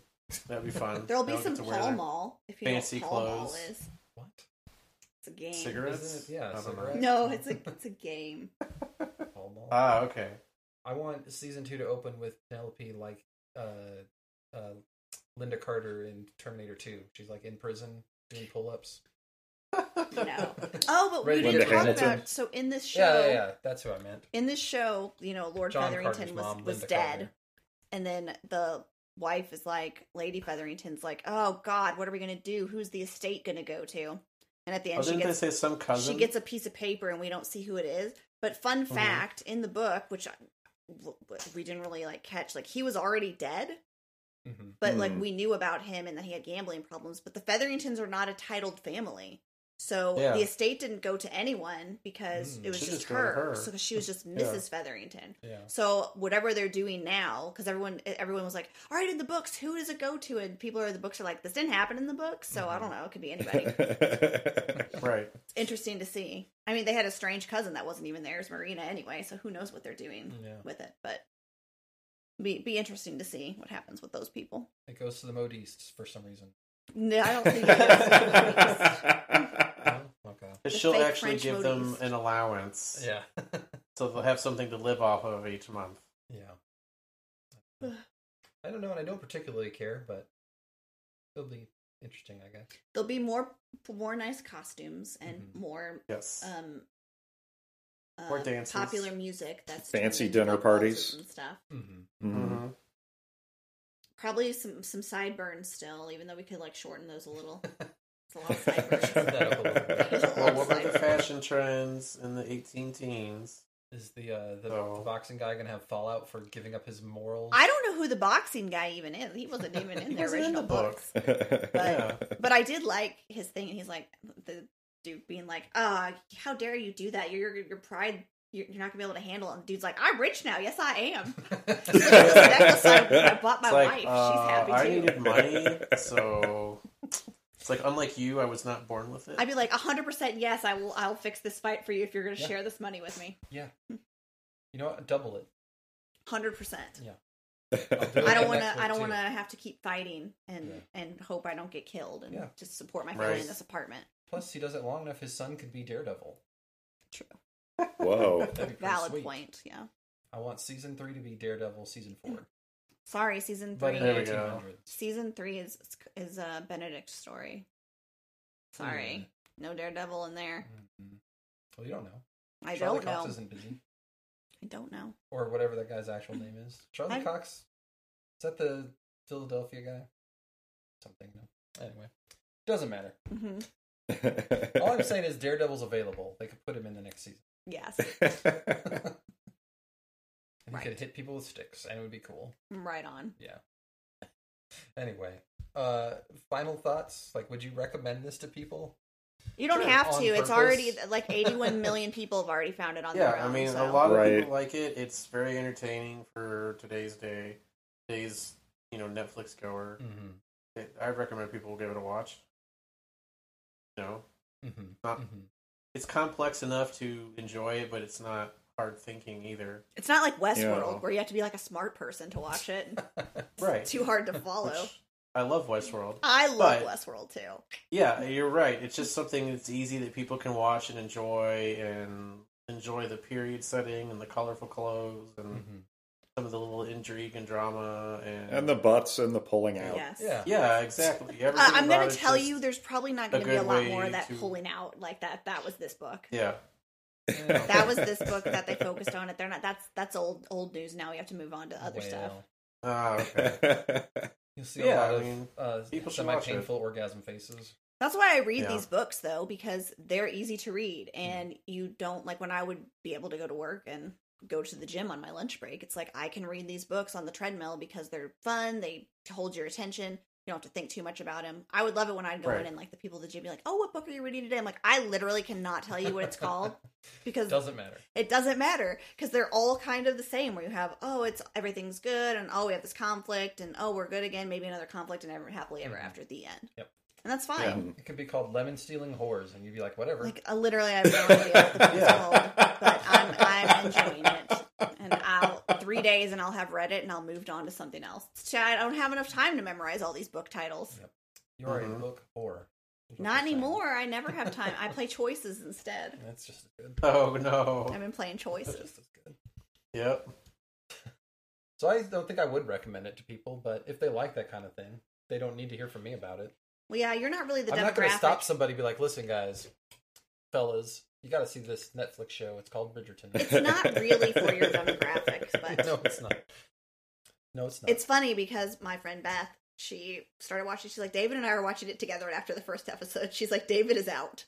Speaker 2: That'd be fun.
Speaker 4: there'll be
Speaker 2: They'll get
Speaker 4: some
Speaker 2: to wear
Speaker 4: pall
Speaker 2: their
Speaker 4: mall if you
Speaker 2: fancy
Speaker 4: know what pall mall
Speaker 2: clothes.
Speaker 4: is
Speaker 1: What?
Speaker 4: it's a game
Speaker 2: Cigarettes?
Speaker 1: Isn't it- yeah,
Speaker 2: I don't know.
Speaker 1: cigarettes.
Speaker 4: no it's Uh, a it's a game
Speaker 1: Paul Mall?
Speaker 2: Ah, okay.
Speaker 1: I want season two to open with Penelope like uh, uh, Linda Carter in Terminator Two. She's like in prison doing pull-ups.
Speaker 4: no oh but we
Speaker 1: Ready
Speaker 4: didn't
Speaker 3: Linda
Speaker 4: talk
Speaker 3: Hamilton.
Speaker 4: about so in this show
Speaker 1: Yeah, yeah, yeah. That's who I meant.
Speaker 4: in this show, you know, Lord
Speaker 1: John Carter's
Speaker 4: Featherington was,
Speaker 1: mom,
Speaker 4: was
Speaker 1: Linda
Speaker 4: dead,
Speaker 1: Carter.
Speaker 4: and then the wife is like, Lady Featherington's like, "Oh God, what are we gonna do? Who's the estate gonna go to?" And at the
Speaker 2: Oh,
Speaker 4: end, she
Speaker 2: didn't
Speaker 4: gets
Speaker 2: they say some cousin?
Speaker 4: she gets a piece of paper, and we don't see who it is. But fun
Speaker 1: Mm-hmm.
Speaker 2: Mhm.
Speaker 4: fact in the book, which I, w- w- we didn't really like catch, like he was already dead,
Speaker 1: hmm
Speaker 4: but like
Speaker 3: Hmm.
Speaker 4: we knew about him and that he had gambling problems. But the Featheringtons are not a titled family. So
Speaker 2: Yeah.
Speaker 4: the estate didn't go to anyone because
Speaker 1: Mm.
Speaker 4: it was
Speaker 2: She
Speaker 4: just,
Speaker 2: just got
Speaker 4: her.
Speaker 2: her.
Speaker 4: So she was just
Speaker 2: Yeah.
Speaker 4: Mrs. Featherington.
Speaker 1: Yeah.
Speaker 4: So whatever they're doing now, because everyone e, everyone was like, "All right, in the books, who does it go to?" And people are the books are like, "This didn't happen in the books," so I
Speaker 1: Mhm.
Speaker 4: don't know. It could be anybody. it's
Speaker 2: right.
Speaker 4: interesting to see. I mean, they had a strange cousin that wasn't even theirs, Marina, anyway. So who knows what they're doing
Speaker 1: Yeah.
Speaker 4: with it? But be be interesting to see what happens with those people.
Speaker 1: It goes to the Modistes for some reason.
Speaker 4: No, I don't think. it is.
Speaker 1: Oh, okay.
Speaker 2: But
Speaker 4: The
Speaker 2: she'll
Speaker 4: fake
Speaker 2: actually
Speaker 4: French
Speaker 2: give them
Speaker 4: modiste.
Speaker 2: an allowance,
Speaker 1: Yeah.
Speaker 2: so they'll have something to live off of each month.
Speaker 1: yeah. I don't know, and I don't particularly care, but it'll be interesting, I guess.
Speaker 4: There'll be more more nice costumes and
Speaker 1: Mhm.
Speaker 4: more
Speaker 2: Yes.
Speaker 4: um uh,
Speaker 2: Mm-hmm. More dances.
Speaker 4: popular music. That's
Speaker 3: Fancy
Speaker 4: turned into
Speaker 3: dinner
Speaker 4: pop concerts
Speaker 3: parties.
Speaker 4: and stuff.
Speaker 1: Mm-hmm.
Speaker 3: Mhm.
Speaker 2: Mhm.
Speaker 4: probably some some sideburns still, even though we could like shorten those a little. It's a lot of sideburns.
Speaker 2: Well, what were
Speaker 4: Outside.
Speaker 2: the fashion trends in the 18 teens?
Speaker 1: Is the uh, the,
Speaker 2: Oh.
Speaker 1: the boxing guy gonna have fallout for giving up his morals?
Speaker 4: I don't know who the boxing guy even is. He wasn't even in the
Speaker 2: wasn't
Speaker 4: original
Speaker 2: in the book.
Speaker 4: books. But I did like his thing, and he's like the dude being like, "Ah, how dare you do that? Your your pride." You're you're not gonna be able to handle it. And the dude's like, I'm rich now. Yes, I am. That was- that was like, I bought my
Speaker 2: it's like,
Speaker 4: wife.
Speaker 2: uh,
Speaker 4: She's happy
Speaker 2: I
Speaker 4: too.
Speaker 2: needed money, so it's like unlike you, I was not born with it.
Speaker 4: I'd be like, 100 percent yes. I will. I'll fix this fight for you if you're gonna
Speaker 1: Yeah.
Speaker 4: share this money with me.
Speaker 1: you know what? Double it.
Speaker 4: 100 percent.
Speaker 1: Yeah,
Speaker 4: I
Speaker 1: next
Speaker 4: don't want to.
Speaker 1: one,
Speaker 4: I don't
Speaker 1: too.
Speaker 4: want to have to keep fighting and
Speaker 1: Yeah.
Speaker 4: and hope I don't get killed and
Speaker 1: Yeah.
Speaker 4: just support my
Speaker 2: Right.
Speaker 4: family in this apartment.
Speaker 1: Plus, he does it long enough. His son could be Daredevil.
Speaker 4: True.
Speaker 3: Whoa.
Speaker 1: That'd be pretty
Speaker 4: Valid
Speaker 1: sweet.
Speaker 4: point. Yeah.
Speaker 1: I want season three to be Daredevil season four,
Speaker 4: Sorry, season
Speaker 1: but
Speaker 4: three.
Speaker 1: in the
Speaker 2: There we go.
Speaker 1: 1800s.
Speaker 4: Season three is is a Benedict story. Sorry, no Daredevil in there.
Speaker 1: Mm-hmm. Well, you don't know.
Speaker 4: I
Speaker 1: Charlie
Speaker 4: don't
Speaker 1: Cox
Speaker 4: know.
Speaker 1: isn't busy,
Speaker 4: I don't know.
Speaker 1: or whatever that guy's actual name is. Charlie
Speaker 4: I-
Speaker 1: Cox. Is that the Philadelphia guy? Something. No. Anyway, doesn't matter.
Speaker 4: hmm
Speaker 1: All I'm saying is Daredevil's available. They could put him in the next season.
Speaker 4: Yes.
Speaker 1: And
Speaker 4: Right.
Speaker 1: you could hit people with sticks, and it would be cool.
Speaker 4: Right on.
Speaker 1: Anyway, uh, final thoughts. Like, would you recommend this to people?
Speaker 4: You don't
Speaker 1: Sure,
Speaker 4: have
Speaker 1: on
Speaker 4: to. It's
Speaker 1: purpose.
Speaker 4: already like 81 million people have already found it on
Speaker 2: yeah,
Speaker 4: their own.
Speaker 2: I mean, a
Speaker 4: so.
Speaker 2: lot of
Speaker 3: Right.
Speaker 2: people like it. It's very entertaining for today's day, today's you know Netflix goer.
Speaker 1: Mm-hmm.
Speaker 2: It, I recommend people give it a watch. You know,
Speaker 1: Mm-hmm.
Speaker 2: Uh,
Speaker 1: hmm
Speaker 2: it's complex enough to enjoy it, but it's not hard thinking either.
Speaker 4: It's not like Westworld
Speaker 3: Yeah.
Speaker 4: where you have to be like a smart person to watch it.
Speaker 2: Right.
Speaker 4: It's too hard to follow.
Speaker 2: I love Westworld.
Speaker 4: I love
Speaker 2: But-
Speaker 4: Westworld too.
Speaker 2: Yeah, you're right. It's just something that's easy that people can watch and enjoy and enjoy the period setting and the colorful clothes and
Speaker 1: Mhm.
Speaker 2: some of the little intrigue and drama and,
Speaker 3: Mm-hmm. and the butts and the pulling out.
Speaker 4: Yes.
Speaker 1: Yeah.
Speaker 2: yeah, exactly.
Speaker 4: Uh,
Speaker 2: Everything
Speaker 4: I'm
Speaker 2: about
Speaker 4: gonna
Speaker 2: it's
Speaker 4: tell
Speaker 2: just-
Speaker 4: you, there's probably not
Speaker 2: a
Speaker 4: gonna be a
Speaker 2: good
Speaker 4: lot
Speaker 2: way
Speaker 4: more of that
Speaker 2: to-
Speaker 4: pulling out like that. That was this book.
Speaker 2: yeah,
Speaker 1: Yeah.
Speaker 4: That was this book that they focused on. It. They're not. That's that's old old news. Now we have to move on to other stuff.
Speaker 1: Well,
Speaker 2: Ah, okay.
Speaker 1: You'll see a
Speaker 2: Yeah,
Speaker 1: lot
Speaker 2: I
Speaker 1: of
Speaker 2: mean,
Speaker 1: uh,
Speaker 2: people should watch it.
Speaker 1: semi-painful orgasm faces.
Speaker 4: That's why I read
Speaker 2: Yeah.
Speaker 4: these books though, because they're easy to read and you don't like when I would be able to go to work and go to the gym on my lunch break. It's like I can read these books on the treadmill because they're fun, they hold your attention. You don't have to think too much about them. I would love it when I'd go
Speaker 2: Right.
Speaker 4: in and like the people at the gym be like, "Oh, what book are you reading today?" I'm like, "I literally cannot tell you what it's called because
Speaker 1: Doesn't matter.
Speaker 4: it doesn't matter because they're all kind of the same where you have oh it's everything's good and oh we have this conflict and oh we're good again maybe another conflict and ever happily ever
Speaker 1: Mhm.
Speaker 4: after at the end
Speaker 1: Yep.
Speaker 4: and that's fine
Speaker 3: Yeah.
Speaker 1: It could be called lemon stealing whores, and you'd be like, whatever.
Speaker 4: like uh, literally i have no idea what the book is
Speaker 2: Yeah.
Speaker 4: called but i'm i'm enjoying it and i'll three days and i'll have read it and i'll moved on to something else So i don't have enough time to memorize all these book titles
Speaker 1: You're a
Speaker 2: Mhm.
Speaker 1: book whore. Is what
Speaker 4: not
Speaker 1: you're saying.
Speaker 4: anymore i never have time i play choices instead
Speaker 1: That's just as good.
Speaker 2: Oh no.
Speaker 4: i've been playing
Speaker 1: That's
Speaker 4: choices
Speaker 1: just as good.
Speaker 2: Yep.
Speaker 1: So I don't think I would recommend it to people, but if they like that kind of thing, they don't need to hear from me about it.
Speaker 4: well yeah you're not really the
Speaker 1: I'm not going to
Speaker 4: demographic
Speaker 1: stop somebody and be like, listen, guys, fellas, you got to see this Netflix show. It's called Bridgerton.
Speaker 4: it's not really for your demographics but
Speaker 1: no, it's not. No, it's not.
Speaker 4: It's funny because my friend Beth, she started watching. She's like, David and I are watching it together. And after the first episode, she's like, David is out.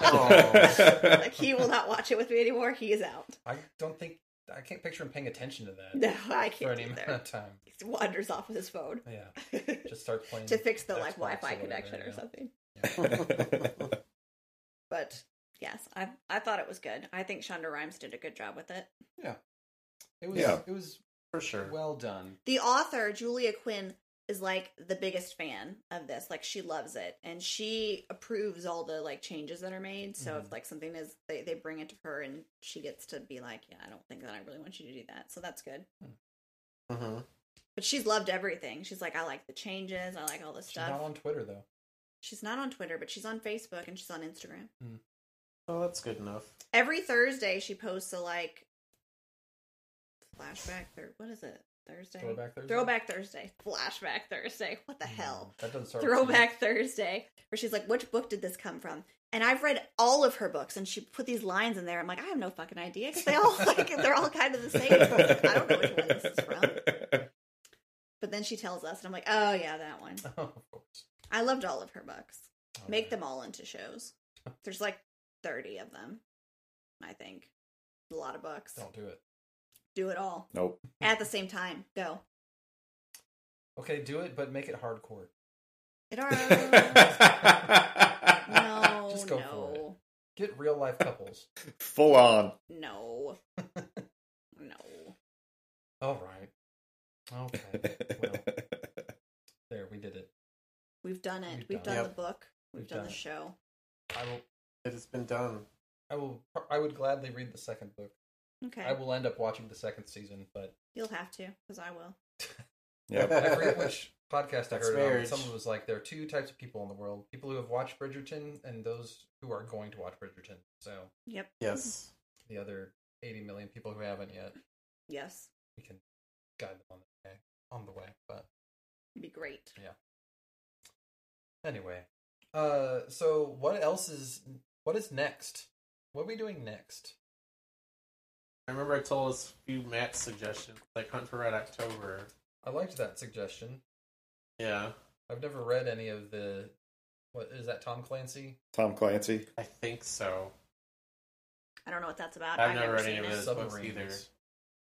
Speaker 4: Like he will not watch it with me anymore. He is out.
Speaker 1: I don't think I can't picture him paying attention to that
Speaker 4: No, I
Speaker 1: for
Speaker 4: can't
Speaker 1: any amount
Speaker 4: either.
Speaker 1: of time.
Speaker 4: He wanders off with his phone
Speaker 1: Yeah,
Speaker 4: to
Speaker 1: just start playing
Speaker 4: fix the
Speaker 1: Xbox
Speaker 4: like
Speaker 1: or
Speaker 4: Wi-Fi
Speaker 1: whatever,
Speaker 4: connection
Speaker 1: yeah.
Speaker 4: or something.
Speaker 3: Yeah.
Speaker 4: But yes, I I thought it was good. I think Shonda Rhimes did a good job with it.
Speaker 1: It was
Speaker 3: Yeah.
Speaker 1: it was
Speaker 2: For sure.
Speaker 1: well done.
Speaker 4: The author Julia Quinn is like the biggest fan of this. Like she loves it and she approves all the like changes that are made. So
Speaker 1: Mhm.
Speaker 4: if like something is they, they bring it to her and she gets to be like, Yeah, I don't think that I really want you to do that. So that's good.
Speaker 2: hmm
Speaker 4: But she's loved everything. She's like, I like the changes, I like all this
Speaker 1: She's not
Speaker 4: stuff.
Speaker 1: on Twitter though.
Speaker 4: she's not on Twitter, but she's on Facebook and she's on Instagram.
Speaker 2: Oh, that's good enough.
Speaker 4: Every Thursday she posts a like flashback thir- what is it? Thursday?
Speaker 1: Throwback Thursday.
Speaker 4: Throwback Thursday. Flashback Thursday. What the
Speaker 1: Mm,
Speaker 4: hell?
Speaker 1: That doesn't start with T.
Speaker 4: Throwback Thursday, where she's like, which book did this come from? And I've read all of her books, and she put these lines in there. I'm like, I have no fucking idea because they all like they're all kind of the same. I don't know which one this is from. But then she tells us, and I'm like, oh yeah, that one.
Speaker 1: Oh, of course.
Speaker 4: I loved all of her books.
Speaker 1: All
Speaker 4: Make
Speaker 1: right.
Speaker 4: them all into shows. There's like 30 of them, I think. A lot of books.
Speaker 1: Don't do it.
Speaker 4: Do it all
Speaker 3: Nope.
Speaker 4: at the same time. Go.
Speaker 1: Okay, do it, but make it hardcore.
Speaker 4: It are no,
Speaker 1: Just go
Speaker 4: no,
Speaker 1: for it. Get real life couples.
Speaker 3: Full on.
Speaker 4: no, no.
Speaker 1: all right. Okay. Well, there we did it.
Speaker 4: We've done it.
Speaker 1: We've
Speaker 4: We've,
Speaker 1: done
Speaker 4: done,
Speaker 2: it.
Speaker 4: the book. We've,
Speaker 1: We've
Speaker 4: done,
Speaker 1: done
Speaker 4: the
Speaker 1: it.
Speaker 4: show.
Speaker 1: I will.
Speaker 2: It's been done.
Speaker 1: I will. I would gladly read the second book.
Speaker 4: Okay.
Speaker 1: I will end up watching the second season, but
Speaker 4: You'll have to, because I will.
Speaker 3: yeah.
Speaker 1: I forget which podcast I heard it
Speaker 2: That's
Speaker 1: on. but
Speaker 2: marriage.
Speaker 1: Someone was like, there are two types of people in the world: people who have watched Bridgerton and those who are going to watch Bridgerton. So
Speaker 4: Yep.
Speaker 2: Yes.
Speaker 1: the other 80 million people who haven't yet,
Speaker 4: Yes.
Speaker 1: we can guide them on the way. On the way, but
Speaker 4: It'd be great.
Speaker 1: anyway. Uh, so what else is what is next? What are we doing next?
Speaker 4: mm-hmm.
Speaker 2: I remember I told us a few Matt's suggestions, like Hunt for Red October.
Speaker 1: I liked that suggestion.
Speaker 2: Yeah,
Speaker 1: I've never read any of the. What is that? Tom Clancy.
Speaker 3: Tom Clancy.
Speaker 2: I think so.
Speaker 4: I don't know what that's about.
Speaker 2: I've never read
Speaker 4: seen
Speaker 2: any of
Speaker 4: it.
Speaker 2: those books either.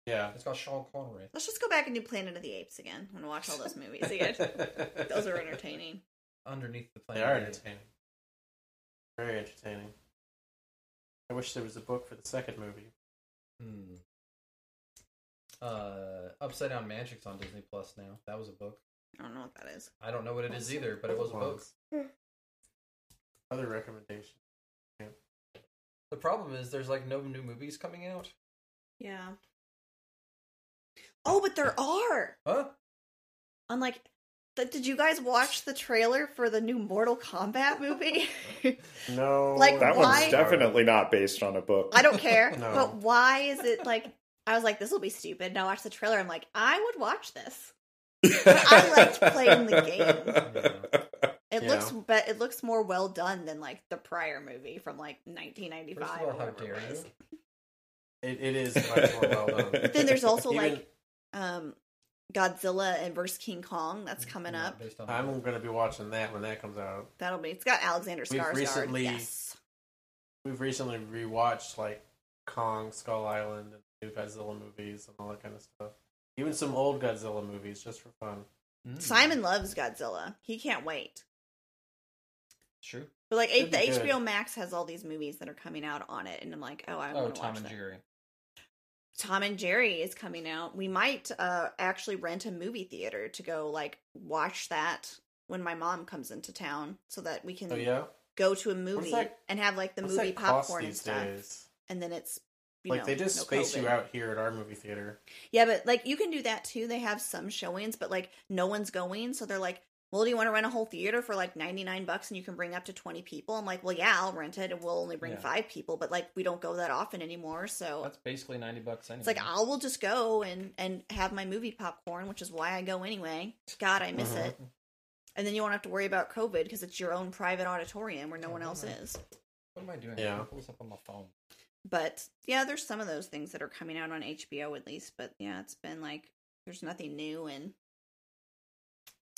Speaker 2: Yeah.
Speaker 1: It's got Sean Connery.
Speaker 4: Let's just go back and do Planet of the Apes again and watch all those movies again. those are entertaining.
Speaker 1: Underneath the
Speaker 2: They
Speaker 1: planet.
Speaker 2: are entertaining. Very entertaining. I wish there was a book for the second movie.
Speaker 1: Hmm. Uh, Upside Down Magic's on Disney Plus now. That was a book.
Speaker 4: I don't know what that is.
Speaker 1: I don't know what it is either, but it was a book.
Speaker 4: Hmm.
Speaker 2: Other recommendation.
Speaker 1: The problem is there's like no new movies coming out.
Speaker 4: Yeah. Oh, but there are.
Speaker 1: Huh?
Speaker 4: I'm like, th- did you guys watch the trailer for the new Mortal Kombat movie?
Speaker 2: No.
Speaker 4: Like,
Speaker 3: That
Speaker 4: Why-
Speaker 3: one's definitely not based on a book.
Speaker 4: I don't care.
Speaker 2: No.
Speaker 4: But why is it like? I was like, this will be stupid. And I watched the trailer. I'm like, I would watch this. I liked playing the game. It
Speaker 2: Yeah.
Speaker 4: looks, but it looks more well done than like the prior movie from like
Speaker 1: First
Speaker 4: 1995.
Speaker 1: of all,
Speaker 4: or
Speaker 1: how
Speaker 4: whatever
Speaker 1: dare
Speaker 4: it was.
Speaker 1: you?
Speaker 2: It, it is much more well done.
Speaker 4: But then there's also
Speaker 2: Even-
Speaker 4: like um, Godzilla and versus King Kong
Speaker 1: Mm,
Speaker 4: that's coming
Speaker 1: Not
Speaker 4: up.
Speaker 1: Based on a
Speaker 2: I'm
Speaker 1: book.
Speaker 2: going to be watching that when that comes out.
Speaker 4: That'll be. It's got Alexander
Speaker 2: We've
Speaker 4: Skarsgård.
Speaker 2: recently-
Speaker 4: yes.
Speaker 2: We've recently rewatched like Kong, Skull Island, and new Godzilla movies and all that kind of stuff. Even some old Godzilla movies just for fun.
Speaker 1: Hmm.
Speaker 4: Simon loves Godzilla. He can't wait.
Speaker 1: True.
Speaker 4: But like
Speaker 2: It'd
Speaker 4: the
Speaker 2: be good.
Speaker 4: HBO Max has all these movies that are coming out on it, and I'm like, oh, I
Speaker 1: Oh,
Speaker 4: want to
Speaker 1: Tom
Speaker 4: watch
Speaker 1: and
Speaker 4: that.
Speaker 1: Jerry.
Speaker 4: Tom and Jerry is coming out. We might uh, actually rent a movie theater to go like watch that when my mom comes into town, so that we can
Speaker 2: So Oh, yeah,
Speaker 4: go to a movie
Speaker 2: that-
Speaker 4: and have like the
Speaker 2: what's
Speaker 4: movie
Speaker 2: that cost
Speaker 4: popcorn and
Speaker 2: these
Speaker 4: stuff.
Speaker 2: days?
Speaker 4: And then it's you
Speaker 2: Like
Speaker 4: know,
Speaker 2: they just
Speaker 4: no
Speaker 2: space you
Speaker 4: COVID.
Speaker 2: out here at our movie theater.
Speaker 4: Yeah, but like you can do that too. They have some showings, but like no one's going, so they're like, "Well, do you want to rent a whole theater for like ninety nine bucks and you can bring up to twenty people?" I'm like, "Well, yeah, I'll rent it, and we'll only bring
Speaker 1: Yeah.
Speaker 4: five people." But like we don't go that often anymore, so
Speaker 1: That's basically ninety bucks anyway.
Speaker 4: it's like I will just go and and have my movie popcorn, which is why I go anyway. God, I miss
Speaker 1: Uh-huh.
Speaker 2: Mhm.
Speaker 4: it. And then you won't have to worry about COVID because it's your own private auditorium where no
Speaker 1: Yeah,
Speaker 4: one else
Speaker 1: right.
Speaker 4: is.
Speaker 1: What am I doing?
Speaker 2: Yeah.
Speaker 1: I pull this up on my phone.
Speaker 4: But yeah, there's some of those things that are coming out on HBO at least. But yeah, it's been like there's nothing new and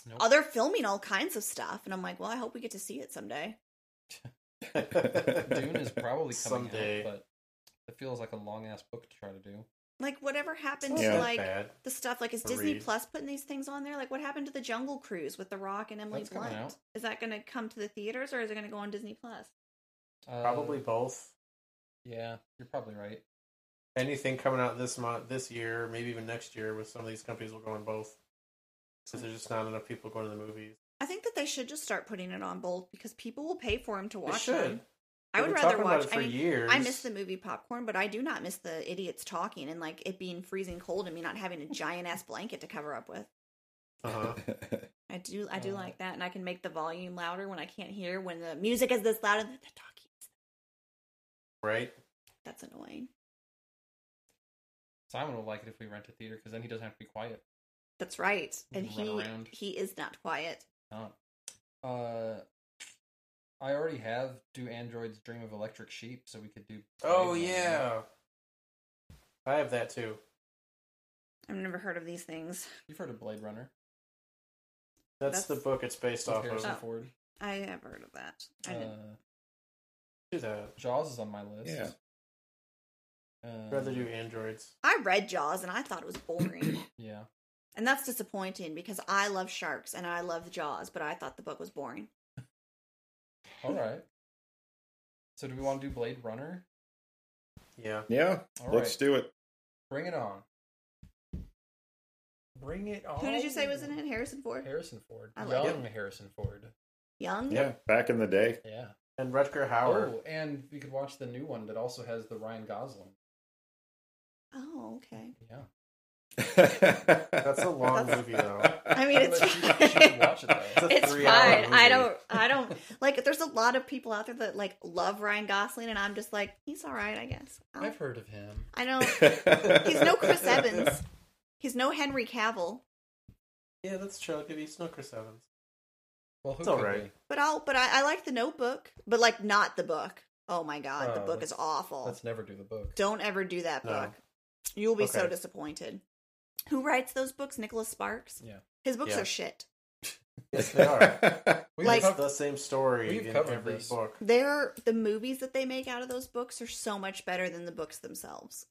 Speaker 1: Nope.
Speaker 4: oh, they're filming all kinds of stuff, and I'm like, well, I hope we get to see it someday.
Speaker 1: Dune is probably coming
Speaker 2: Someday.
Speaker 1: out, but it feels like a long ass book to try to do.
Speaker 4: Like whatever happened
Speaker 2: It's
Speaker 4: to
Speaker 3: Yeah.
Speaker 2: not
Speaker 4: like
Speaker 2: bad.
Speaker 4: the stuff? Like is
Speaker 2: to
Speaker 4: Disney
Speaker 2: read.
Speaker 4: Plus putting these things on there? Like what happened to the Jungle Cruise with The Rock and Emily
Speaker 1: That's coming
Speaker 4: Blunt?
Speaker 1: out.
Speaker 4: Is that going to come to the theaters or is it going to go on Disney Plus?
Speaker 1: Uh,
Speaker 2: Probably both.
Speaker 1: Yeah, you're probably right.
Speaker 2: Anything coming out this month, this year, maybe even next year, with some of these companies will go on both. Because there's just not enough people going to the movies.
Speaker 4: I think that they should just start putting it on both because people will pay for them to
Speaker 2: They
Speaker 4: watch
Speaker 2: should.
Speaker 4: them. I
Speaker 2: They've
Speaker 4: would
Speaker 2: been
Speaker 4: rather
Speaker 2: talking
Speaker 4: watch.
Speaker 2: About it
Speaker 4: I
Speaker 2: for
Speaker 4: mean,
Speaker 2: years.
Speaker 4: I miss the movie popcorn, but I do not miss the idiots talking and like it being freezing cold and me not having a giant ass blanket to cover up with.
Speaker 2: Uh-huh.
Speaker 4: I do, I do
Speaker 1: Yeah.
Speaker 4: like that, and I can make the volume louder when I can't hear when the music is this loud and the talking. is-
Speaker 2: Right?
Speaker 4: That's annoying.
Speaker 1: Simon will like it if we rent a theater because then he doesn't have to be quiet.
Speaker 4: That's right, and
Speaker 1: Run
Speaker 4: he
Speaker 1: around.
Speaker 4: he is not quiet.
Speaker 1: Oh. Uh, I already have Do Androids Dream of Electric Sheep, so we could do.
Speaker 2: Oh,
Speaker 1: Blade Runner.
Speaker 2: yeah. I have that too.
Speaker 4: I've never heard of these things.
Speaker 1: You've heard of Blade Runner?
Speaker 2: That's,
Speaker 4: That's-
Speaker 2: the book it's based
Speaker 1: with
Speaker 2: off of.
Speaker 1: Harrison
Speaker 4: Oh.
Speaker 1: Ford.
Speaker 4: I have heard of that. I
Speaker 1: Uh,
Speaker 4: didn't.
Speaker 2: Do that.
Speaker 1: Jaws is on my list.
Speaker 3: Yeah.
Speaker 1: Um,
Speaker 2: I'd rather do androids.
Speaker 4: I read Jaws, and I thought it was boring.
Speaker 1: Yeah.
Speaker 4: And that's disappointing because I love sharks and I love Jaws, but I thought the book was boring.
Speaker 1: All right. So do we want to do Blade Runner?
Speaker 2: Yeah.
Speaker 3: yeah,
Speaker 1: All right.
Speaker 3: let's do it.
Speaker 1: Bring it on. Bring it on.
Speaker 4: Who did you say was in it? Harrison Ford?
Speaker 1: Harrison Ford.
Speaker 4: I like
Speaker 1: Young Harrison Ford.
Speaker 4: Young?
Speaker 3: Yeah, back in the day.
Speaker 1: Yeah.
Speaker 2: And Rutger Hauer.
Speaker 1: Oh, and we could watch the new one that also has the Ryan Gosling.
Speaker 4: Oh, okay.
Speaker 1: Yeah.
Speaker 2: That's a long movie, though.
Speaker 4: I mean, it's
Speaker 1: Unless you- you should watch it, though.
Speaker 2: a
Speaker 4: it's
Speaker 2: three-hour
Speaker 4: fine.
Speaker 2: movie.
Speaker 4: I don't. I don't like. There's a lot of people out there that like love Ryan Gosling, and I'm just like, he's all right, I guess. I'll-
Speaker 1: I've heard of him.
Speaker 4: I don't. He's no Chris Evans. He's no Henry Cavill.
Speaker 2: Yeah, that's true. I'll give you Snow Chris Evans.
Speaker 1: Well, who
Speaker 2: It's
Speaker 1: could
Speaker 2: all right.
Speaker 1: we?
Speaker 4: But I'll. But I, I like the Notebook, but like not the book. Oh my god, the
Speaker 1: Oh,
Speaker 4: book is
Speaker 1: that's-
Speaker 4: awful.
Speaker 1: Let's never do the book.
Speaker 4: Don't ever do that
Speaker 2: No.
Speaker 4: book. You'll be so
Speaker 2: Okay.
Speaker 4: disappointed. Who writes those books? Nicholas Sparks.
Speaker 1: Yeah.
Speaker 4: His books
Speaker 2: Yeah.
Speaker 4: are shit.
Speaker 2: Yes, they are.
Speaker 1: We've
Speaker 4: Like-
Speaker 2: it's
Speaker 1: covered-
Speaker 2: the same story
Speaker 1: We've
Speaker 2: in
Speaker 1: covered
Speaker 2: every
Speaker 1: this.
Speaker 2: book.
Speaker 4: They're the movies that they make out of those books are so much better than the books themselves.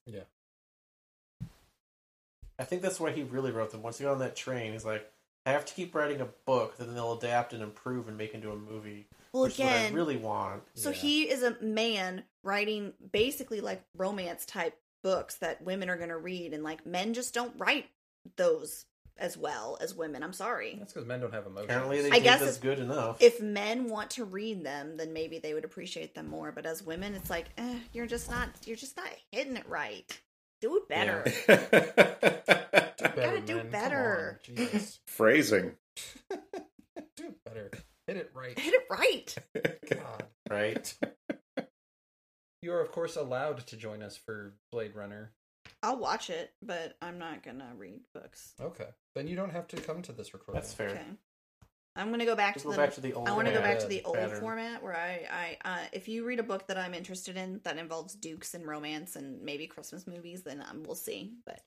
Speaker 2: I think that's why he really wrote them. Once he got on that train, he's like, I have to keep writing a book that then they'll adapt and improve and make into a movie,
Speaker 4: Well,
Speaker 2: which is what
Speaker 4: again,
Speaker 2: I really want.
Speaker 4: so
Speaker 1: Yeah.
Speaker 4: he is a man writing basically like romance type books that women are going to read, and like men just don't write those as well as women. I'm sorry.
Speaker 1: That's because men don't have emotions.
Speaker 2: Apparently, they
Speaker 4: I
Speaker 2: think
Speaker 4: guess
Speaker 2: that's
Speaker 4: if-
Speaker 2: good enough.
Speaker 4: If men want to read them, then maybe they would appreciate them more. But as women, it's like eh, you're just not you're just not hitting it right. Do it better.
Speaker 1: do better,
Speaker 4: gotta do
Speaker 1: men. Come
Speaker 4: better.
Speaker 1: on, Jesus.
Speaker 3: Phrasing.
Speaker 1: do better. Hit it right.
Speaker 4: Hit it right.
Speaker 1: God.
Speaker 2: right?
Speaker 1: You are, of course, allowed to join us for Blade Runner.
Speaker 4: I'll watch it, but I'm not gonna read books.
Speaker 1: Okay. Then you don't have to come to this recording.
Speaker 2: That's fair.
Speaker 4: Okay. I'm gonna go back
Speaker 2: Just
Speaker 4: to
Speaker 2: go
Speaker 4: the.
Speaker 2: back to the old.
Speaker 4: I want to go back
Speaker 1: format
Speaker 4: to the old
Speaker 2: pattern.
Speaker 4: format where I, I, uh, if you read a book that I'm interested in that involves dukes and romance and maybe Christmas movies, then um, we'll see. But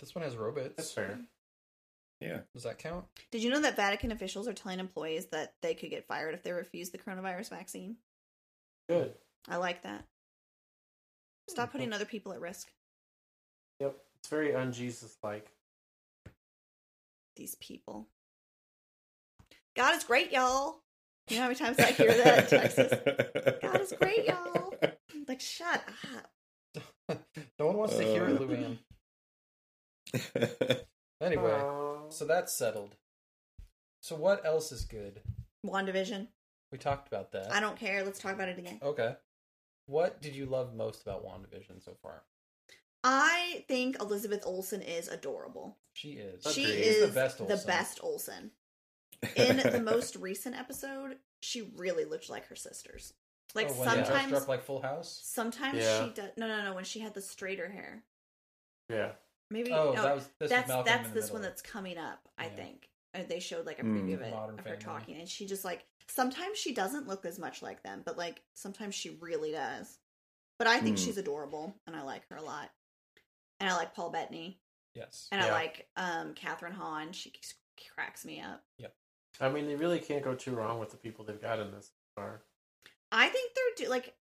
Speaker 1: This one has
Speaker 2: That's
Speaker 1: robots.
Speaker 2: fair.
Speaker 1: Does that count?
Speaker 4: did you know that Vatican officials are telling employees that they could get fired if they refuse the coronavirus vaccine?
Speaker 2: Good.
Speaker 4: I like that. Stop putting other people at risk.
Speaker 2: Yep. It's very un-Jesus like.
Speaker 4: These people. God is great, y'all. You know how many times I hear that in Texas? God is great, y'all. Like, shut up.
Speaker 1: no one wants to hear it,
Speaker 3: Uh.
Speaker 1: Luann. Anyway, so that's settled. So what else is good?
Speaker 4: WandaVision.
Speaker 1: We talked about that.
Speaker 4: I don't care. Let's talk about it again.
Speaker 1: Okay. What did you love most about WandaVision so far?
Speaker 4: I think Elizabeth Olsen is adorable.
Speaker 1: She is.
Speaker 4: She
Speaker 2: Agreed.
Speaker 4: is
Speaker 1: She's the best Olsen.
Speaker 4: Olsen. In the most recent episode, she really looked like her sisters. Like
Speaker 1: Oh, when they dressed
Speaker 4: sometimes,
Speaker 1: her up like Full House.
Speaker 4: sometimes
Speaker 2: Yeah.
Speaker 4: she does. No, no, no. When she had the straighter hair,
Speaker 2: Yeah.
Speaker 4: maybe.
Speaker 1: Oh,
Speaker 4: no,
Speaker 1: that was this was
Speaker 4: that's
Speaker 1: Malcolm
Speaker 4: that's
Speaker 1: in the
Speaker 4: this one
Speaker 1: Middle.
Speaker 4: that's coming up. I
Speaker 1: Yeah.
Speaker 4: think Uh, they showed like a
Speaker 3: Mm.
Speaker 4: preview of it
Speaker 1: Modern
Speaker 4: of her
Speaker 1: Family.
Speaker 4: talking, and she just like sometimes she doesn't look as much like them, but like sometimes she really does. But I think
Speaker 3: Mm.
Speaker 4: she's adorable, and I like her a lot, and I like Paul Bettany,
Speaker 1: Yes.
Speaker 4: and I
Speaker 2: Yeah.
Speaker 4: like um Catherine Hahn. She c- cracks me up.
Speaker 2: I mean, they really can't go too wrong with the people they've got in this far.
Speaker 4: I think they're do- like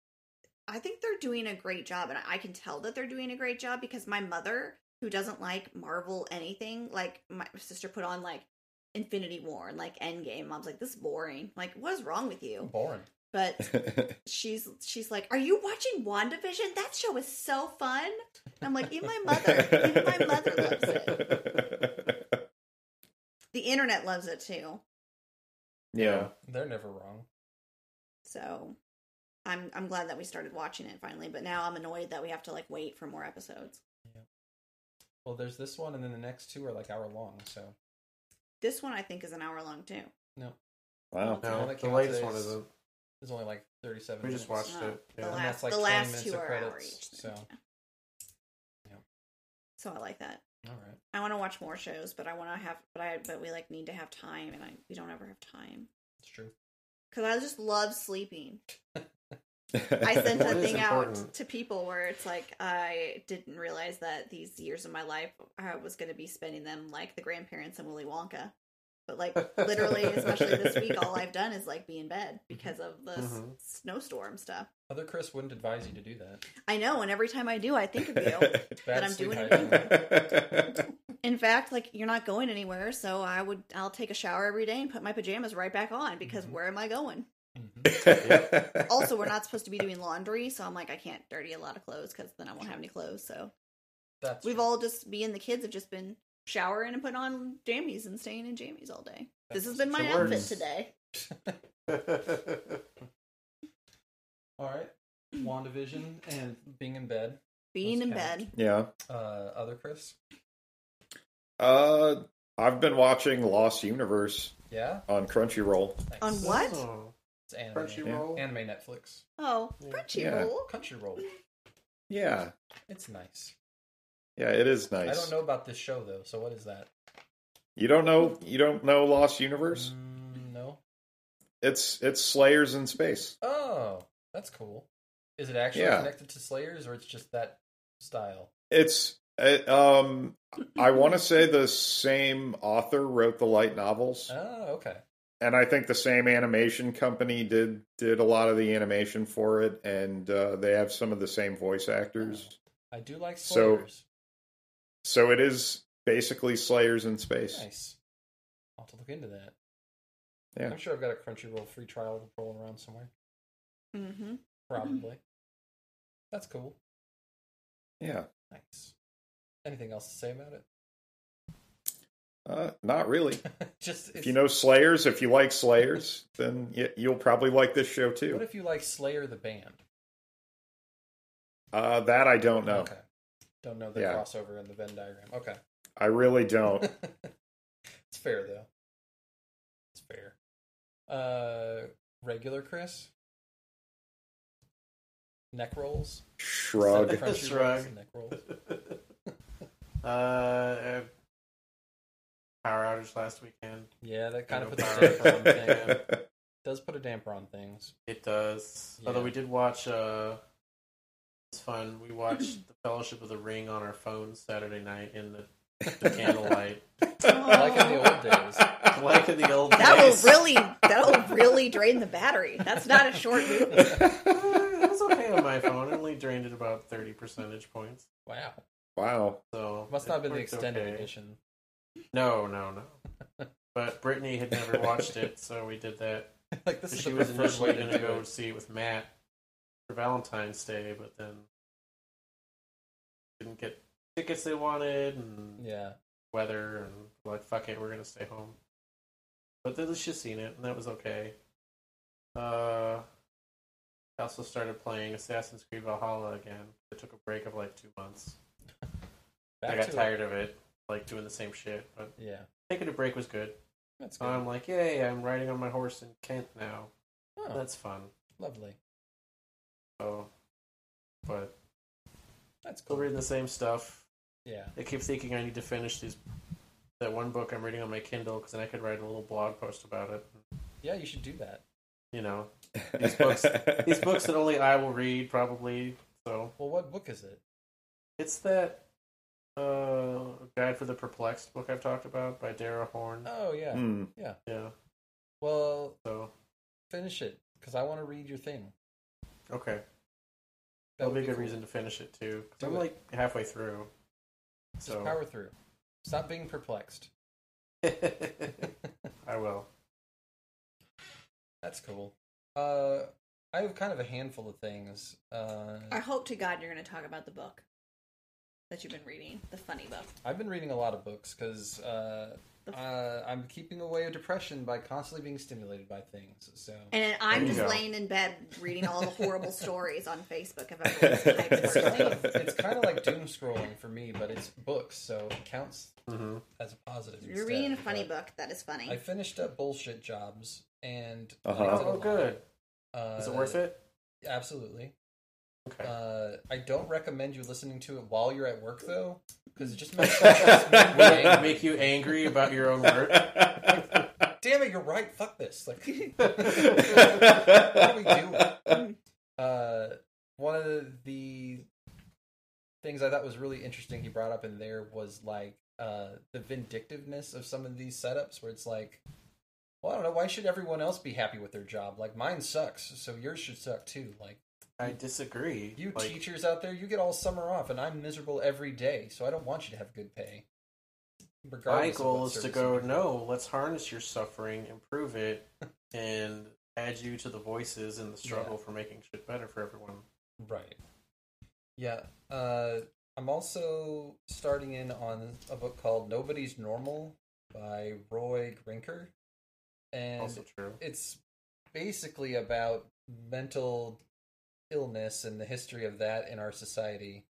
Speaker 4: I think they're doing a great job and I can tell that they're doing a great job because my mother who doesn't like Marvel anything, like my sister put on like Infinity War and like Endgame. Mom's like this is boring. Like what is wrong with you?
Speaker 1: Boring.
Speaker 4: But she's she's like, "Are you watching WandaVision? That show is so fun." And I'm like, "Even my mother, even my mother loves it. The internet loves it too."
Speaker 3: Yeah.
Speaker 1: They're never wrong.
Speaker 4: So I'm I'm glad that we started watching it finally, but now I'm annoyed that we have to like wait for more episodes.
Speaker 1: Well, there's this one, and then the next two are like hour long. So
Speaker 4: This one I think is an hour long too.
Speaker 1: no,
Speaker 3: Wow.
Speaker 1: The one
Speaker 2: No,
Speaker 1: that
Speaker 2: the
Speaker 1: came out
Speaker 2: latest
Speaker 1: today
Speaker 2: one
Speaker 1: is-
Speaker 2: isn't.
Speaker 1: there's only like 37.
Speaker 2: We just
Speaker 1: minutes.
Speaker 2: watched it.
Speaker 4: Uh, The
Speaker 1: And
Speaker 2: Yeah.
Speaker 1: la- that's
Speaker 4: last,
Speaker 1: like
Speaker 4: the
Speaker 1: 20
Speaker 4: last
Speaker 1: minutes
Speaker 4: two
Speaker 1: of
Speaker 4: are hour
Speaker 1: credits,
Speaker 4: each.
Speaker 1: so.
Speaker 4: Yeah.
Speaker 1: Yeah.
Speaker 4: So I like that.
Speaker 1: All right.
Speaker 4: I want to watch more shows, but I want to have, but I, but we like need to have time, and I we don't ever have time
Speaker 1: It's true.
Speaker 4: because I just love sleeping. I sent
Speaker 2: Well,
Speaker 4: that
Speaker 2: it is
Speaker 4: thing out
Speaker 2: important.
Speaker 4: to people where it's like I didn't realize that these years of my life I was going to be spending them like the grandparents and Willy Wonka. But like literally, especially this week, all I've done is like be in bed because of the s-
Speaker 2: Mhm.
Speaker 4: snowstorm stuff.
Speaker 1: Other Chris wouldn't advise you to do that.
Speaker 4: I know, and every time I do, I think of you.
Speaker 1: Bad
Speaker 4: I'm
Speaker 1: sleep
Speaker 4: doing it
Speaker 1: hygiene.
Speaker 4: In fact, like you're not going anywhere, so I would I'll take a shower every day and put my pajamas right back on because
Speaker 2: Mm-hmm.
Speaker 1: Mhm.
Speaker 4: where am I going?
Speaker 1: Mhm.
Speaker 4: Also, we're not supposed to be doing laundry, so I'm like I can't dirty a lot of clothes because then I won't have any clothes. So
Speaker 1: That's
Speaker 4: we've
Speaker 1: true.
Speaker 4: all just me and the kids have just been showering and putting on jammies and staying in jammies all day. This has been my
Speaker 2: It
Speaker 4: outfit
Speaker 2: works.
Speaker 4: today.
Speaker 1: all right. WandaVision and being in bed.
Speaker 4: Being in
Speaker 1: Okay.
Speaker 4: bed.
Speaker 3: yeah.
Speaker 1: Uh, other Chris.
Speaker 3: Uh, I've been watching Lost Universe
Speaker 1: Yeah.
Speaker 3: on Crunchyroll.
Speaker 1: Thanks.
Speaker 4: On what?
Speaker 2: Oh,
Speaker 1: It's anime.
Speaker 2: Crunchyroll.
Speaker 1: Anime Netflix.
Speaker 4: Oh,
Speaker 2: Yeah.
Speaker 4: Crunchyroll.
Speaker 1: Country Roll.
Speaker 3: Yeah.
Speaker 1: It's nice.
Speaker 3: Yeah, it is nice.
Speaker 1: I don't know about this show though. So what is that?
Speaker 3: You don't know you don't know Lost Universe?
Speaker 1: Mm, no.
Speaker 3: It's it's Slayers in Space.
Speaker 1: Oh, that's cool. Is it actually
Speaker 3: Yeah.
Speaker 1: connected to Slayers, or it's just that style?
Speaker 3: It's it, um I want to say the same author wrote the light novels.
Speaker 1: Oh, okay.
Speaker 3: and I think the same animation company did did a lot of the animation for it, and uh, they have some of the same voice
Speaker 1: Uh-huh.
Speaker 3: actors.
Speaker 1: I do like
Speaker 3: So-
Speaker 1: spoilers.
Speaker 3: So it is basically Slayers in space.
Speaker 1: nice. I'll have to look into that.
Speaker 3: Yeah.
Speaker 1: I'm sure I've got a Crunchyroll free trial rolling around somewhere.
Speaker 4: Mm-hmm.
Speaker 1: Probably. That's cool.
Speaker 3: Yeah,
Speaker 1: Nice. Anything else to say about it?
Speaker 3: uh, not really.
Speaker 1: Just
Speaker 3: If you know Slayers, if you like Slayers, then y- you'll probably like this show
Speaker 1: what
Speaker 3: too.
Speaker 1: if you like Slayer the band?
Speaker 3: Uh, that I don't know.
Speaker 1: Okay. Don't know the
Speaker 3: Yeah. Oh.
Speaker 1: crossover in the Venn diagram. Okay.
Speaker 3: I really don't.
Speaker 1: it's fair though. It's fair. Uh regular Chris? Neck rolls?
Speaker 3: Shrug.
Speaker 1: Crunchy rolls,
Speaker 2: Shrug.
Speaker 1: Neck rolls.
Speaker 2: Uh, power outage last weekend.
Speaker 1: Yeah, that kind of
Speaker 2: No
Speaker 1: puts a
Speaker 2: power
Speaker 1: damper on
Speaker 2: problem.
Speaker 1: things. Does put a damper on things.
Speaker 2: It does.
Speaker 1: Yeah.
Speaker 2: Although we did watch, uh, it's fun. We watched The Fellowship of the Ring on our phones Saturday night in the, the candlelight,
Speaker 1: Like in the old days.
Speaker 2: like in the old
Speaker 4: That
Speaker 2: days.
Speaker 4: will really that'll really drain the battery. That's not a short movie.
Speaker 2: Eh, it was okay on my phone. It only drained it about thirty percentage points.
Speaker 1: Wow.
Speaker 3: Wow.
Speaker 2: So
Speaker 1: Must
Speaker 2: it
Speaker 1: not have been the
Speaker 2: worked
Speaker 1: extended
Speaker 2: okay.
Speaker 1: edition.
Speaker 2: No, no, no. But Brittany had never watched it, so we did that.
Speaker 1: like this is
Speaker 2: She
Speaker 1: the
Speaker 2: was
Speaker 1: preferred way
Speaker 2: initially
Speaker 1: to
Speaker 2: going to
Speaker 1: do
Speaker 2: go
Speaker 1: it.
Speaker 2: see it with Matt for Valentine's Day, but then didn't get tickets they wanted and
Speaker 1: Yeah.
Speaker 2: weather and like fuck it, we're gonna stay home. But then she's seen it and that was okay. Uh, I also started playing Assassin's Creed Valhalla again. I took a break of like two months. I got
Speaker 1: to it.
Speaker 2: tired of it, like doing the same shit. But
Speaker 1: Yeah.
Speaker 2: taking a break was good.
Speaker 1: That's
Speaker 2: So
Speaker 1: good.
Speaker 2: I'm like, yay! I'm riding on my horse in Kent now.
Speaker 1: Oh,
Speaker 2: That's fun.
Speaker 1: lovely.
Speaker 2: So, but
Speaker 1: That's
Speaker 2: still
Speaker 1: cool.
Speaker 2: reading the same stuff.
Speaker 1: Yeah.
Speaker 2: I keep thinking I need to finish these that one book I'm reading on my Kindle because then I could write a little blog post about it.
Speaker 1: Yeah, you should do that.
Speaker 2: You know, These books- these books that only I will read probably. So
Speaker 1: Well, what book is it?
Speaker 2: it's that uh, Guide for the Perplexed book I've talked about by Dara Horn.
Speaker 1: Oh, yeah.
Speaker 3: Hmm.
Speaker 2: Yeah.
Speaker 1: Well,
Speaker 2: So
Speaker 1: finish it because I want to read your thing.
Speaker 2: okay,
Speaker 1: That
Speaker 2: that'll
Speaker 1: would
Speaker 2: be a good
Speaker 1: cool.
Speaker 2: reason to finish it too. 'cause
Speaker 1: Do
Speaker 2: I'm
Speaker 1: it.
Speaker 2: like halfway through.
Speaker 1: Just
Speaker 2: So
Speaker 1: power through. Stop being perplexed.
Speaker 2: I will.
Speaker 1: That's cool. Uh, I have kind of a handful of things. Uh,
Speaker 4: I hope to God you're going to talk about the book that you've been reading, the funny book.
Speaker 1: I've been reading a lot of books because uh,
Speaker 4: The-
Speaker 1: uh, I'm keeping away of depression by constantly being stimulated by things. So
Speaker 4: And I'm
Speaker 2: you
Speaker 4: just
Speaker 2: go.
Speaker 4: laying in bed reading all the horrible stories on Facebook of everyone's types
Speaker 1: it's
Speaker 4: of
Speaker 1: kind of,
Speaker 4: things.
Speaker 1: it's kind of like doom scrolling for me, but it's books, so it counts
Speaker 2: hmm
Speaker 1: as a positive.
Speaker 4: You're reading a
Speaker 1: instead,
Speaker 4: funny
Speaker 1: but
Speaker 4: book that is funny.
Speaker 1: I finished up bullshit jobs and
Speaker 3: Uh-huh.
Speaker 1: liked it a
Speaker 2: Oh,
Speaker 1: lot.
Speaker 2: good.
Speaker 1: Uh,
Speaker 2: Is it worth it?
Speaker 1: Absolutely.
Speaker 2: Okay.
Speaker 1: Uh, I don't recommend you listening to it while you're at work though, because it just makes sense.
Speaker 2: Will it make you angry about your own work?
Speaker 1: Damn it, you're right. Fuck this. Like,
Speaker 3: what
Speaker 1: uh, one of the things I thought was really interesting he brought up in there was like uh, the vindictiveness of some of these setups, where it's like, well, I don't know, why should everyone else be happy with their job? Like, mine sucks, so yours should suck too. Like.
Speaker 2: I disagree.
Speaker 1: You
Speaker 2: Like,
Speaker 1: teachers out there, you get all summer off, and I'm miserable every day, so I don't want you to have good pay.
Speaker 2: My
Speaker 1: Regardless of
Speaker 2: goal
Speaker 1: what
Speaker 2: is to
Speaker 1: service
Speaker 2: go,
Speaker 1: you
Speaker 2: no, let's harness your suffering, improve it, and add you to the voices in the struggle for making shit better for everyone.
Speaker 1: provide. Right. Yeah. Uh, I'm also starting in on a book called Nobody's Normal by Roy Grinker. And
Speaker 2: also true.
Speaker 1: it's basically about mental illness and the history of that in our society.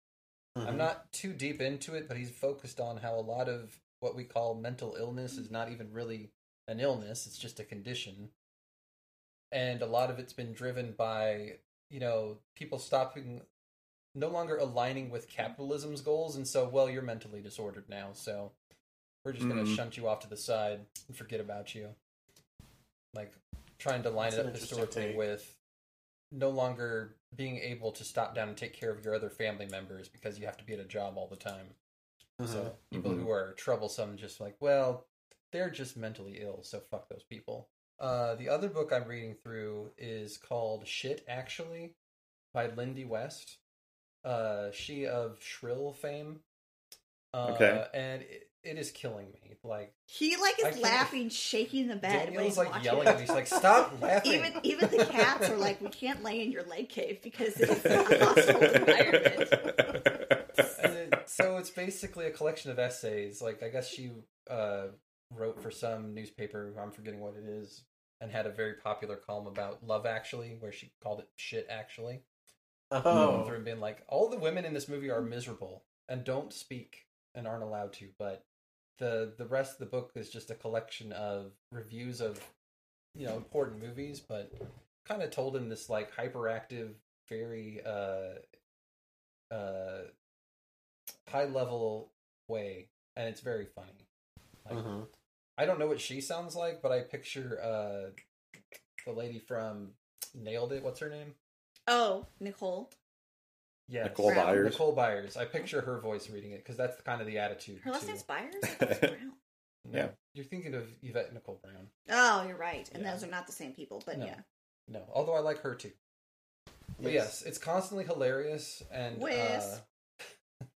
Speaker 1: I'm
Speaker 2: Mhm.
Speaker 1: not too deep into it, but he's focused on how a lot of what we call mental illness is not even really an illness, it's just a condition. And a lot of it's been driven by, you know, people stopping no longer aligning with capitalism's goals and so well you're mentally disordered now, so we're just going to
Speaker 3: Mhm.
Speaker 1: shunt you off to the side and forget about you. Like trying to line
Speaker 2: That's
Speaker 1: it
Speaker 2: an
Speaker 1: up
Speaker 2: interesting
Speaker 1: historically
Speaker 2: take.
Speaker 1: with no longer being able to stop down and take care of your other family members because you have to be at a job all the time.
Speaker 2: Mhm.
Speaker 1: So people
Speaker 3: Mhm.
Speaker 1: who are troublesome just like, well, they're just mentally ill, so fuck those people. Uh, the other book I'm reading through is called Shit Actually by Lindy West. Uh, she of Shrill fame. Uh,
Speaker 3: Okay.
Speaker 1: And it, it is killing me. Like,
Speaker 4: He like
Speaker 1: I
Speaker 4: is
Speaker 1: can't-
Speaker 4: laughing, shaking the bed. when
Speaker 1: Daniel's
Speaker 4: he's
Speaker 1: like
Speaker 4: watching
Speaker 1: yelling
Speaker 4: it.
Speaker 1: at me. She's like, stop laughing.
Speaker 4: Even even the cats are like, we can't lay in your leg cave because it's a hostile environment.
Speaker 1: And it- so it's basically a collection of essays. Like I guess she uh, wrote for some newspaper. I'm forgetting what it is, and had a very popular column about love actually, where she called it shit actually. Going
Speaker 2: Oh,
Speaker 1: through and being like, all the women in this movie are miserable and don't speak and aren't allowed to, but the the rest of the book is just a collection of reviews of you know important movies, but kind of told in this like hyperactive, very uh uh high level way, and it's very funny. Like,
Speaker 2: Mhm.
Speaker 1: I don't know what she sounds like, but I picture uh the lady from Nailed It. What's her name?
Speaker 4: Oh, Nicole,
Speaker 1: Yeah,
Speaker 3: Nicole
Speaker 4: Brown.
Speaker 3: Byers.
Speaker 1: Nicole Byers. I picture her voice reading it because that's the kind of the attitude.
Speaker 4: her last
Speaker 1: too.
Speaker 4: name's Byers. I thought it was Brown.
Speaker 1: No,
Speaker 3: Yeah.
Speaker 1: you're thinking of Yvette Nicole Brown.
Speaker 4: Oh, you're right. And
Speaker 1: Yeah.
Speaker 4: those are not the same people, but
Speaker 1: No.
Speaker 4: yeah.
Speaker 1: No, although I like her too. But yes, it's constantly hilarious and
Speaker 4: Wes.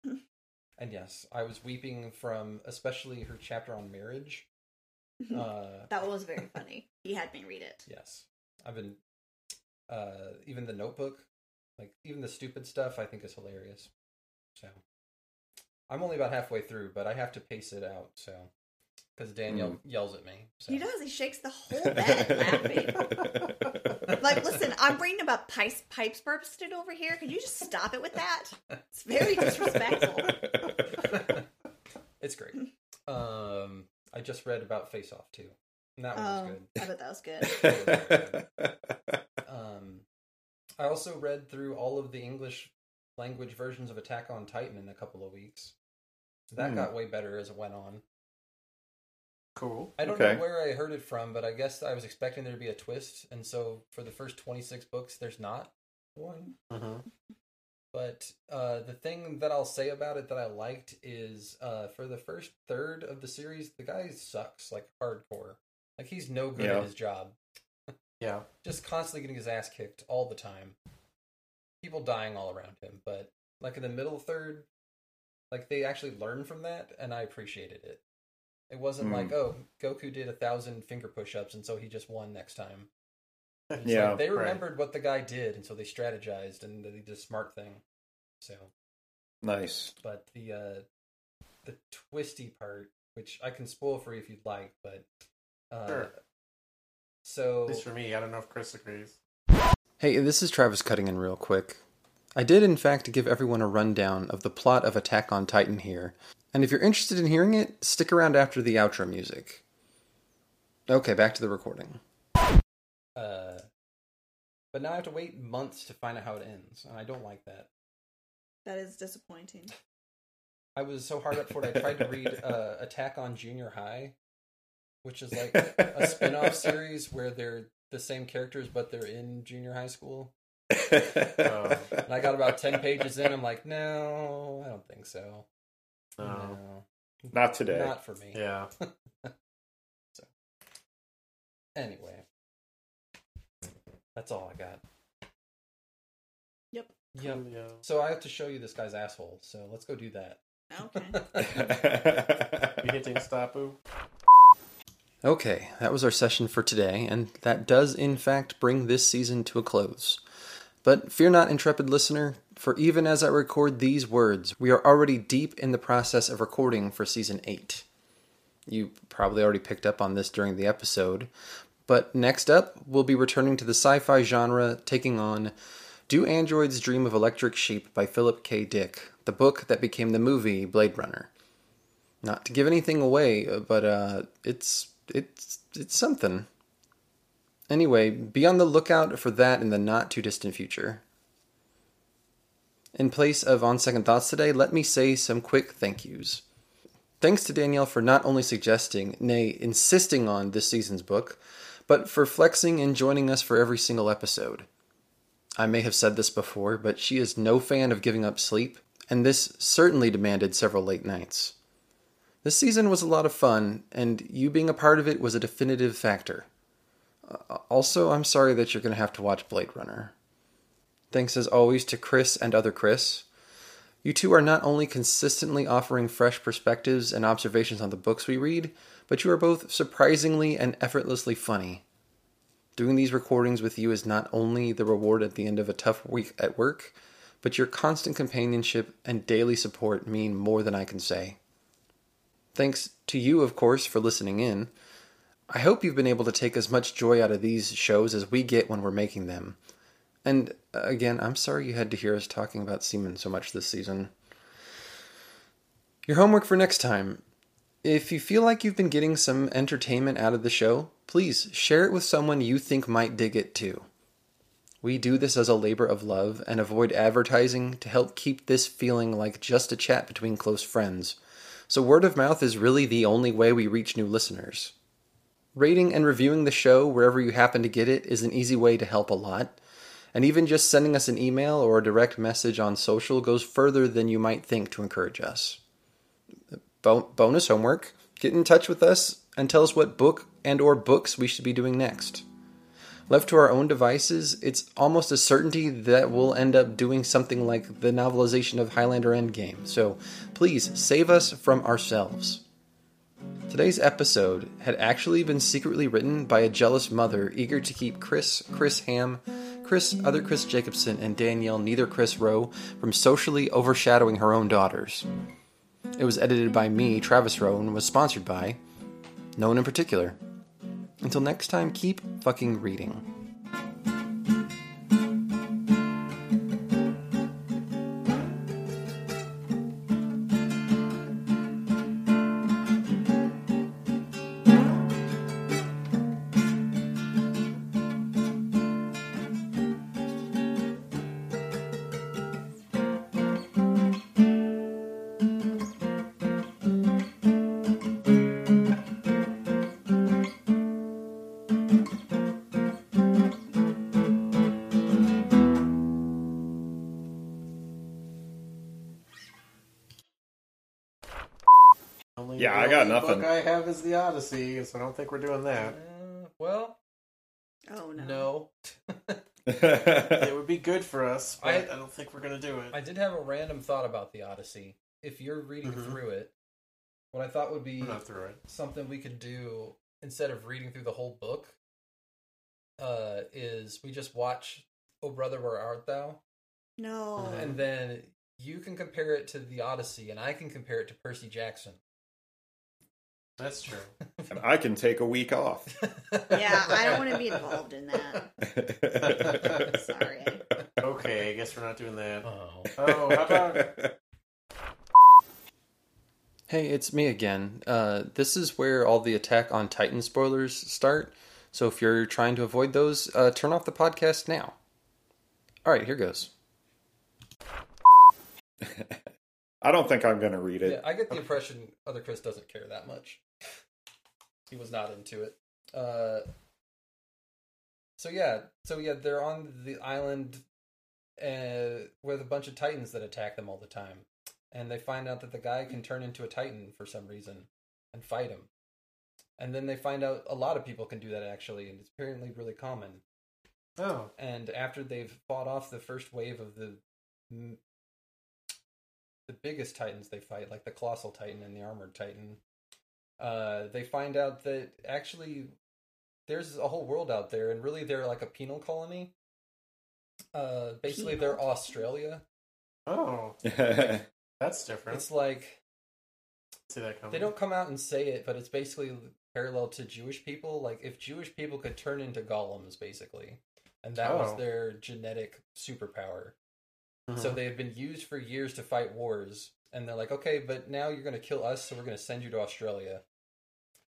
Speaker 1: uh, and yes, I was weeping from especially her chapter on marriage.
Speaker 4: Mm-hmm.
Speaker 1: Uh,
Speaker 4: That was very funny. He had me read it.
Speaker 1: yes, I've been uh, even the Notebook, like even the stupid stuff, I think is hilarious. So I'm only about halfway through, but I have to pace it out. So because Daniel yells at me. So.
Speaker 4: He does. He shakes the whole bed laughing. Like, listen, I'm reading about pipes, pipes bursted over here. Could you just stop it with that? It's very disrespectful.
Speaker 1: it's great. Um, I just read about Face Off too, and that one was
Speaker 4: Oh,
Speaker 1: good.
Speaker 4: I bet that was good.
Speaker 1: Um, I also read through all of the English language versions of Attack on Titan in a couple of weeks. That
Speaker 3: Hmm.
Speaker 1: got way better as it went on.
Speaker 2: cool.
Speaker 1: I don't
Speaker 3: Okay.
Speaker 1: know where I heard it from, but I guess I was expecting there to be a twist, and so for the first twenty six books, there's not one.
Speaker 2: Mhm.
Speaker 1: But uh, the thing that I'll say about it that I liked is uh, for the first third of the series, the guy sucks like hardcore. Like he's no good
Speaker 3: Yeah.
Speaker 1: at his job.
Speaker 2: Yeah.
Speaker 1: Just constantly getting his ass kicked all the time. People dying all around him. But like in the middle third, like they actually learned from that, and I appreciated it. It wasn't
Speaker 3: Hmm.
Speaker 1: like, oh, Goku did a thousand finger push ups, and so he just won next time. It's like,
Speaker 3: Yeah,
Speaker 1: they
Speaker 2: right.
Speaker 1: remembered what the guy did, and so they strategized and they did a smart thing. So
Speaker 3: nice.
Speaker 1: but the uh the twisty part, which I can spoil for you if you'd like, but uh
Speaker 2: Sure.
Speaker 1: so
Speaker 2: At least for me, I don't know if Chris agrees.
Speaker 5: Hey, this is Travis cutting in real quick. I did, in fact, give everyone a rundown of the plot of Attack on Titan here, and if you're interested in hearing it, stick around after the outro music. Okay, back to the recording.
Speaker 1: uh but now I have to wait months to find out how it ends, and I don't like that.
Speaker 4: That is disappointing.
Speaker 1: I was so hard up for it I tried to read uh Attack on Junior High, which is like a spin off series where they're the same characters but they're in junior high school. And I got about ten pages in, I'm like, no, I don't think so.
Speaker 2: No.
Speaker 3: Not today.
Speaker 1: Not for me.
Speaker 2: Oh. Um, Yeah.
Speaker 1: Anyway, that's all I got.
Speaker 4: Yep.
Speaker 1: Yep.
Speaker 2: Yeah.
Speaker 1: So I have to show you this guy's asshole. So let's go do that.
Speaker 4: Okay.
Speaker 2: You hitting Stapu?
Speaker 5: Okay, that was our session for today, and that does, in fact, bring this season to a close. But fear not, intrepid listener, for even as I record these words, we are already deep in the process of recording for season 8. You probably already picked up on this during the episode, but next up, we'll be returning to the sci fi genre, taking on Do Androids Dream of Electric Sheep by Philip K. Dick, the book that became the movie Blade Runner not to give anything away, uh, but uh, it's it's it's something. Anyway, be on the lookout for that in the not too distant future. In place of on second thoughts today, let me say some quick thank yous. Thanks to Danielle for not only suggesting, nay, insisting on this season's book, but for flexing and joining us for every single episode. I may have said this before, but she is no fan of giving up sleep, and this certainly demanded several late nights. This season was a lot of fun, and you being a part of it was a definitive factor. Uh, also, I'm sorry that you're going to have to watch Blade Runner. Thanks as always to Chris and other Chris. You two are not only consistently offering fresh perspectives and observations on the books we read, but you are both surprisingly and effortlessly funny. Doing these recordings with you is not only the reward at the end of a tough week at work, but your constant companionship and daily support mean more than I can say. Thanks to you, of course, for listening in. I hope you've been able to take as much joy out of these shows as we get when we're making them. And uh, again, I'm sorry you had to hear us talking about semen so much this season. Your homework for next time. If you feel like you've been getting some entertainment out of the show, please share it with someone you think might dig it too. We do this as a labor of love and avoid advertising to help keep this feeling like just a chat between close friends. So, word of mouth is really the only way we reach new listeners. Rating and reviewing the show wherever you happen to get it is an easy way to help a lot. And even just sending us an email or a direct message on social goes further than you might think to encourage us. Bo- bonus homework get in touch with us and tell us what book and or books we should be doing next left to our own devices it's almost a certainty that we'll end up doing something like the novelization of highlander endgame so please save us from ourselves today's episode had actually been secretly written by a jealous mother eager to keep chris chris ham chris other chris jacobson and danielle neither chris rowe from socially overshadowing her own daughters it was edited by me, Travis Rowe, and was sponsored by no one in particular. Until next time, keep fucking reading.
Speaker 2: Only
Speaker 3: Yeah,
Speaker 2: the
Speaker 3: I got
Speaker 2: only
Speaker 3: nothing.
Speaker 2: Book I have is the Odyssey, so I don't think we're doing
Speaker 1: Uh,
Speaker 2: that.
Speaker 1: well,
Speaker 4: Oh no.
Speaker 1: no.
Speaker 2: it would be good for us, but I,
Speaker 1: I-
Speaker 2: don't think we're gonna do it.
Speaker 1: I did have a random thought about the Odyssey. If you're reading
Speaker 2: Mhm.
Speaker 1: through it, what I thought would be
Speaker 2: I'm not through it.
Speaker 1: something we could do instead of reading through the whole book uh, is we just watch Oh Brother Where Art Thou,
Speaker 4: No.
Speaker 2: Mhm.
Speaker 1: and then you can compare it to the Odyssey, and I can compare it to Percy Jackson.
Speaker 2: That's true.
Speaker 3: and I can take a week off.
Speaker 4: Yeah, I don't want to be involved in that. Sorry.
Speaker 2: Okay, I guess we're not doing that.
Speaker 1: Oh.
Speaker 2: Oh, how about
Speaker 5: Hey, it's me again. Uh, this is where all the Attack on Titan spoilers start, so if you're trying to avoid those, uh, turn off the podcast now. Alright, here goes.
Speaker 3: I don't think I'm going to read
Speaker 1: Yeah,
Speaker 3: it.
Speaker 1: I get the impression other Chris doesn't care that much. He was not into it. Uh, so yeah, so yeah, they're on the island uh, with a bunch of titans that attack them all the time, and they find out that the guy can turn into a titan for some reason and fight him. And then they find out a lot of people can do that actually, and it's apparently really common
Speaker 2: oh
Speaker 1: and after they've fought off the first wave of the m- the biggest titans they fight like the colossal titan and the armored titan uh they find out that actually there's a whole world out there and really they're like a penal colony uh basically they're
Speaker 4: Penal.
Speaker 1: australia
Speaker 2: oh that's different.
Speaker 1: it's like
Speaker 2: see that coming.
Speaker 1: they don't come out and say it but it's basically parallel to jewish people like if jewish people could turn into golems basically and that
Speaker 2: Oh.
Speaker 1: was their genetic superpower
Speaker 2: Mhm.
Speaker 1: So they have been used for years to fight wars, and they're like, okay, but now you're going to kill us, so we're going to send you to Australia.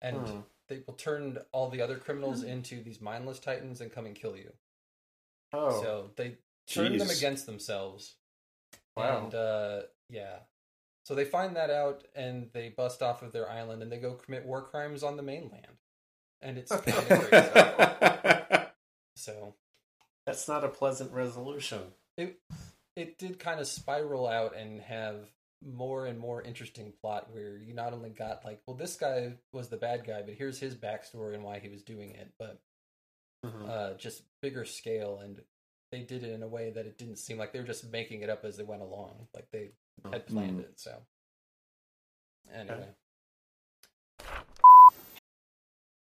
Speaker 1: And
Speaker 2: Hmm.
Speaker 1: they will turn all the other criminals into these mindless titans and come and kill you.
Speaker 2: oh
Speaker 1: So they turn them
Speaker 3: Jeez.
Speaker 1: against themselves.
Speaker 2: Wow.
Speaker 1: And uh, yeah. So they find that out and they bust off of their island and they go commit war crimes on the mainland. And it's kind of crazy. So
Speaker 2: that's not a pleasant resolution.
Speaker 1: it did kind of spiral out and have more and more interesting plot where you not only got like well this guy was the bad guy but here's his backstory and why he was doing it but
Speaker 2: Mhm.
Speaker 1: uh, just bigger scale, and they did it in a way that it didn't seem like they were just making it up as they went along, like they had planned it. So, anyway,